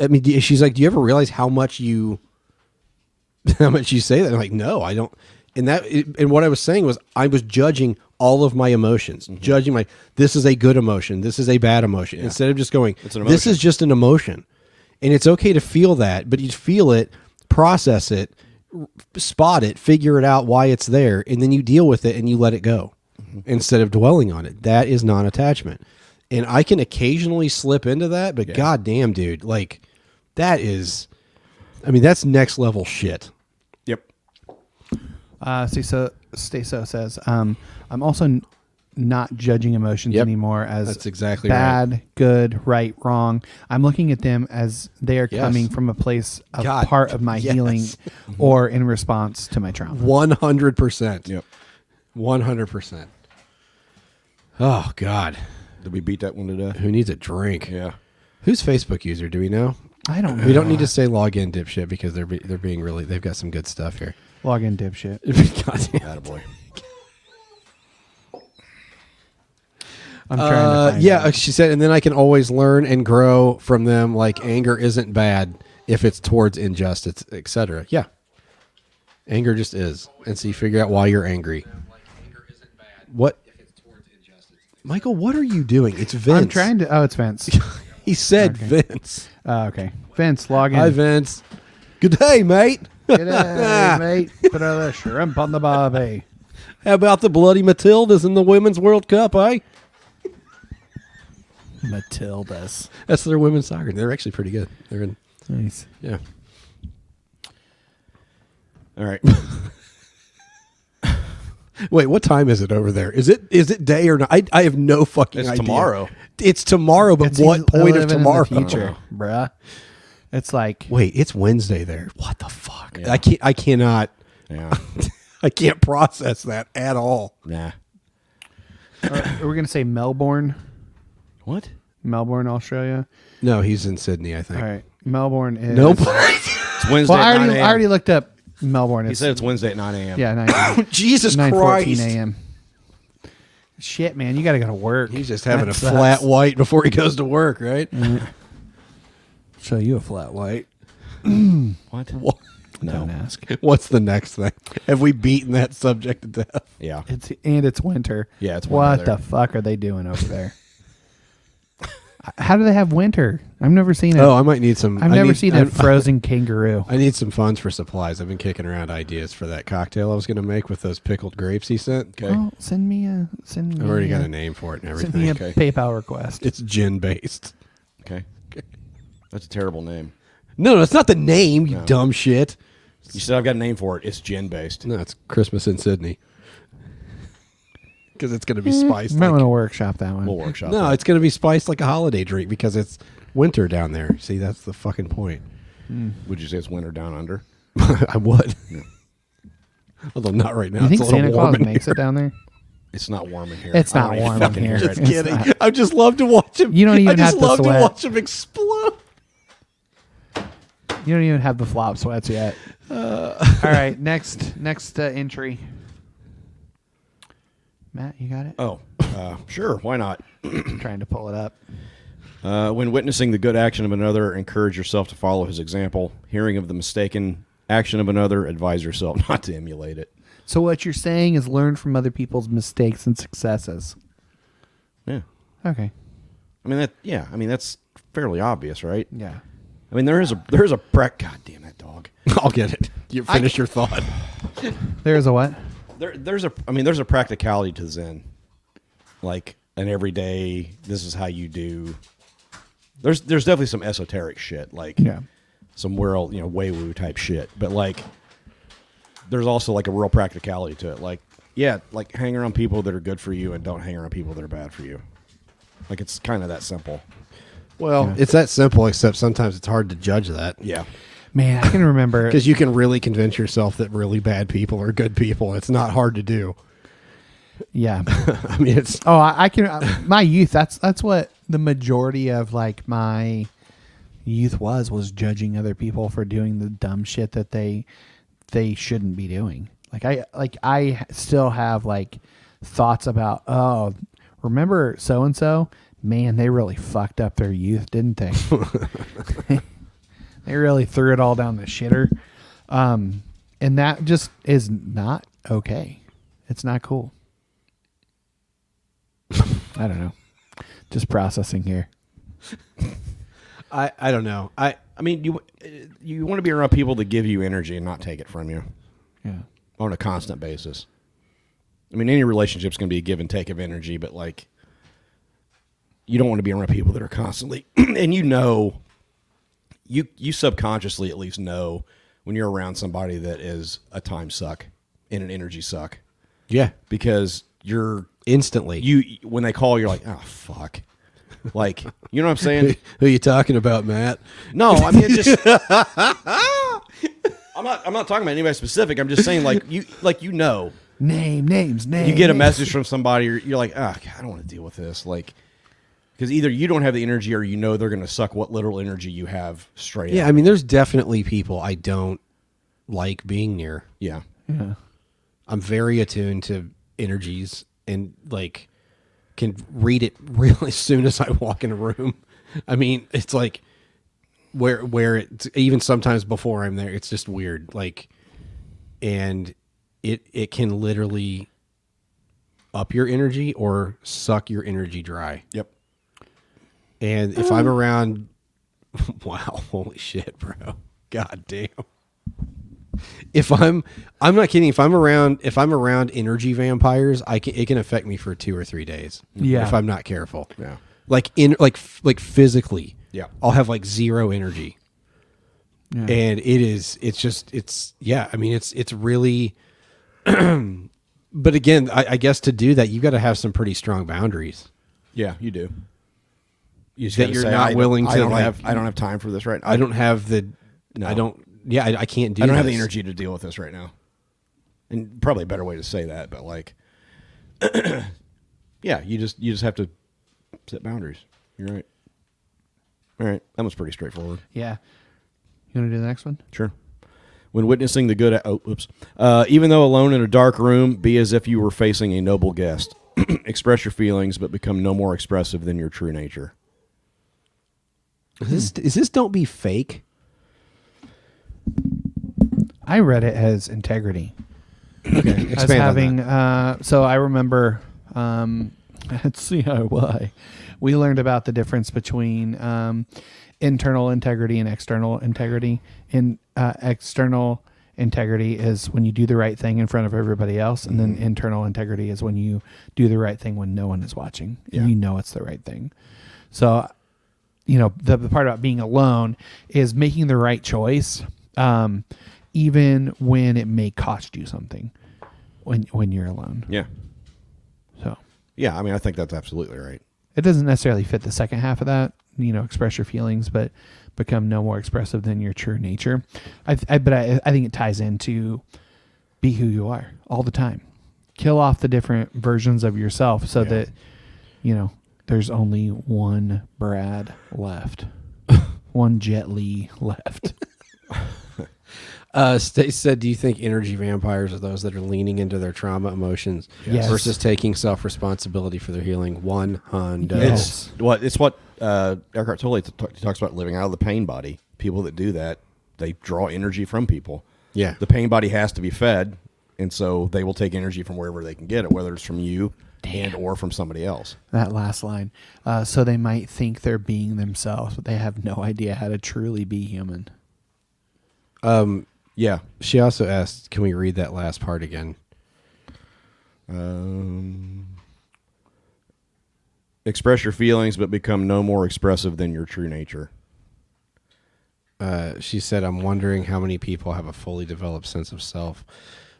Speaker 3: I mean, do- she's like, "Do you ever realize how much you?" how much you say that. I'm like, no, I don't. And that, and what I was saying was, I was judging all of my emotions,
Speaker 5: Mm-hmm.
Speaker 3: judging my, this is a good emotion, this is a bad emotion, instead of just going,
Speaker 5: It's an
Speaker 3: this
Speaker 5: emotion.
Speaker 3: is just an emotion. And it's okay to feel that, but you feel it, process it, r- spot it, figure it out why it's there, and then you deal with it and you let it go
Speaker 5: Mm-hmm.
Speaker 3: instead of dwelling on it. That is non attachment. And I can occasionally slip into that, but goddamn, dude, like that is, I mean, that's next level shit.
Speaker 5: Yep.
Speaker 1: Uh, Staso, Staso says, um, I'm also n- not judging emotions
Speaker 3: Yep.
Speaker 1: anymore as
Speaker 3: That's exactly
Speaker 1: bad, good, right, wrong. I'm looking at them as they are
Speaker 3: Yes.
Speaker 1: coming from a place of
Speaker 3: God,
Speaker 1: part of my
Speaker 3: yes.
Speaker 1: healing or in response to my trauma.
Speaker 3: One hundred percent.
Speaker 5: Yep.
Speaker 3: One hundred percent. Oh God,
Speaker 5: Did we beat that one to death?
Speaker 3: who needs a drink?
Speaker 5: Yeah.
Speaker 3: Who's Facebook user? Do we know?
Speaker 1: I don't know.
Speaker 3: We don't need to say log in, dipshit, because they're be, they're being really they've got some good stuff here.
Speaker 1: log in, dipshit.
Speaker 3: Goddamn.
Speaker 5: Attaboy.
Speaker 1: I'm trying to
Speaker 3: Uh,
Speaker 1: find
Speaker 3: yeah,
Speaker 1: out.
Speaker 3: uh, she said, and then I can always learn and grow from them. Like anger isn't bad if it's towards injustice, etc. Yeah, anger just is, and so you figure out why you're angry. What? Michael, what are you doing? It's Vince.
Speaker 1: I'm trying to. Oh, it's Vince.
Speaker 3: He said Vince.
Speaker 1: Uh, okay. Vince, log in.
Speaker 3: Hi, Vince. Good day, mate.
Speaker 1: G'day, mate. Throw the shrimp on the barbie.
Speaker 3: How about the bloody Matildas in the Women's World Cup, eh?
Speaker 17: Matildas.
Speaker 3: That's their women's soccer. They're actually pretty good. They're in,
Speaker 1: Nice.
Speaker 3: yeah.
Speaker 5: All right.
Speaker 3: Wait, what time is it over there? Is it is it day or night? I, I have no fucking
Speaker 5: It's
Speaker 3: idea.
Speaker 5: tomorrow.
Speaker 3: It's tomorrow, but
Speaker 1: It's
Speaker 3: what point
Speaker 1: living
Speaker 3: of
Speaker 1: in the
Speaker 3: tomorrow?
Speaker 1: future, bruh. It's like
Speaker 3: Wait, it's Wednesday there. What the fuck?
Speaker 5: Yeah.
Speaker 3: I can't. I cannot.
Speaker 5: Yeah.
Speaker 3: I can't process that at all.
Speaker 5: nah.
Speaker 1: Are we gonna say Melbourne?
Speaker 5: What?
Speaker 1: Melbourne, Australia.
Speaker 3: No, he's in Sydney. I think.
Speaker 1: All right, Melbourne is
Speaker 3: Nope.
Speaker 5: It's Wednesday.
Speaker 1: Well, I
Speaker 5: at 9
Speaker 1: already, I
Speaker 5: a.m.
Speaker 1: already looked up Melbourne.
Speaker 5: He
Speaker 1: It's,
Speaker 5: said it's Wednesday at 9 a.m.
Speaker 1: yeah, nine
Speaker 3: Jesus
Speaker 1: nine fourteen
Speaker 3: Christ!
Speaker 1: a.m. Shit, man, you gotta go to work.
Speaker 3: He's just having
Speaker 1: That
Speaker 3: a
Speaker 1: sucks.
Speaker 3: flat white before he goes to work, right?
Speaker 17: Show you a flat white.
Speaker 5: What?
Speaker 3: What-
Speaker 5: No.
Speaker 1: Don't ask.
Speaker 3: What's the next thing? Have we beaten that subject to death?
Speaker 5: Yeah.
Speaker 1: It's and it's winter.
Speaker 5: Yeah, it's winter
Speaker 1: what
Speaker 5: there.
Speaker 1: the fuck are they doing over there? How do they have winter? I've never seen it.
Speaker 3: Oh, I might need some.
Speaker 1: I've
Speaker 3: I
Speaker 1: never
Speaker 3: need-
Speaker 1: seen
Speaker 3: I-
Speaker 1: a frozen kangaroo.
Speaker 3: I need some funds for supplies. I've been kicking around ideas for that cocktail I was going to make with those pickled grapes he sent. Okay.
Speaker 1: Oh, send me a send me.
Speaker 3: I've already
Speaker 1: a, uh,
Speaker 3: got a name for it and
Speaker 1: Send me
Speaker 3: everything.
Speaker 1: a
Speaker 5: Okay.
Speaker 1: PayPal request.
Speaker 3: It's gin based.
Speaker 5: Okay. That's a terrible name.
Speaker 3: No, no, it's not the name, you dumb shit.
Speaker 5: You said I've got a name for it. It's gin based.
Speaker 3: No, it's Christmas in Sydney. Because it's going to be spiced.
Speaker 1: You might
Speaker 3: like-
Speaker 1: want to workshop that one.
Speaker 5: We'll workshop.
Speaker 3: no,
Speaker 5: that.
Speaker 3: it's going to be spiced like a holiday drink because it's winter down there. See, that's the fucking point.
Speaker 5: Would you say it's winter down under?
Speaker 3: I would. Although not right
Speaker 1: You
Speaker 3: now. it's
Speaker 1: think
Speaker 3: a little
Speaker 1: Santa
Speaker 3: warm
Speaker 1: Claus
Speaker 3: in
Speaker 1: makes
Speaker 3: here.
Speaker 1: it down there?
Speaker 5: It's not warm in here.
Speaker 1: It's
Speaker 5: I don't
Speaker 1: not
Speaker 5: even
Speaker 1: warm in
Speaker 5: fucking
Speaker 1: here.
Speaker 5: dread
Speaker 3: Just
Speaker 5: it.
Speaker 1: It's
Speaker 3: kidding.
Speaker 1: not-
Speaker 3: I just love to watch him.
Speaker 1: You don't even
Speaker 3: I just
Speaker 1: have to
Speaker 3: love
Speaker 1: sweat.
Speaker 3: watch him explode.
Speaker 1: You don't even have the flop sweats yet.
Speaker 5: Uh,
Speaker 1: All right, next next uh, entry. Matt, you got it.
Speaker 5: Oh, uh, sure. Why not?
Speaker 1: I'm trying to pull it up.
Speaker 5: Uh, when witnessing the good action of another, encourage yourself to follow his example. Hearing of the mistaken action of another, advise yourself not to emulate it.
Speaker 1: So what you're saying is learn from other people's mistakes and successes.
Speaker 5: Yeah.
Speaker 1: Okay.
Speaker 5: I mean that. Yeah. I mean that's fairly obvious, right?
Speaker 1: Yeah.
Speaker 5: I mean there is a there is a prec. God damn that dog.
Speaker 3: I'll get it. You finish your thought.
Speaker 1: There's a what?
Speaker 5: There, there's a. I mean there's a practicality to Zen, like an everyday. This is how you do. There's there's definitely some esoteric shit like
Speaker 1: Yeah.
Speaker 5: some world you know way woo type shit, but like there's also like a real practicality to it. Like yeah, like hang around people that are good for you and don't hang around people that are bad for you. Like it's kind of that simple.
Speaker 3: Well, it's that simple, except sometimes it's hard to judge that.
Speaker 5: Yeah.
Speaker 1: Man, I can remember
Speaker 3: Because you can really convince yourself that really bad people are good people. It's not hard to do.
Speaker 1: Yeah.
Speaker 3: I mean, it's
Speaker 1: Oh, I, I can. I, my youth. That's that's what the majority of like my youth was was judging other people for doing the dumb shit that they they shouldn't be doing. Like I like I still have like thoughts about oh remember so and so man they really fucked up their youth didn't they they really threw it all down the shitter um and that just is not okay it's not cool I don't know. Just processing here.
Speaker 3: I, I don't know. I
Speaker 5: I mean, you you want to be around people that give you energy and not take it from you
Speaker 1: Yeah.
Speaker 5: on a constant basis. I mean, any relationship's going to be a give and take of energy, but like, you don't want to be around people that are constantly, and you know, you you subconsciously at least know when you're around somebody that is a time suck and an energy suck
Speaker 3: yeah,
Speaker 5: because you're
Speaker 3: instantly.
Speaker 5: you when they call, you're like, oh fuck, like you know what I'm saying.
Speaker 3: who you talking about, Matt?
Speaker 5: No, I mean it's just. I'm not. I'm not talking about anybody specific. I'm just saying, like you, like you know,
Speaker 1: Name names names.
Speaker 5: you get a message from somebody, you're, you're like, ah, God, I don't want to deal with this, like, because either you don't have the energy, or you know they're going to suck what little energy you have straight.
Speaker 3: Yeah,
Speaker 5: up.
Speaker 3: I mean, there's definitely people I don't like being near.
Speaker 5: yeah,
Speaker 1: Yeah.
Speaker 3: I'm very attuned to energies and like can read it really soon as I walk in a room. I mean, it's like where where it's even sometimes before I'm there, it's just weird. Like and it it can literally up your energy or suck your energy dry.
Speaker 5: yep.
Speaker 3: And if I'm around, wow, holy shit, bro. God damn. If I'm, I'm not kidding. If I'm around, if I'm around energy vampires, I can, it can affect me for two or three days.
Speaker 1: Yeah.
Speaker 3: If I'm not careful.
Speaker 5: Yeah.
Speaker 3: Like in, like, f- like physically.
Speaker 5: Yeah.
Speaker 3: I'll have like zero energy.
Speaker 1: Yeah.
Speaker 3: And it is, it's just, it's, yeah. I mean, it's, it's really, but again, I, I guess to do that, you've got to have some pretty strong boundaries.
Speaker 5: Yeah, you do. You just
Speaker 3: That
Speaker 5: gotta
Speaker 3: you're
Speaker 5: say,
Speaker 3: not
Speaker 5: I don't-
Speaker 3: willing
Speaker 5: I
Speaker 3: to,
Speaker 5: don't
Speaker 3: like-
Speaker 5: have. I don't have time for this right now.
Speaker 3: I don't have the. I don't. Yeah, I, I can't do.
Speaker 5: I don't have the
Speaker 3: this.
Speaker 5: energy to deal with this right now. And probably a better way to say that, but like, yeah, you just you just have to set boundaries. You're right. All right, that was pretty straightforward.
Speaker 1: Yeah. You want to do the next one?
Speaker 5: Sure. When witnessing the good, oh, oops. Uh, even though alone in a dark room, be as if you were facing a noble guest. Express your feelings, but become no more expressive than your true nature.
Speaker 3: Is this, is this don't be fake?
Speaker 1: I read it as integrity.
Speaker 3: Okay,
Speaker 1: I was having uh so I remember um at CIY we learned about the difference between um internal integrity and external integrity. And uh, external integrity is when you do the right thing in front of everybody else and then internal integrity is when you do the right thing when no one is watching and
Speaker 5: Yeah.
Speaker 1: you know it's the right thing. So you know the, the part about being alone is making the right choice um even when it may cost you something when when you're alone
Speaker 5: Yeah,
Speaker 1: so
Speaker 5: yeah. I mean, I think that's absolutely right.
Speaker 1: it doesn't necessarily fit the second half of that you know express your feelings but become no more expressive than your true nature i, th- I but I, I think it ties into be who you are all the time kill off the different versions of yourself so that you know there's only one brad left one jet lee left
Speaker 3: Uh, Stace said, "Do you think energy vampires are those that are leaning into their trauma emotions
Speaker 5: Yes.
Speaker 3: versus taking self responsibility for their healing?" One hundred.
Speaker 5: It's what it's what uh, Eckhart Tolle t- t- talks about living out of the pain body. People that do that, they draw energy from people.
Speaker 3: Yeah.
Speaker 5: the pain body has to be fed, and so they will take energy from wherever they can get it, whether it's from you and or from somebody else.
Speaker 1: That last line. Uh, so they might think they're being themselves, but they have no idea how to truly be human.
Speaker 3: Um, yeah. She also asked, "Can we read that last part again?"
Speaker 5: Um, express your feelings, but become no more expressive than your true nature.
Speaker 3: Uh, she said, "I'm wondering how many people have a fully developed sense of self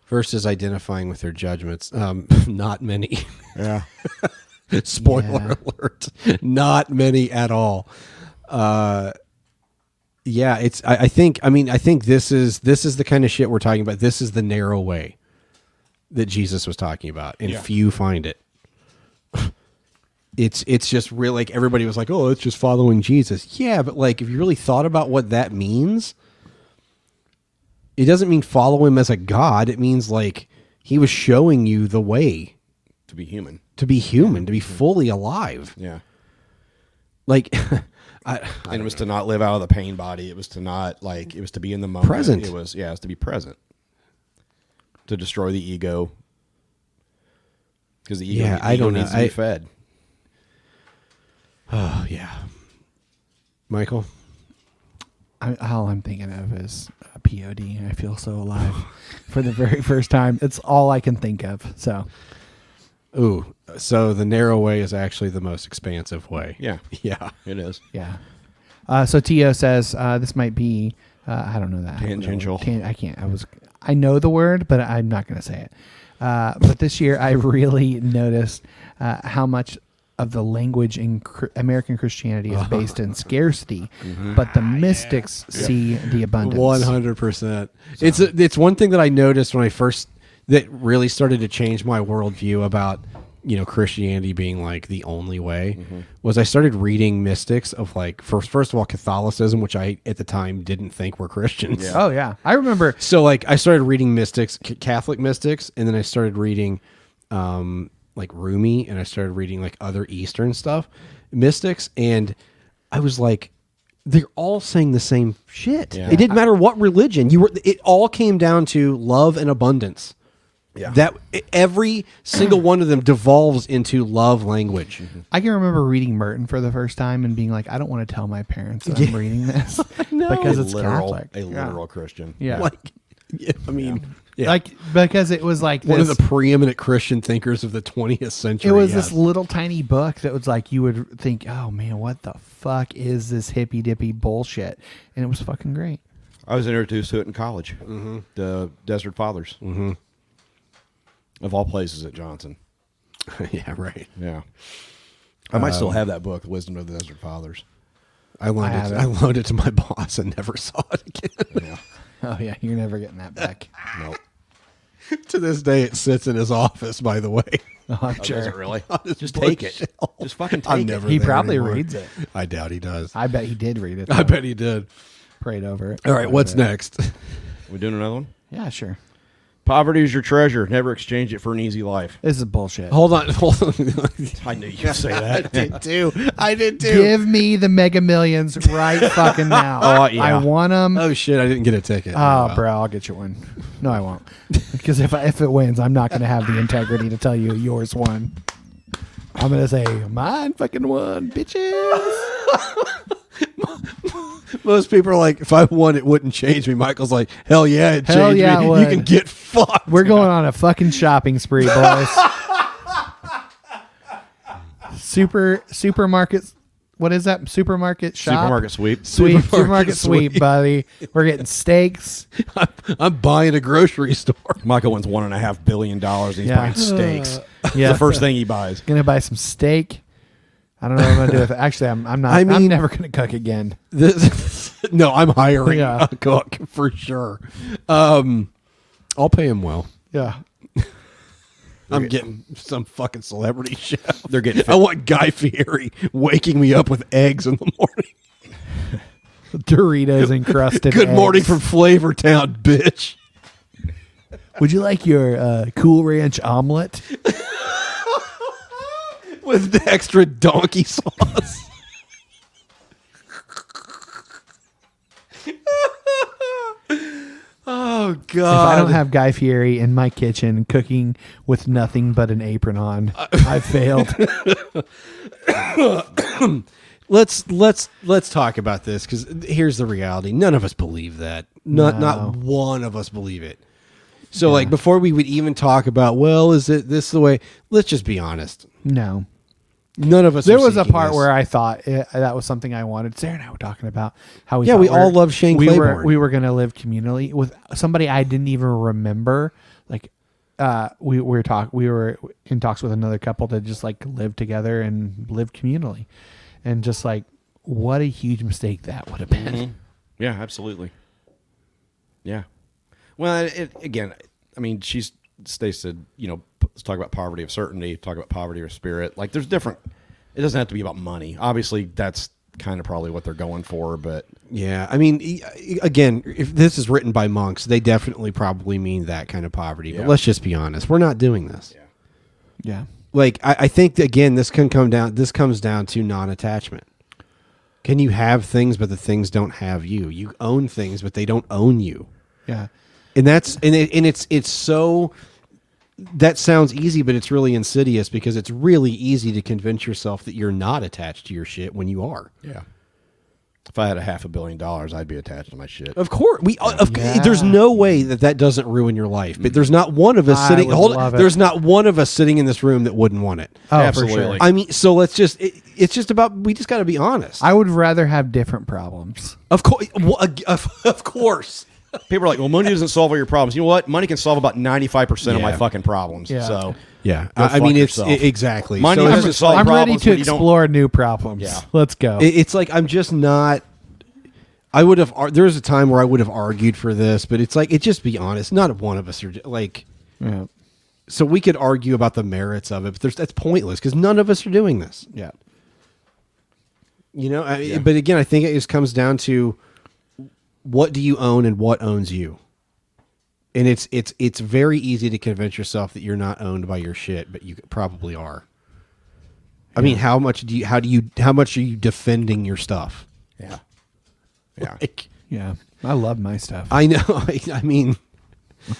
Speaker 3: versus identifying with their judgments. Um, not many.
Speaker 5: Yeah.
Speaker 3: Spoiler alert: not many at all. Uh, yeah, it's. I, I think. I mean, I think this is this is the kind of shit we're talking about. This is the narrow way that Jesus was talking about, and
Speaker 5: Yeah.
Speaker 3: few find it. It's it's just real like everybody was like, oh, it's just following Jesus. Yeah, but like if you really thought about what that means, it doesn't mean follow him as a god. It means like he was showing you the way
Speaker 5: To be human.
Speaker 3: to be human, to be fully alive.
Speaker 5: Yeah.
Speaker 3: Like I,
Speaker 5: and it was to not live out of the pain body. It was to not like it was to be in the moment.
Speaker 3: Present.
Speaker 5: It was yeah, it was to be present. To destroy the ego. Because the ego,
Speaker 3: Yeah,
Speaker 5: the
Speaker 3: I
Speaker 5: ego
Speaker 3: don't know.
Speaker 5: needs to be
Speaker 3: I-
Speaker 5: fed.
Speaker 3: oh yeah, Michael.
Speaker 1: I, all I'm thinking of is uh, a POD. I feel so alive for the very first time. It's all I can think of. So
Speaker 3: Ooh, so the narrow way is actually the most expansive way.
Speaker 5: Yeah.
Speaker 3: Yeah.
Speaker 5: It is.
Speaker 1: yeah. Uh, so Tio says uh, this might be uh, I don't know that
Speaker 5: Tangential.
Speaker 1: Tan- I can't. I was. I know the word, but I'm not going to say it. Uh, but this year, I really noticed uh, how much of the language in cr- American Christianity is based in scarcity, but the mystics see the abundance.
Speaker 3: Mm-hmm. One hundred percent. It's a, it's one thing that I noticed when I first that really started to change my worldview about you know Christianity being like the only way
Speaker 1: Mm-hmm.
Speaker 3: was I started reading mystics of like first first of all Catholicism, which I at the time didn't think were Christians.
Speaker 1: Oh yeah, I remember.
Speaker 3: So like I started reading mystics, C- Catholic mystics, and then I started reading um like Rumi and I started reading like other Eastern stuff, mystics, and I was like they're all saying the same shit.
Speaker 5: Yeah.
Speaker 3: It didn't matter what religion. You were it all came down to love and abundance.
Speaker 5: Yeah.
Speaker 3: That e, every single one of them devolves into love language.
Speaker 1: I can remember reading Merton for the first time and being like, I don't want to tell my parents that I'm reading this because
Speaker 5: a
Speaker 1: it's
Speaker 5: literal,
Speaker 1: Catholic.
Speaker 5: a literal Christian.
Speaker 1: Yeah.
Speaker 3: Like yeah, I mean, yeah.
Speaker 1: Like because it was like
Speaker 3: one
Speaker 1: this,
Speaker 3: of the preeminent Christian thinkers of the 20th century.
Speaker 1: it was
Speaker 3: yes.
Speaker 1: this little tiny book that was like you would think, oh man, what the fuck is this hippy dippy bullshit? And it was fucking great.
Speaker 5: I was introduced to it in college. Mm-hmm. The Desert Fathers. Mm-hmm. Of all places at Johnson.
Speaker 3: yeah, right.
Speaker 5: Yeah. I might still have that book, The Wisdom of the Desert Fathers.
Speaker 3: I loaned it. I loaned it to my boss and never saw it again.
Speaker 5: Yeah.
Speaker 1: Oh yeah, you're never getting that back.
Speaker 5: nope.
Speaker 3: to this day, it sits in his office. By the way,
Speaker 1: Oh, I'm
Speaker 5: Does
Speaker 1: sure.
Speaker 5: it really?
Speaker 3: his
Speaker 5: Just take it.
Speaker 3: bookshelf.
Speaker 5: Just fucking take
Speaker 3: I'm
Speaker 5: it.
Speaker 3: never
Speaker 1: He
Speaker 3: there
Speaker 1: probably
Speaker 3: anymore.
Speaker 1: reads it.
Speaker 3: I doubt he does. I,
Speaker 1: I bet he did read it. though.
Speaker 3: bet he did.
Speaker 1: prayed over it.
Speaker 3: All right, what's
Speaker 1: Whatever.
Speaker 3: next?
Speaker 5: We doing another one?
Speaker 1: Yeah, sure.
Speaker 5: Poverty is your treasure. Never exchange it for an easy life.
Speaker 1: This is bullshit.
Speaker 3: Hold on, hold on.
Speaker 5: I knew you'd say that.
Speaker 3: do. I did
Speaker 1: Give me the Mega Millions right fucking now.
Speaker 5: Oh, yeah.
Speaker 1: I want them.
Speaker 3: Oh shit! I didn't get a ticket.
Speaker 1: Oh,
Speaker 3: wow.
Speaker 1: bro, I'll get you one. No, I won't. Because if I, if it wins, I'm not going to have the integrity to tell you yours won. I'm going to say mine fucking won, bitches.
Speaker 3: Most people are like, if I won, it wouldn't change me. Michael's like, hell yeah, it
Speaker 1: Hell
Speaker 3: changed
Speaker 1: yeah,
Speaker 3: me.
Speaker 1: it
Speaker 3: You
Speaker 1: would.
Speaker 3: can get fucked.
Speaker 1: We're going on a fucking shopping spree, boys. super supermarket. What is that? Supermarket shop.
Speaker 5: Supermarket sweep.
Speaker 1: Sweep, supermarket,
Speaker 3: Supermarket
Speaker 1: sweep,
Speaker 3: sweep.
Speaker 1: buddy. We're getting steaks.
Speaker 3: I'm, I'm buying a grocery store.
Speaker 5: Michael wins one and a half billion dollars. And he's
Speaker 1: Yeah.
Speaker 5: buying steaks.
Speaker 1: Uh, Yeah.
Speaker 5: The first thing he buys.
Speaker 1: Gonna buy some steak. I don't know what I'm gonna do with it. Actually, I'm, I'm not.
Speaker 3: I
Speaker 1: I
Speaker 3: mean-
Speaker 1: am never gonna cook again.
Speaker 3: This, no, I'm hiring
Speaker 1: Yeah.
Speaker 3: a cook for sure. Um, I'll pay him well.
Speaker 1: Yeah.
Speaker 3: I'm getting some fucking celebrity chef.
Speaker 5: They're getting
Speaker 3: I want Guy Fieri waking me up with eggs in the morning.
Speaker 1: Doritos encrusted.
Speaker 3: Good
Speaker 1: eggs.
Speaker 3: morning from Flavor Town, bitch.
Speaker 1: Would you like your uh, Cool Ranch omelet?
Speaker 3: With the extra donkey sauce. oh God!
Speaker 1: if I don't have Guy Fieri in my kitchen cooking with nothing but an apron on,
Speaker 3: Uh,
Speaker 1: I failed.
Speaker 3: let's let's let's talk about this because here's the reality: none of us believe that. Not not one of us believe it. So like before we would even talk about, well, is it this the way? Let's just be honest.
Speaker 1: No.
Speaker 3: None of us.
Speaker 1: There
Speaker 3: are
Speaker 1: was a
Speaker 3: seeking
Speaker 1: part
Speaker 3: this.
Speaker 1: where I thought eh, that was something I wanted. Sarah and I were talking about how we
Speaker 3: Yeah,
Speaker 1: thought
Speaker 3: we
Speaker 1: we're-
Speaker 3: all love Shane
Speaker 1: we were
Speaker 3: Claiborne.
Speaker 1: we were going to live communally with somebody I didn't even remember. Like uh, we, we were talk we were in talks with another couple to just like live together and live communally, and just like what a huge mistake that would have been.
Speaker 3: Mm-hmm.
Speaker 5: Yeah, absolutely. Yeah. Well, it, again, I mean, she's Stace said, you know, p- let's talk about poverty of certainty, talk about poverty of spirit. Like, there's different. It doesn't have to be about money. Obviously, that's kind of probably what they're going for, but
Speaker 3: Yeah, I mean, e- e- again, if this is written by monks, they definitely probably mean that kind of poverty. But
Speaker 5: Yeah.
Speaker 3: let's just be honest, we're not doing this.
Speaker 1: Yeah.
Speaker 3: Like, I, I think again, this can come down. This comes down to non-attachment. Can you have things, but the things don't have you? You own things, but they don't own you.
Speaker 1: Yeah.
Speaker 3: And that's and it, and it's it's so. That sounds easy, but it's really insidious because it's really easy to convince yourself that you're not attached to your shit when you are.
Speaker 5: yeah. If I had a half a billion dollars, I'd be attached to my shit.
Speaker 3: Of course, we. uh, Of, There's no way that that doesn't ruin your life. But there's not one of us
Speaker 1: I
Speaker 3: sitting.
Speaker 1: would
Speaker 3: Hold
Speaker 1: love
Speaker 3: on.
Speaker 1: it.
Speaker 3: There's not one of us sitting in this room that wouldn't want it.
Speaker 1: Oh,
Speaker 5: Absolutely.
Speaker 1: for sure.
Speaker 3: I mean, so let's just. It, it's just about. We just got to be honest.
Speaker 1: I would rather have different problems.
Speaker 3: of course. Of, of course.
Speaker 5: People are like, well, money doesn't solve all your problems. You know what? Money can solve about 95% of my
Speaker 3: Yeah.
Speaker 5: fucking problems.
Speaker 1: Yeah.
Speaker 5: So,
Speaker 3: Yeah.
Speaker 5: Go
Speaker 3: I, I
Speaker 5: fuck
Speaker 3: mean,
Speaker 5: yourself.
Speaker 3: it's i- exactly.
Speaker 5: Money
Speaker 3: so
Speaker 5: is
Speaker 3: it's,
Speaker 5: just- solve
Speaker 1: I'm ready
Speaker 5: problems
Speaker 1: to
Speaker 5: when you don't-
Speaker 1: explore new problems.
Speaker 5: Yeah.
Speaker 1: Let's go.
Speaker 3: it- it's like I'm just not. I would have. ar- There was a time where I would have argued for this, but it's like it. Just be honest. Not one of us are j- like.
Speaker 1: yeah.
Speaker 3: So we could argue about the merits of it, but there's, that's pointless because none of us are doing this.
Speaker 1: Yeah.
Speaker 3: You know, I, but again, I think it just comes down to what do you own and what owns you. And it's it's it's very easy to convince yourself that you're not owned by your shit, but you probably are. I mean, how much do you how do you how much are you defending your stuff?
Speaker 5: yeah. Yeah.
Speaker 3: Like,
Speaker 1: Yeah. I love my stuff.
Speaker 3: I know. I, I mean,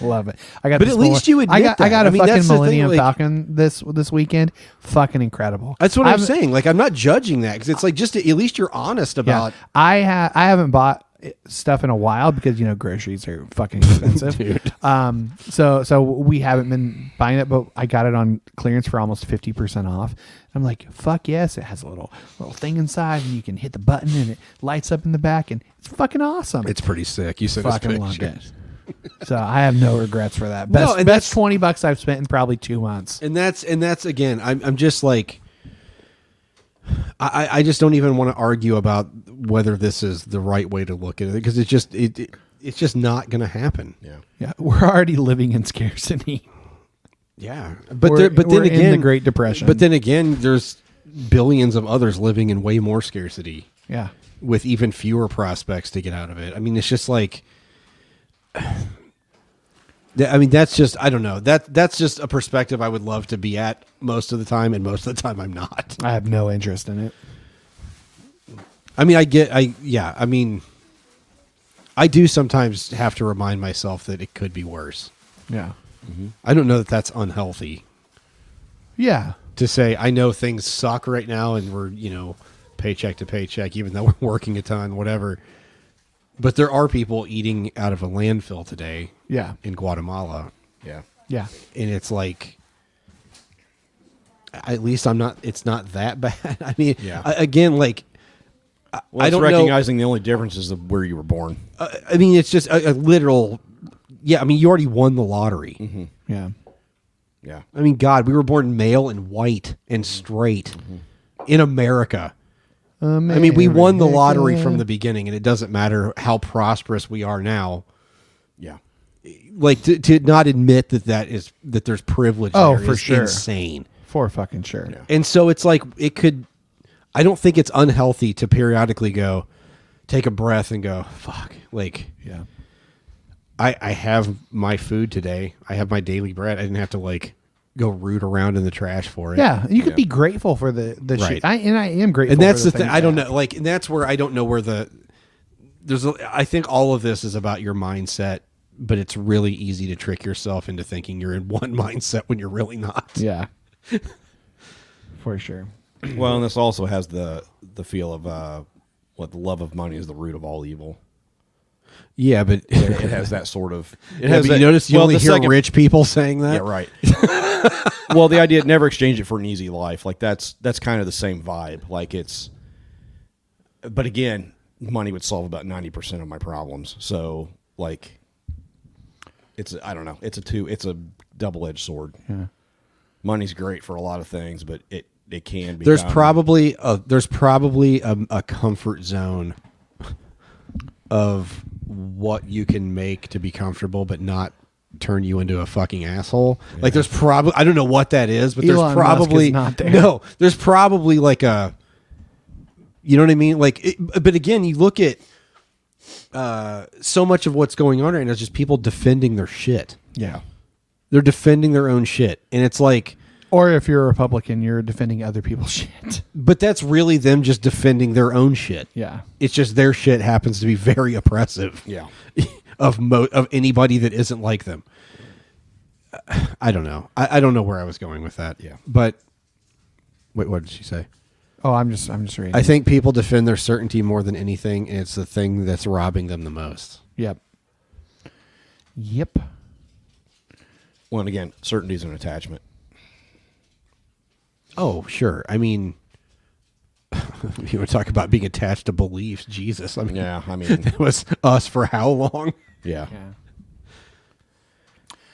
Speaker 1: Love it. I got.
Speaker 3: But
Speaker 1: this
Speaker 3: at least you
Speaker 1: I
Speaker 3: admit
Speaker 1: got. I
Speaker 3: that.
Speaker 1: got a
Speaker 3: I mean,
Speaker 1: fucking
Speaker 3: that's the thing,
Speaker 1: Millennium
Speaker 3: like-
Speaker 1: Falcon this this weekend. Fucking incredible.
Speaker 3: that's what I'm,
Speaker 1: I've-
Speaker 3: saying. Like, I'm not judging that because it's like just at least you're honest
Speaker 1: Yeah,
Speaker 3: about.
Speaker 1: I ha- I haven't bought it- stuff in a while because you know groceries are fucking expensive. Um. So so we haven't been buying it, but I got it on clearance for almost fifty percent off. I'm like, fuck yes! It has a little little thing inside, and you can hit the button, and it lights up in the back, and it's fucking awesome.
Speaker 3: pretty sick. You said
Speaker 1: fucking loved it. So uh, I have no regrets for that. Best,
Speaker 3: No, and
Speaker 1: best
Speaker 3: that's-
Speaker 1: twenty bucks I've spent in probably two months.
Speaker 3: and that's and that's again i'm, I'm just like I, I just don't even want to argue about whether this is the right way to look at it because it's just it, it it's just not going to happen
Speaker 5: Yeah.
Speaker 1: Yeah, we're already living in scarcity.
Speaker 3: yeah but
Speaker 1: We're-
Speaker 3: there, but
Speaker 1: we're
Speaker 3: then
Speaker 1: in the
Speaker 3: again
Speaker 1: Great Depression.
Speaker 3: but then again there's billions of others living in way more scarcity
Speaker 1: Yeah,
Speaker 3: with even fewer prospects to get out of it i mean it's just like Th- I mean that's just I don't know that that's just a perspective I would love to be at most of the time and most of the time I'm not.
Speaker 1: I have no interest in it.
Speaker 3: I mean, I get, I yeah, I mean, I do sometimes have to remind myself that it could be worse.
Speaker 1: Yeah,
Speaker 3: I don't know that that's unhealthy
Speaker 1: yeah,
Speaker 3: to say. I know things suck right now, and we're you know paycheck to paycheck, even though we're working a ton, whatever. But there are people eating out of a landfill today
Speaker 1: yeah,
Speaker 3: in Guatemala,
Speaker 5: Yeah.
Speaker 1: yeah.
Speaker 3: and it's like. At least I'm not. It's not that bad. I mean,
Speaker 5: Yeah.
Speaker 3: I- again, like
Speaker 5: Well,
Speaker 3: I
Speaker 5: it's
Speaker 3: don't know-
Speaker 5: recognizing the only difference is of where you were born.
Speaker 3: I- uh, I mean, it's just a, a literal. Yeah, I mean, you already won the lottery.
Speaker 1: Yeah.
Speaker 5: Yeah.
Speaker 3: I mean, God, we were born male and white and
Speaker 1: Mm-hmm.
Speaker 3: straight in America. I mean, we won the lottery from the beginning, and it doesn't matter how prosperous we are now.
Speaker 5: Yeah.
Speaker 3: Like to, to not admit that that is that there's privilege.
Speaker 1: Oh,
Speaker 3: there
Speaker 1: for
Speaker 3: is
Speaker 1: sure.
Speaker 3: insane.
Speaker 1: For fucking sure.
Speaker 3: And so it's like it could. I don't think it's unhealthy to periodically go. take a breath and go, fuck. Like,
Speaker 1: yeah.
Speaker 3: I, I have my food today. I have my daily bread. I didn't have to like go root around in the trash for it.
Speaker 1: Yeah, you could be grateful for the the
Speaker 3: Right.
Speaker 1: shit. I and I am grateful.
Speaker 3: and that's
Speaker 1: for
Speaker 3: the thing.
Speaker 1: things
Speaker 3: I don't
Speaker 1: have.
Speaker 3: know. Like, and that's where I don't know where the there's. A, I think all of this is about your mindset, but it's really easy to trick yourself into thinking you're in one mindset when you're really not.
Speaker 1: Yeah, for sure.
Speaker 5: Well, and this also has the the feel of uh, what the love of money is the root of all evil.
Speaker 3: Yeah, but
Speaker 5: It, it has that sort of. It
Speaker 3: Yeah,
Speaker 5: has
Speaker 3: but
Speaker 5: that-
Speaker 3: you notice you
Speaker 5: well,
Speaker 3: only
Speaker 5: the
Speaker 3: hear
Speaker 5: second-
Speaker 3: rich people saying that.
Speaker 5: Yeah, right. well, the idea never exchange it for an easy life. Like that's that's kind of the same vibe. Like it's, but again, money would solve about ninety percent of my problems. So like, it's a, I don't know. It's a two. It's a double edged sword.
Speaker 1: Yeah.
Speaker 5: Money's great for a lot of things, but it it can be.
Speaker 3: There's probably a there's probably a, a comfort zone of what you can make to be comfortable, but not turn you into a fucking asshole. Like there's probably I don't know what that is, but
Speaker 1: Elon
Speaker 3: there's
Speaker 1: Musk is
Speaker 3: probably
Speaker 1: not there.
Speaker 3: no. There's probably like a you know what I mean. Like, it, but again, you look at uh, so much of what's going on right now is just people defending their shit.
Speaker 1: Yeah.
Speaker 3: They're defending their own shit, and it's like.
Speaker 1: Or if you're a Republican, you're defending other people's shit.
Speaker 3: But that's really them just defending their own shit.
Speaker 1: Yeah.
Speaker 3: It's just their shit happens to be very oppressive.
Speaker 5: Yeah.
Speaker 3: of mo- of anybody that isn't like them. I don't know. I, I don't know where I was going with that.
Speaker 5: Yeah.
Speaker 3: But wait, what did she say?
Speaker 1: Oh, I'm just I'm just reading.
Speaker 3: I think people defend their certainty more than anything, and it's the thing that's robbing them the most.
Speaker 1: Yep. Yep.
Speaker 5: Well, and again, certainty is an attachment.
Speaker 3: Oh, sure. I mean, you were talking about being attached to beliefs. Jesus. I mean,
Speaker 5: Yeah, I mean,
Speaker 3: it was us for how long?
Speaker 5: yeah.
Speaker 1: Yeah.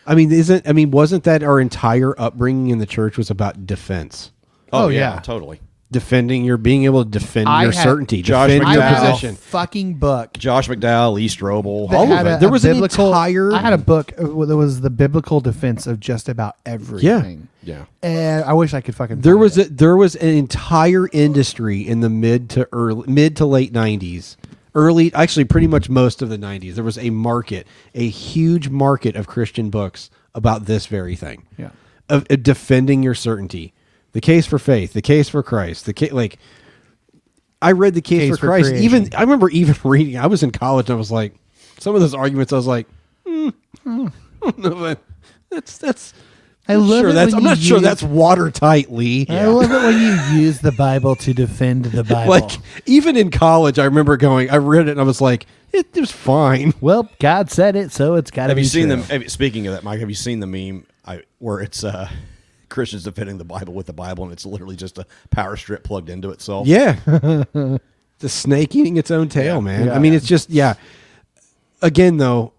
Speaker 3: I mean, isn't I mean, wasn't that our entire upbringing in the church was about defense,
Speaker 1: Oh, yeah.
Speaker 5: totally.
Speaker 3: defending your being able to defend
Speaker 1: I
Speaker 3: your
Speaker 1: had-
Speaker 3: certainty,
Speaker 5: Josh
Speaker 3: defend
Speaker 1: I
Speaker 3: your
Speaker 5: McDowell.
Speaker 1: had
Speaker 3: position?
Speaker 1: a fucking book.
Speaker 5: Josh McDowell, Lee Strobel,
Speaker 1: that
Speaker 3: All of
Speaker 1: had
Speaker 3: it.
Speaker 1: a-
Speaker 3: There
Speaker 1: a
Speaker 3: was an
Speaker 1: biblical-
Speaker 3: entire-
Speaker 1: I had a book uh, that was the biblical defense of just about everything.
Speaker 5: Yeah.
Speaker 1: And I wish I could fucking.
Speaker 3: There
Speaker 1: find
Speaker 3: was
Speaker 1: it.
Speaker 3: a, there was an entire industry in the mid to early mid to late nineties, early actually pretty much most of the nineties. There was a market, a huge market of Christian books about this very thing,
Speaker 1: Yeah.
Speaker 3: of, of defending your certainty, the case for faith, the case for Christ, the case like. I read the case,
Speaker 1: Case
Speaker 3: for,
Speaker 1: for
Speaker 3: Christ.
Speaker 1: creation.
Speaker 3: Even I remember even reading. I was in college. and I was like, some of those arguments. I was like, hmm, I don't know, but that's that's.
Speaker 1: I
Speaker 3: I'm
Speaker 1: love
Speaker 3: sure
Speaker 1: it
Speaker 3: that's.
Speaker 1: when
Speaker 3: I'm
Speaker 1: you
Speaker 3: not sure
Speaker 1: use-
Speaker 3: that's watertight, Lee.
Speaker 1: I love it when you use the Bible to defend the Bible.
Speaker 3: Like even in college, I remember going. I read it and I was like, it, it was fine.
Speaker 1: well, God said it, so it's got to
Speaker 5: Have
Speaker 1: be.
Speaker 5: you seen
Speaker 1: true.
Speaker 5: them? Have, you- speaking of that, Mike, have you seen the meme I, where it's uh, Christians defending the Bible with the Bible, and it's literally just a power strip plugged into itself?
Speaker 3: Yeah, the snake eating its own tail, man. I mean, it's just yeah. Again, though,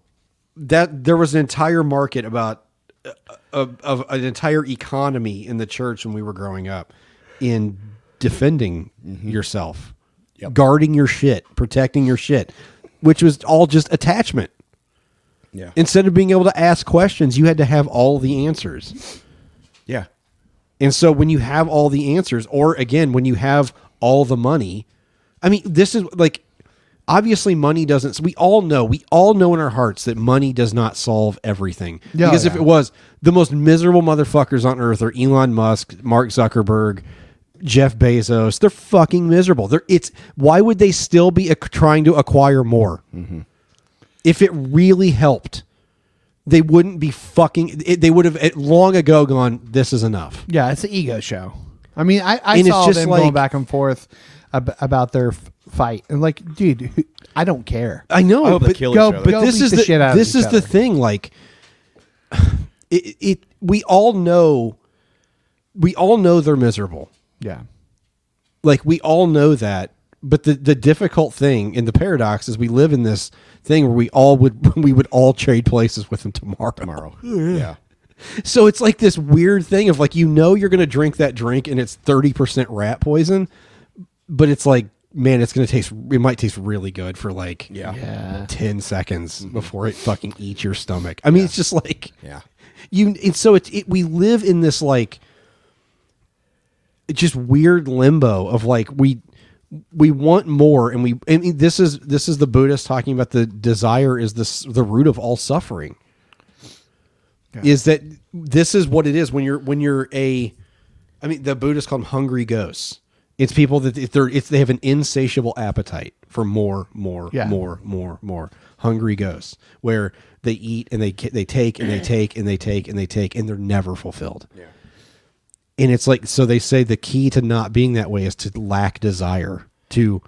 Speaker 3: that there was an entire market about uh, of, of an entire economy in the church when we were growing up in defending yourself,
Speaker 5: Yep.
Speaker 3: guarding your shit, protecting your shit, which was all just attachment.
Speaker 5: yeah,
Speaker 3: Instead of being able to ask questions, you had to have all the answers.
Speaker 5: yeah.
Speaker 3: And so when you have all the answers, or again, when you have all the money, I mean, this is like obviously money doesn't we all know we all know in our hearts that money does not solve everything
Speaker 1: Yeah,
Speaker 3: because if
Speaker 1: yeah.
Speaker 3: it was the most miserable motherfuckers on earth are elon musk mark zuckerberg jeff bezos they're fucking miserable they're it's why would they still be ac- trying to acquire more
Speaker 1: Mm-hmm.
Speaker 3: if it really helped they wouldn't be fucking it, they would have eh, long ago gone this is enough
Speaker 1: Yeah, it's an ego show. I mean, I, I
Speaker 3: And it's
Speaker 1: saw
Speaker 3: just
Speaker 1: them
Speaker 3: like-
Speaker 1: going back and forth ab- about their f- fight, and like, dude, who- I don't care.
Speaker 3: I know,
Speaker 5: I hope they
Speaker 3: but,
Speaker 5: kill
Speaker 1: go-
Speaker 5: each other.
Speaker 3: Uh, but this
Speaker 1: beat
Speaker 3: is
Speaker 1: the
Speaker 3: the,
Speaker 1: shit out of
Speaker 3: this
Speaker 1: each
Speaker 3: is the
Speaker 1: other.
Speaker 3: thing. Like it, it, we all know, we all know they're miserable.
Speaker 1: Yeah,
Speaker 3: Like we all know that. But the the difficult thing in the paradox is we live in this thing where we all would we would all trade places with them tomorrow.
Speaker 5: Tomorrow. yeah.
Speaker 3: So it's like this weird thing of like you know you're gonna drink that drink and it's thirty percent rat poison, but it's like man, it's gonna taste. It might taste really good for like
Speaker 5: Yeah. Mm-hmm.
Speaker 1: Yeah.
Speaker 3: ten seconds before it fucking eats your stomach. I mean, it's just like
Speaker 5: Yeah.
Speaker 3: you. It's so it's it, we live in this like just weird limbo of like we we want more and we and this is this is the buddhist talking about the desire is this the root of all suffering is that this is what it is when you're when you're a i mean the buddhists call them hungry ghosts it's people that if they're if they have an insatiable appetite for more more
Speaker 1: Yeah.
Speaker 3: more more more hungry ghosts where they eat and they ca- they take and they take and they take and they take and they're never fulfilled yeah and it's like so they say the key to not being that way is to lack desire to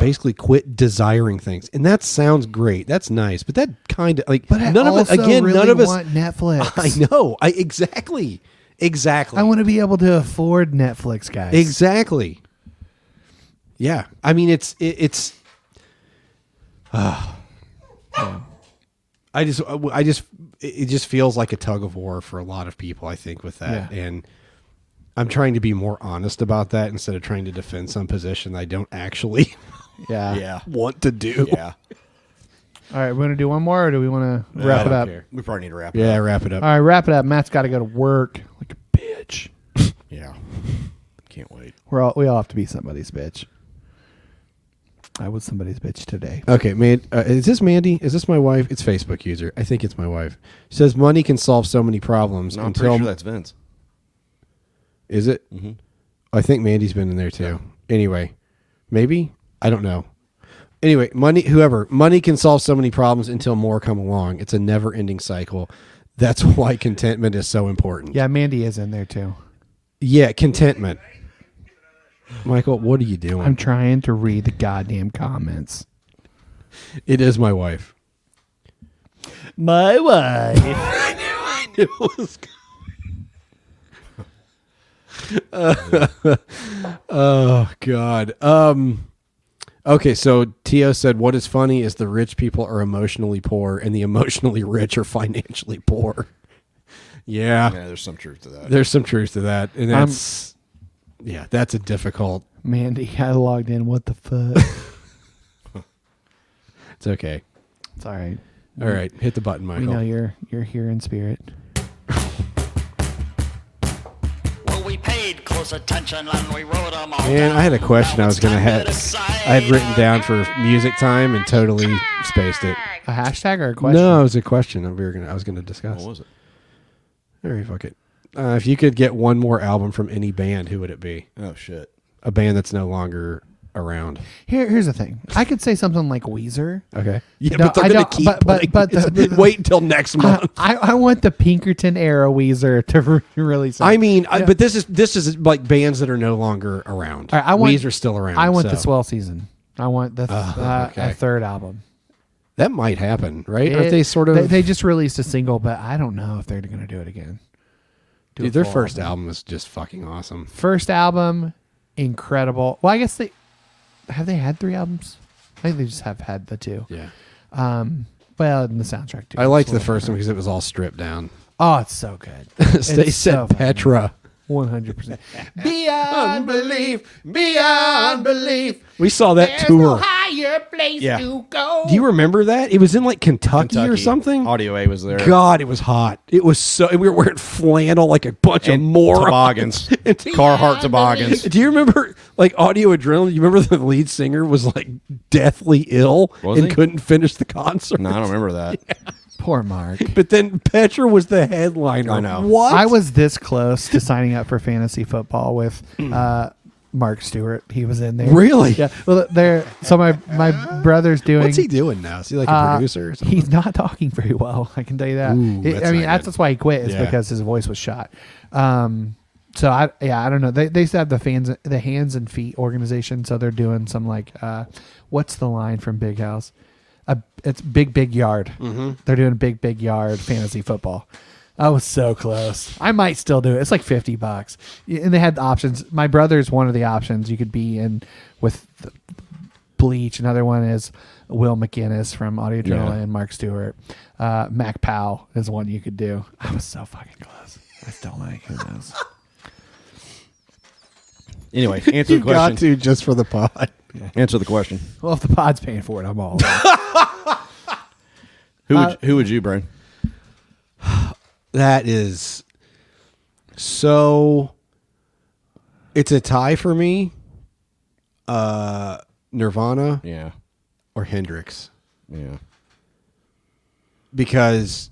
Speaker 3: basically quit desiring things and that sounds great that's nice but that kind of like
Speaker 1: But I
Speaker 3: none of us
Speaker 1: also
Speaker 3: again
Speaker 1: really
Speaker 3: none of us
Speaker 1: want Netflix.
Speaker 3: i know i exactly exactly
Speaker 1: I want to be able to afford Netflix, guys.
Speaker 3: exactly yeah i mean it's it, it's ah. i just i just it it just feels like a tug of war for a lot of people i think with that
Speaker 1: Yeah.
Speaker 3: and i'm trying to be more honest about that instead of trying to defend some position i don't actually
Speaker 1: Yeah.
Speaker 5: Yeah.
Speaker 3: want to do
Speaker 5: Yeah.
Speaker 1: All right, we're gonna do one more, or do we want to wrap it up?
Speaker 5: We probably need to wrap it
Speaker 3: yeah
Speaker 5: up.
Speaker 3: wrap it
Speaker 1: All
Speaker 3: up
Speaker 1: right, wrap it up. Matt's got to go to work like a bitch.
Speaker 5: Yeah. Can't wait.
Speaker 1: We're all we all have to be somebody's bitch. I was somebody's bitch today.
Speaker 3: Okay, man. Uh, is this Mandy? Is this my wife? It's Facebook user. I think it's my wife. She says money can solve so many problems.
Speaker 5: No, I'm
Speaker 3: until
Speaker 5: pretty sure that's Vince.
Speaker 3: is it? I think Mandy's been in there too. Anyway, maybe I don't know. Anyway, money. Whoever money can solve so many problems until more come along. It's a never-ending cycle. That's why contentment is so important.
Speaker 1: Yeah, Mandy is in there too.
Speaker 3: Yeah, contentment. Michael, what are you doing?
Speaker 1: I'm trying to read the goddamn comments.
Speaker 3: it is my wife.
Speaker 1: My wife.
Speaker 3: it was. oh God. Um. Okay, so Tio said, "What is funny is the rich people are emotionally poor, and the emotionally rich are financially poor." yeah,
Speaker 5: Yeah, there's some truth to that.
Speaker 3: there's some truth to that, and
Speaker 1: I'm-
Speaker 3: that's yeah, that's a difficult.
Speaker 1: Mandy, I logged in. What the fuck?
Speaker 3: It's okay.
Speaker 1: it's all right.
Speaker 3: All right, hit the button,
Speaker 1: We know
Speaker 3: Michael.
Speaker 1: you're you're here in spirit.
Speaker 18: Well, we paid close attention and we wrote 'em all
Speaker 3: Man, I had a
Speaker 18: down.
Speaker 3: question I was gonna have. I had
Speaker 18: decide.
Speaker 3: written down for music time and totally spaced it.
Speaker 1: A hashtag or a question?
Speaker 3: No, it was a question that we were gonna. I was gonna discuss.
Speaker 5: What was it?
Speaker 3: All right, fuck it. Uh, if you could get one more album from any band, who would it be?
Speaker 5: Oh shit.
Speaker 3: A band that's no longer around.
Speaker 1: Here, here's the thing. I could say something like Weezer.
Speaker 3: Okay. Yeah,
Speaker 1: No,
Speaker 3: but
Speaker 1: I
Speaker 3: they're gonna
Speaker 1: don't-
Speaker 3: keep
Speaker 1: but- but-
Speaker 3: playing
Speaker 1: but
Speaker 3: this.
Speaker 1: the- the-
Speaker 3: wait until next month.
Speaker 1: I, I, I want the Pinkerton era Weezer to re- release.
Speaker 3: I mean, I,
Speaker 1: Yeah.
Speaker 3: but this is this is like bands that are no longer around.
Speaker 1: All right, I want
Speaker 3: Weezer still around.
Speaker 1: I want
Speaker 3: so.
Speaker 1: the swell season. I want the th-
Speaker 3: Oh,
Speaker 1: uh,
Speaker 3: okay.
Speaker 1: a third album.
Speaker 3: That might happen, right? Aren't
Speaker 1: It-
Speaker 3: they sort of?
Speaker 1: They, they just released a single, but I don't know if they're going to do it again. Do a
Speaker 3: dude, their
Speaker 1: full
Speaker 3: first album was just fucking awesome.
Speaker 1: First album, incredible. Well, I guess they have they had three albums. I think they just have had the two.
Speaker 3: Yeah.
Speaker 1: Um. Well, and the soundtrack too.
Speaker 3: I liked
Speaker 1: It's a
Speaker 3: the
Speaker 1: little
Speaker 3: first one because it was all stripped down.
Speaker 1: different. Oh, it's so good.
Speaker 3: Stay said Petra.
Speaker 1: One hundred percent.
Speaker 3: Beyond belief, beyond belief. We saw that tour.
Speaker 13: higher place
Speaker 3: Yeah.
Speaker 13: to go.
Speaker 3: Do you remember that? It was in like Kentucky, or
Speaker 5: Kentucky.
Speaker 3: something.
Speaker 5: Audio A was there.
Speaker 3: God, it was hot. It was so. And we were wearing flannel like a bunch of
Speaker 5: And
Speaker 3: morons.
Speaker 5: toboggans. Carhartt toboggans.
Speaker 3: Do you remember like audio adrenaline? You remember the lead singer was like deathly ill
Speaker 5: Was
Speaker 3: and
Speaker 5: he?
Speaker 3: couldn't finish the concert.
Speaker 5: No, I don't remember that.
Speaker 1: Poor Mark.
Speaker 3: But then Petra was the headliner.
Speaker 5: I know.
Speaker 3: What?
Speaker 1: I was this close to signing up for fantasy football with uh, Mark Stewart. He was in there.
Speaker 3: Really?
Speaker 1: Yeah. Well, there. So my my brother's doing.
Speaker 3: What's he doing now? Is he like a
Speaker 1: uh,
Speaker 3: producer? Or something?
Speaker 1: he's not talking very well. I can tell you that.
Speaker 3: Ooh,
Speaker 1: It-
Speaker 3: that's
Speaker 1: I mean,
Speaker 3: not
Speaker 1: that's,
Speaker 3: good.
Speaker 1: that's why he quit is
Speaker 3: Yeah.
Speaker 1: because his voice was shot. Um, so I yeah I don't know. They they used to have the fans the hands and feet organization. So they're doing some like uh, what's the line from Big House? A, it's big big yard.
Speaker 3: Mm-hmm.
Speaker 1: They're doing big big yard fantasy football. I was so close. I might still do it. It's like fifty bucks, Y- and they had the options. My brother's one of the options. You could be in with the, Bleach. Another one is Will McGinnis from Audio Adrenaline and Mark Stewart. Uh, Mac Powell is one you could do. I was so fucking close. I still like who knows.
Speaker 5: Anyway, answer the
Speaker 3: got
Speaker 5: question.
Speaker 3: to just for the pod.
Speaker 5: Answer the question.
Speaker 1: Well, if the pod's paying for it, I'm all. in.
Speaker 5: Who
Speaker 3: Uh,
Speaker 5: would who would you, Brian?
Speaker 3: That is so. It's a tie for me. Uh, Nirvana.
Speaker 5: Yeah.
Speaker 3: Or Hendrix.
Speaker 5: Yeah.
Speaker 3: Because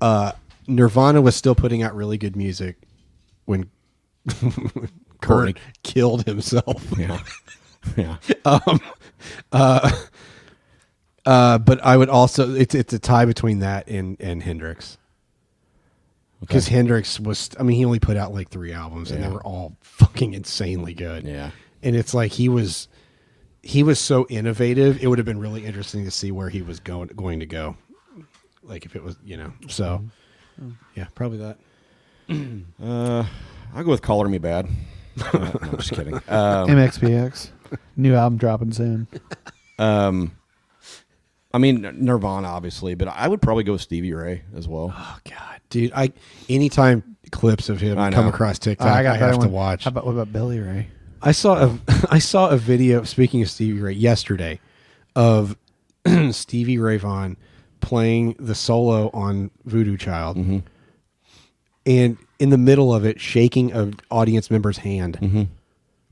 Speaker 3: uh, Nirvana was still putting out really good music when
Speaker 5: Courtney.
Speaker 3: Kurt killed himself.
Speaker 5: Yeah. Yeah.
Speaker 3: um, uh, uh, but I would also it's it's a tie between that and and Hendrix. Because Hendrix was, I mean, he only put out like three albums, and
Speaker 5: Yeah.
Speaker 3: they were all fucking insanely good.
Speaker 5: Yeah.
Speaker 3: and it's like he was, he was so innovative. It would have been really interesting to see where he was going going to go, like if it was, you know. So, yeah, probably that.
Speaker 5: Uh, I'll go with Collar Me Bad. Uh, no, I'm just kidding. Um,
Speaker 1: MXPX. New album dropping soon.
Speaker 5: Um, I mean Nirvana, obviously, but I would probably go with Stevie Ray as well.
Speaker 3: Oh God, dude! I anytime clips of him
Speaker 5: I
Speaker 3: come
Speaker 5: know.
Speaker 3: across TikTok,
Speaker 1: Oh,
Speaker 3: I,
Speaker 1: better
Speaker 3: have to
Speaker 1: one.
Speaker 3: watch.
Speaker 1: How about what about Billy Ray?
Speaker 3: I saw a I saw a video. Speaking of Stevie Ray, yesterday, of Stevie Ray Vaughan playing the solo on Voodoo Child, and in the middle of it, shaking a audience member's hand,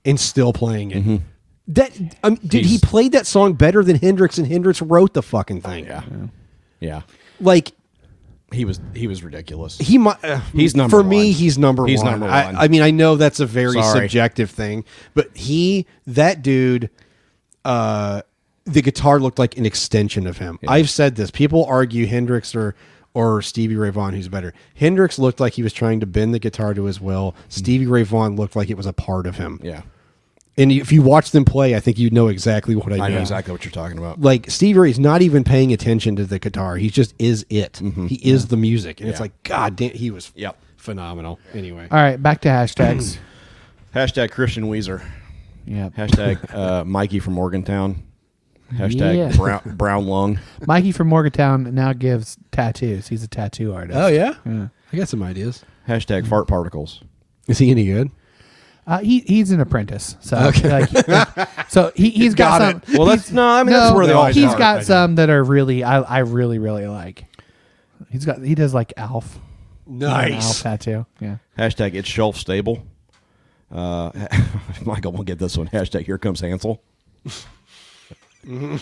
Speaker 3: and still playing it. That um, dude, he
Speaker 5: He's-
Speaker 3: played that song better than Hendrix, and Hendrix wrote the fucking thing.
Speaker 5: Yeah. Yeah.
Speaker 3: Like
Speaker 5: He was he was ridiculous.
Speaker 3: he might. Uh,
Speaker 5: He's number
Speaker 3: for me.
Speaker 5: one.
Speaker 3: He's number
Speaker 5: He's
Speaker 3: one.
Speaker 5: number one.
Speaker 3: I, I mean, I know that's a very
Speaker 5: Sorry.
Speaker 3: subjective thing, but he, that dude, uh, the guitar looked like an extension of him. I've said this. People argue Hendrix or or Stevie Ray Vaughan who's better. Hendrix looked like he was trying to bend the guitar to his will. Stevie Ray Vaughan looked like it was a part of him.
Speaker 5: yeah.
Speaker 3: And if you watch them play, I think you know exactly what I,
Speaker 5: I
Speaker 3: mean
Speaker 5: know exactly what you're talking about.
Speaker 3: like Stevie Ray's not even paying attention to the guitar. He just is it. He is the music, and it's
Speaker 5: Mm-hmm. Yeah.
Speaker 3: like God damn, he was
Speaker 5: Yep.
Speaker 3: phenomenal. Anyway,
Speaker 1: All right, back to hashtags.
Speaker 5: Hashtag Christian Weezer.
Speaker 1: yeah.
Speaker 5: Hashtag uh, Mikey from Morgantown. Hashtag
Speaker 1: Yeah.
Speaker 5: brown, brown lung.
Speaker 1: Mikey from Morgantown now gives tattoos. He's a tattoo artist.
Speaker 3: Oh, yeah? I got some ideas.
Speaker 5: Hashtag fart particles.
Speaker 3: Is he any good?
Speaker 1: Uh, he he's an apprentice, so like, like, so he he's got,
Speaker 3: Got
Speaker 1: some.
Speaker 5: Well, that's no. I mean, that's where they all
Speaker 1: He's
Speaker 5: start.
Speaker 1: got some that are really I I really really like. He's got he does like Alf. An Alf tattoo. Yeah.
Speaker 5: Hashtag it's shelf stable. Uh, Michael will get this one. Hashtag here comes Hansel.
Speaker 1: I don't know.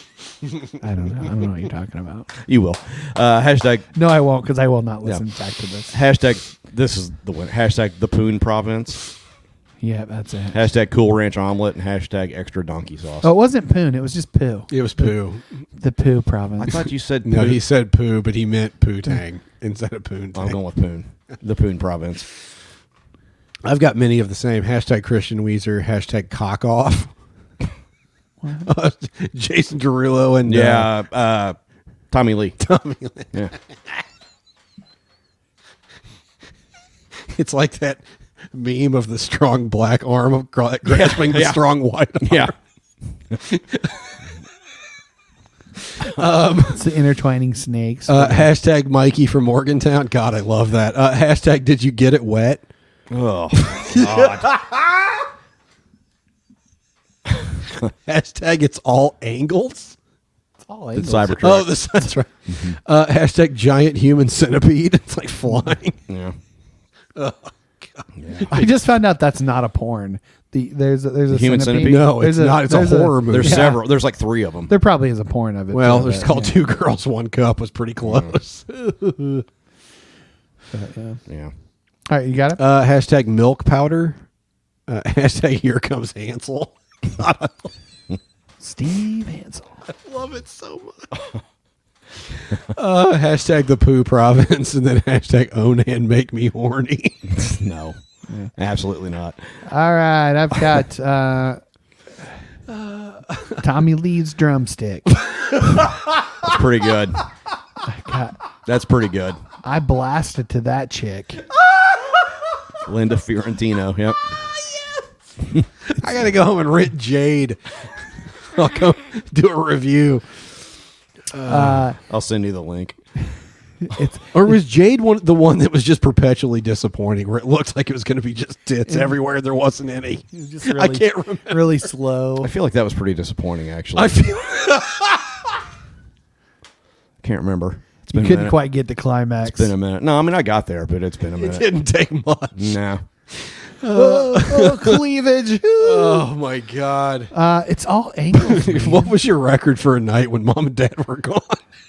Speaker 1: I don't know what you're talking about.
Speaker 5: You will. Uh, hashtag
Speaker 1: No, I won't because I will not listen back to this.
Speaker 5: hashtag this is the one. Hashtag the Poon Province.
Speaker 1: Yeah, that's it.
Speaker 5: Hashtag Cool Ranch Omelet and hashtag Extra Donkey Sauce.
Speaker 1: Oh, it wasn't Poon. It was just Poo.
Speaker 3: It was poo.
Speaker 1: The Poo
Speaker 5: I
Speaker 1: province.
Speaker 5: thought you said
Speaker 3: No,
Speaker 5: Poon.
Speaker 3: he said poo, but he meant poo tang instead of poo.
Speaker 5: I'm
Speaker 3: Tang.
Speaker 5: going with Poon. The Poon Province.
Speaker 3: I've got many of the same hashtag Christian Weezer hashtag cock off. Jason Derulo and uh,
Speaker 5: Yeah. Uh, Tommy Lee.
Speaker 3: Tommy. Lee.
Speaker 5: Yeah.
Speaker 3: It's like that meme of the strong black arm of gra- grasping the
Speaker 5: yeah.
Speaker 3: strong white arm.
Speaker 5: Yeah.
Speaker 1: it's the intertwining snakes.
Speaker 3: Uh, hashtag Mikey from Morgantown. God, I love that. Uh, hashtag Did you get it wet?
Speaker 5: Oh.
Speaker 3: Hashtag It's all angles.
Speaker 1: it's all
Speaker 5: Did
Speaker 1: angles.
Speaker 5: Cybertruck.
Speaker 3: Oh, this, that's right. Uh, hashtag Giant Human Centipede. It's like flying.
Speaker 5: yeah.
Speaker 1: I just found out that's not a porn. The there's a, there's a
Speaker 5: human centipede?
Speaker 3: No, it's not. It's a
Speaker 1: there's
Speaker 3: horror movie.
Speaker 5: There's
Speaker 3: Yeah.
Speaker 5: several. There's like three of them.
Speaker 1: There probably is a porn of it.
Speaker 3: Well,
Speaker 1: too,
Speaker 3: there's
Speaker 1: but,
Speaker 3: called
Speaker 1: yeah.
Speaker 3: Two Girls, One Cup was pretty
Speaker 5: Mm-hmm.
Speaker 3: close.
Speaker 1: uh,
Speaker 5: Yeah.
Speaker 1: All right, you got it.
Speaker 3: Uh, hashtag Milk Powder. Uh, hashtag Here Comes Hansel.
Speaker 1: Steve Hansel.
Speaker 3: love it so much. uh, hashtag the poo province and then hashtag own and make me horny.
Speaker 5: No. Absolutely not.
Speaker 1: All right, I've got uh, Tommy Lee's drumstick.
Speaker 5: That's pretty good. That's pretty good.
Speaker 1: I blasted to that chick.
Speaker 5: Linda Fiorentino. Yep.
Speaker 3: I gotta go home and rent Jade. I'll come do a review.
Speaker 5: I'll send you the link.
Speaker 1: It's
Speaker 3: Or was Jade one the one that was just perpetually disappointing, where it looked like it was going to be just tits everywhere, there wasn't any.
Speaker 1: just
Speaker 3: I
Speaker 1: really-
Speaker 3: can't remember.
Speaker 1: really slow.
Speaker 5: I feel like that was pretty disappointing, actually.
Speaker 3: I feel
Speaker 5: can't remember. It's been
Speaker 1: You
Speaker 5: a
Speaker 1: couldn't
Speaker 5: minute.
Speaker 1: quite get the climax.
Speaker 5: It's been a minute. No, I mean I got there, but it's been a
Speaker 3: it
Speaker 5: minute.
Speaker 3: didn't take much.
Speaker 5: No.
Speaker 1: oh, cleavage.
Speaker 3: Oh my god.
Speaker 1: Uh, it's all angles. man.
Speaker 3: what was your record for a night when mom and dad were gone?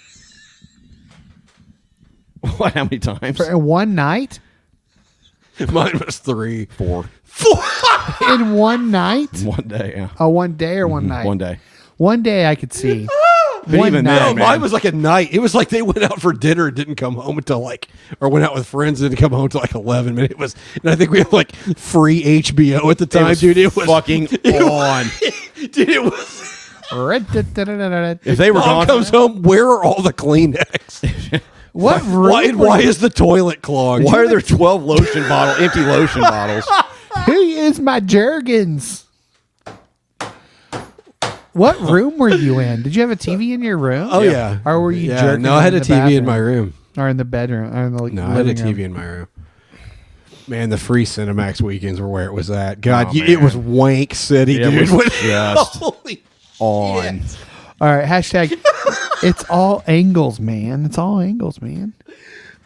Speaker 5: What? How many times?
Speaker 1: For one night?
Speaker 3: Mine was three.
Speaker 5: Four.
Speaker 1: In one night?
Speaker 5: One day. Yeah.
Speaker 1: Oh, one day or
Speaker 3: Mm-hmm.
Speaker 1: one night?
Speaker 5: One day.
Speaker 1: One day I could see.
Speaker 5: But
Speaker 1: One
Speaker 5: even
Speaker 1: night.
Speaker 5: then,
Speaker 3: No,
Speaker 5: man,
Speaker 3: mine was like a night. It was like they went out for dinner and didn't come home until like, or went out with friends and didn't come home until like eleven. And it was, and I think we had like free HBO at the time,
Speaker 5: was
Speaker 3: dude. It was
Speaker 5: fucking
Speaker 3: it
Speaker 5: on.
Speaker 3: was- dude. It was.
Speaker 5: if they were
Speaker 3: Mom
Speaker 5: gone,
Speaker 3: comes home. Where are all the Kleenex?
Speaker 1: What room?
Speaker 3: why? Why is the toilet clogged?
Speaker 5: why are there twelve lotion bottle empty lotion bottles?
Speaker 1: Who is my Jergens? What room were you in? Did you have a TV in your room?
Speaker 3: Oh yeah.
Speaker 1: Or were you?
Speaker 3: Yeah,
Speaker 1: jerking
Speaker 3: No, I had
Speaker 1: in
Speaker 3: a
Speaker 1: the
Speaker 3: TV in my
Speaker 1: bathroom?
Speaker 3: room.
Speaker 1: Or in the bedroom? Or in the
Speaker 3: No, I had a
Speaker 1: living
Speaker 3: TV
Speaker 1: room?
Speaker 3: in my room. Man, the free Cinemax weekends were where it was at. God,
Speaker 5: Oh,
Speaker 3: you, it
Speaker 5: man.
Speaker 3: was wank city,
Speaker 5: It
Speaker 3: dude.
Speaker 5: was
Speaker 3: When-
Speaker 5: just
Speaker 3: holy
Speaker 5: on.
Speaker 1: All right, hashtag. it's all angles, man. It's all angles, man.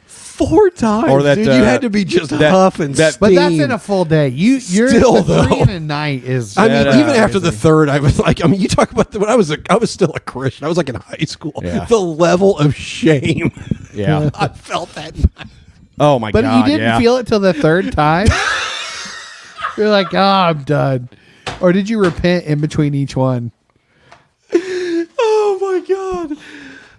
Speaker 3: four times.
Speaker 5: Or that,
Speaker 3: dude,
Speaker 5: uh,
Speaker 3: you had to be just
Speaker 5: that-
Speaker 3: huffing
Speaker 5: that-
Speaker 1: But
Speaker 3: steam.
Speaker 1: that's in a full day. You you're
Speaker 3: Still,
Speaker 1: the three
Speaker 3: though.
Speaker 1: in a night is.
Speaker 3: I mean,
Speaker 5: That, uh,
Speaker 3: even after the third, I was like, I mean, you talk about the, when I was a, I was still a Christian. I was like in high school.
Speaker 5: Yeah.
Speaker 3: The level of shame
Speaker 5: Yeah.
Speaker 3: I felt that. night.
Speaker 5: Oh my
Speaker 1: but
Speaker 5: god.
Speaker 1: you didn't
Speaker 5: yeah.
Speaker 1: feel it till the third time. you're like, oh, I'm done. Or did you repent in between each one?
Speaker 3: Oh my god.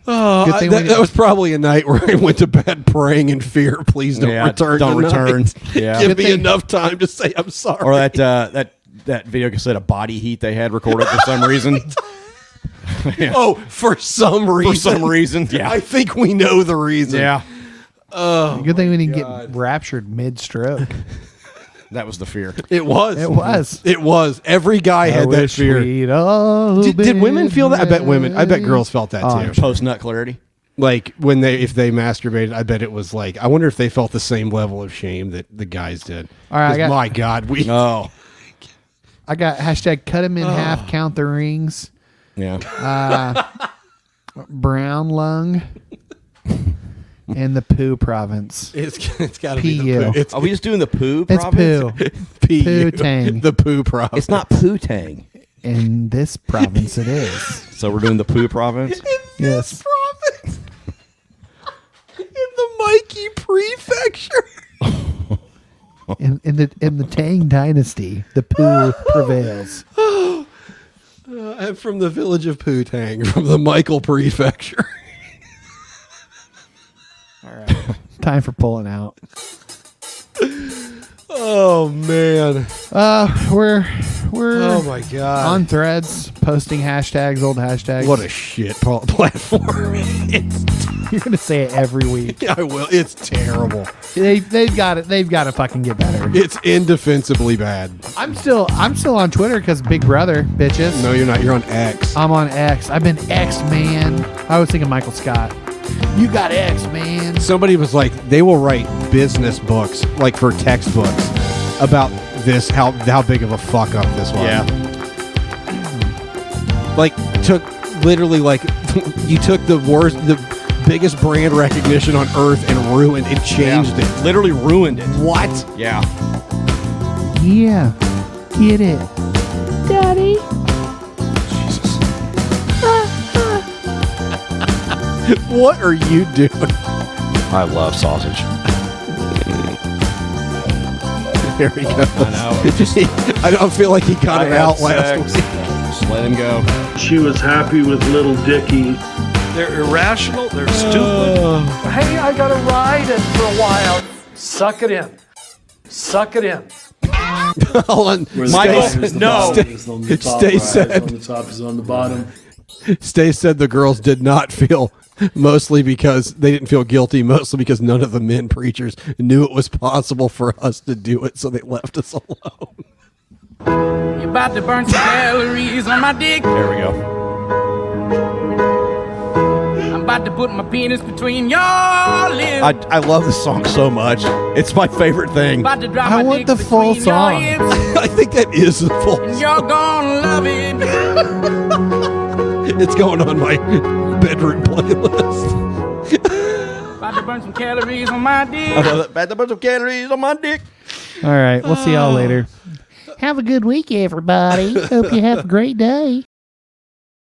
Speaker 3: Oh,
Speaker 1: Good
Speaker 3: I-
Speaker 1: thing we
Speaker 3: that,
Speaker 1: didn't-
Speaker 3: that was probably a night where I went to bed praying in fear. Please don't
Speaker 5: Yeah,
Speaker 3: return.
Speaker 5: don't
Speaker 3: tonight.
Speaker 5: return. Yeah.
Speaker 3: Give
Speaker 5: Good
Speaker 3: me
Speaker 5: thing-
Speaker 3: enough time to say I'm sorry.
Speaker 5: or that uh, that that video cassette of body heat they had recorded for some reason.
Speaker 3: Oh, for some reason.
Speaker 5: for some reason, yeah,
Speaker 3: I think we know the reason.
Speaker 5: yeah,
Speaker 3: Oh
Speaker 1: Good thing we didn't get raptured mid-stroke.
Speaker 5: that was the fear.
Speaker 3: It was.
Speaker 1: It was.
Speaker 3: It was. Every guy had that fear.
Speaker 1: Oh,
Speaker 3: Did, did women feel that? I bet women. I bet girls felt
Speaker 5: Oh,
Speaker 3: that too.
Speaker 5: Post nut clarity.
Speaker 3: Like when they, if they masturbated, I bet it was like. I wonder if they felt the same level of shame that the guys did.
Speaker 1: All right, I
Speaker 3: 'Cause
Speaker 1: got-
Speaker 3: my God, we.
Speaker 5: Oh,
Speaker 1: I got hashtag cut them in half,
Speaker 3: Oh.
Speaker 1: count the rings,
Speaker 5: yeah.
Speaker 1: brown lung, and the poo province.
Speaker 3: It's, it's got to
Speaker 1: be
Speaker 3: be
Speaker 1: the PU.
Speaker 3: the
Speaker 1: poo-
Speaker 3: poo. It's
Speaker 5: Are we just doing the poo?
Speaker 1: It's
Speaker 5: province?
Speaker 1: poo.
Speaker 3: poo,
Speaker 1: poo tang.
Speaker 3: The poo problem.
Speaker 5: It's not poo tang.
Speaker 1: In this province, it is.
Speaker 5: So we're doing the poo province.
Speaker 1: Yes.
Speaker 3: province. In the Mikey Prefecture.
Speaker 1: In, in the in the Tang dynasty, the poo prevails.
Speaker 3: I'm Uh, from the village of Putang, from the Michael Prefecture.
Speaker 1: Time for pulling out.
Speaker 3: Oh man!
Speaker 1: Uh, we're we're
Speaker 3: Oh my god!
Speaker 1: on threads, posting hashtags, old hashtags.
Speaker 3: what a shit pl- platform! it's,
Speaker 1: you're gonna say it every week.
Speaker 3: I will. It's terrible.
Speaker 1: They they've got it. They've got to fucking get better.
Speaker 3: It's indefensibly bad.
Speaker 1: I'm still I'm still on Twitter because Big Brother bitches.
Speaker 3: No, you're not. You're on X.
Speaker 1: I'm on X. I've been X man. I was thinking Michael Scott. You got X man.
Speaker 3: Somebody was like, they will write business books, like for textbooks, about this how how big of a fuck up this was. like took literally like you took the worst the biggest brand recognition on earth and ruined and changed it
Speaker 5: Literally ruined it.
Speaker 3: what
Speaker 5: Yeah.
Speaker 1: Yeah, get it.
Speaker 3: what are you doing
Speaker 5: I love sausage.
Speaker 3: there he goes
Speaker 5: I know.
Speaker 3: It just- i don't feel like he got it out last week
Speaker 5: Just let him go.
Speaker 19: She was happy with little Dicky.
Speaker 2: They're irrational. They're stupid.
Speaker 19: Hey, I got a ride in for a while. Suck it in. Suck it in.
Speaker 3: hold on
Speaker 5: Michael, no.
Speaker 3: Stay said.
Speaker 19: the top is on the bottom.
Speaker 3: stay said the girls did not feel mostly because they didn't feel guilty mostly because none of the men preachers knew it was possible for us to do it so they left us alone
Speaker 8: You're about to burn some calories on my dick.
Speaker 5: There we go.
Speaker 8: I'm about to put my penis between your lips.
Speaker 5: I, I love this song so much. It's my favorite thing.
Speaker 8: About to drop
Speaker 1: I
Speaker 8: my
Speaker 1: want the
Speaker 8: dick
Speaker 1: full
Speaker 8: between your
Speaker 1: song.
Speaker 8: hips.
Speaker 3: i think that is the full
Speaker 8: You're gonna love it.
Speaker 3: It's going on my bedroom playlist.
Speaker 9: About to burn some calories on my dick.
Speaker 5: About to burn some calories on my dick.
Speaker 20: All right. We'll see y'all later.
Speaker 7: Have a good week, everybody. Hope you have a great day.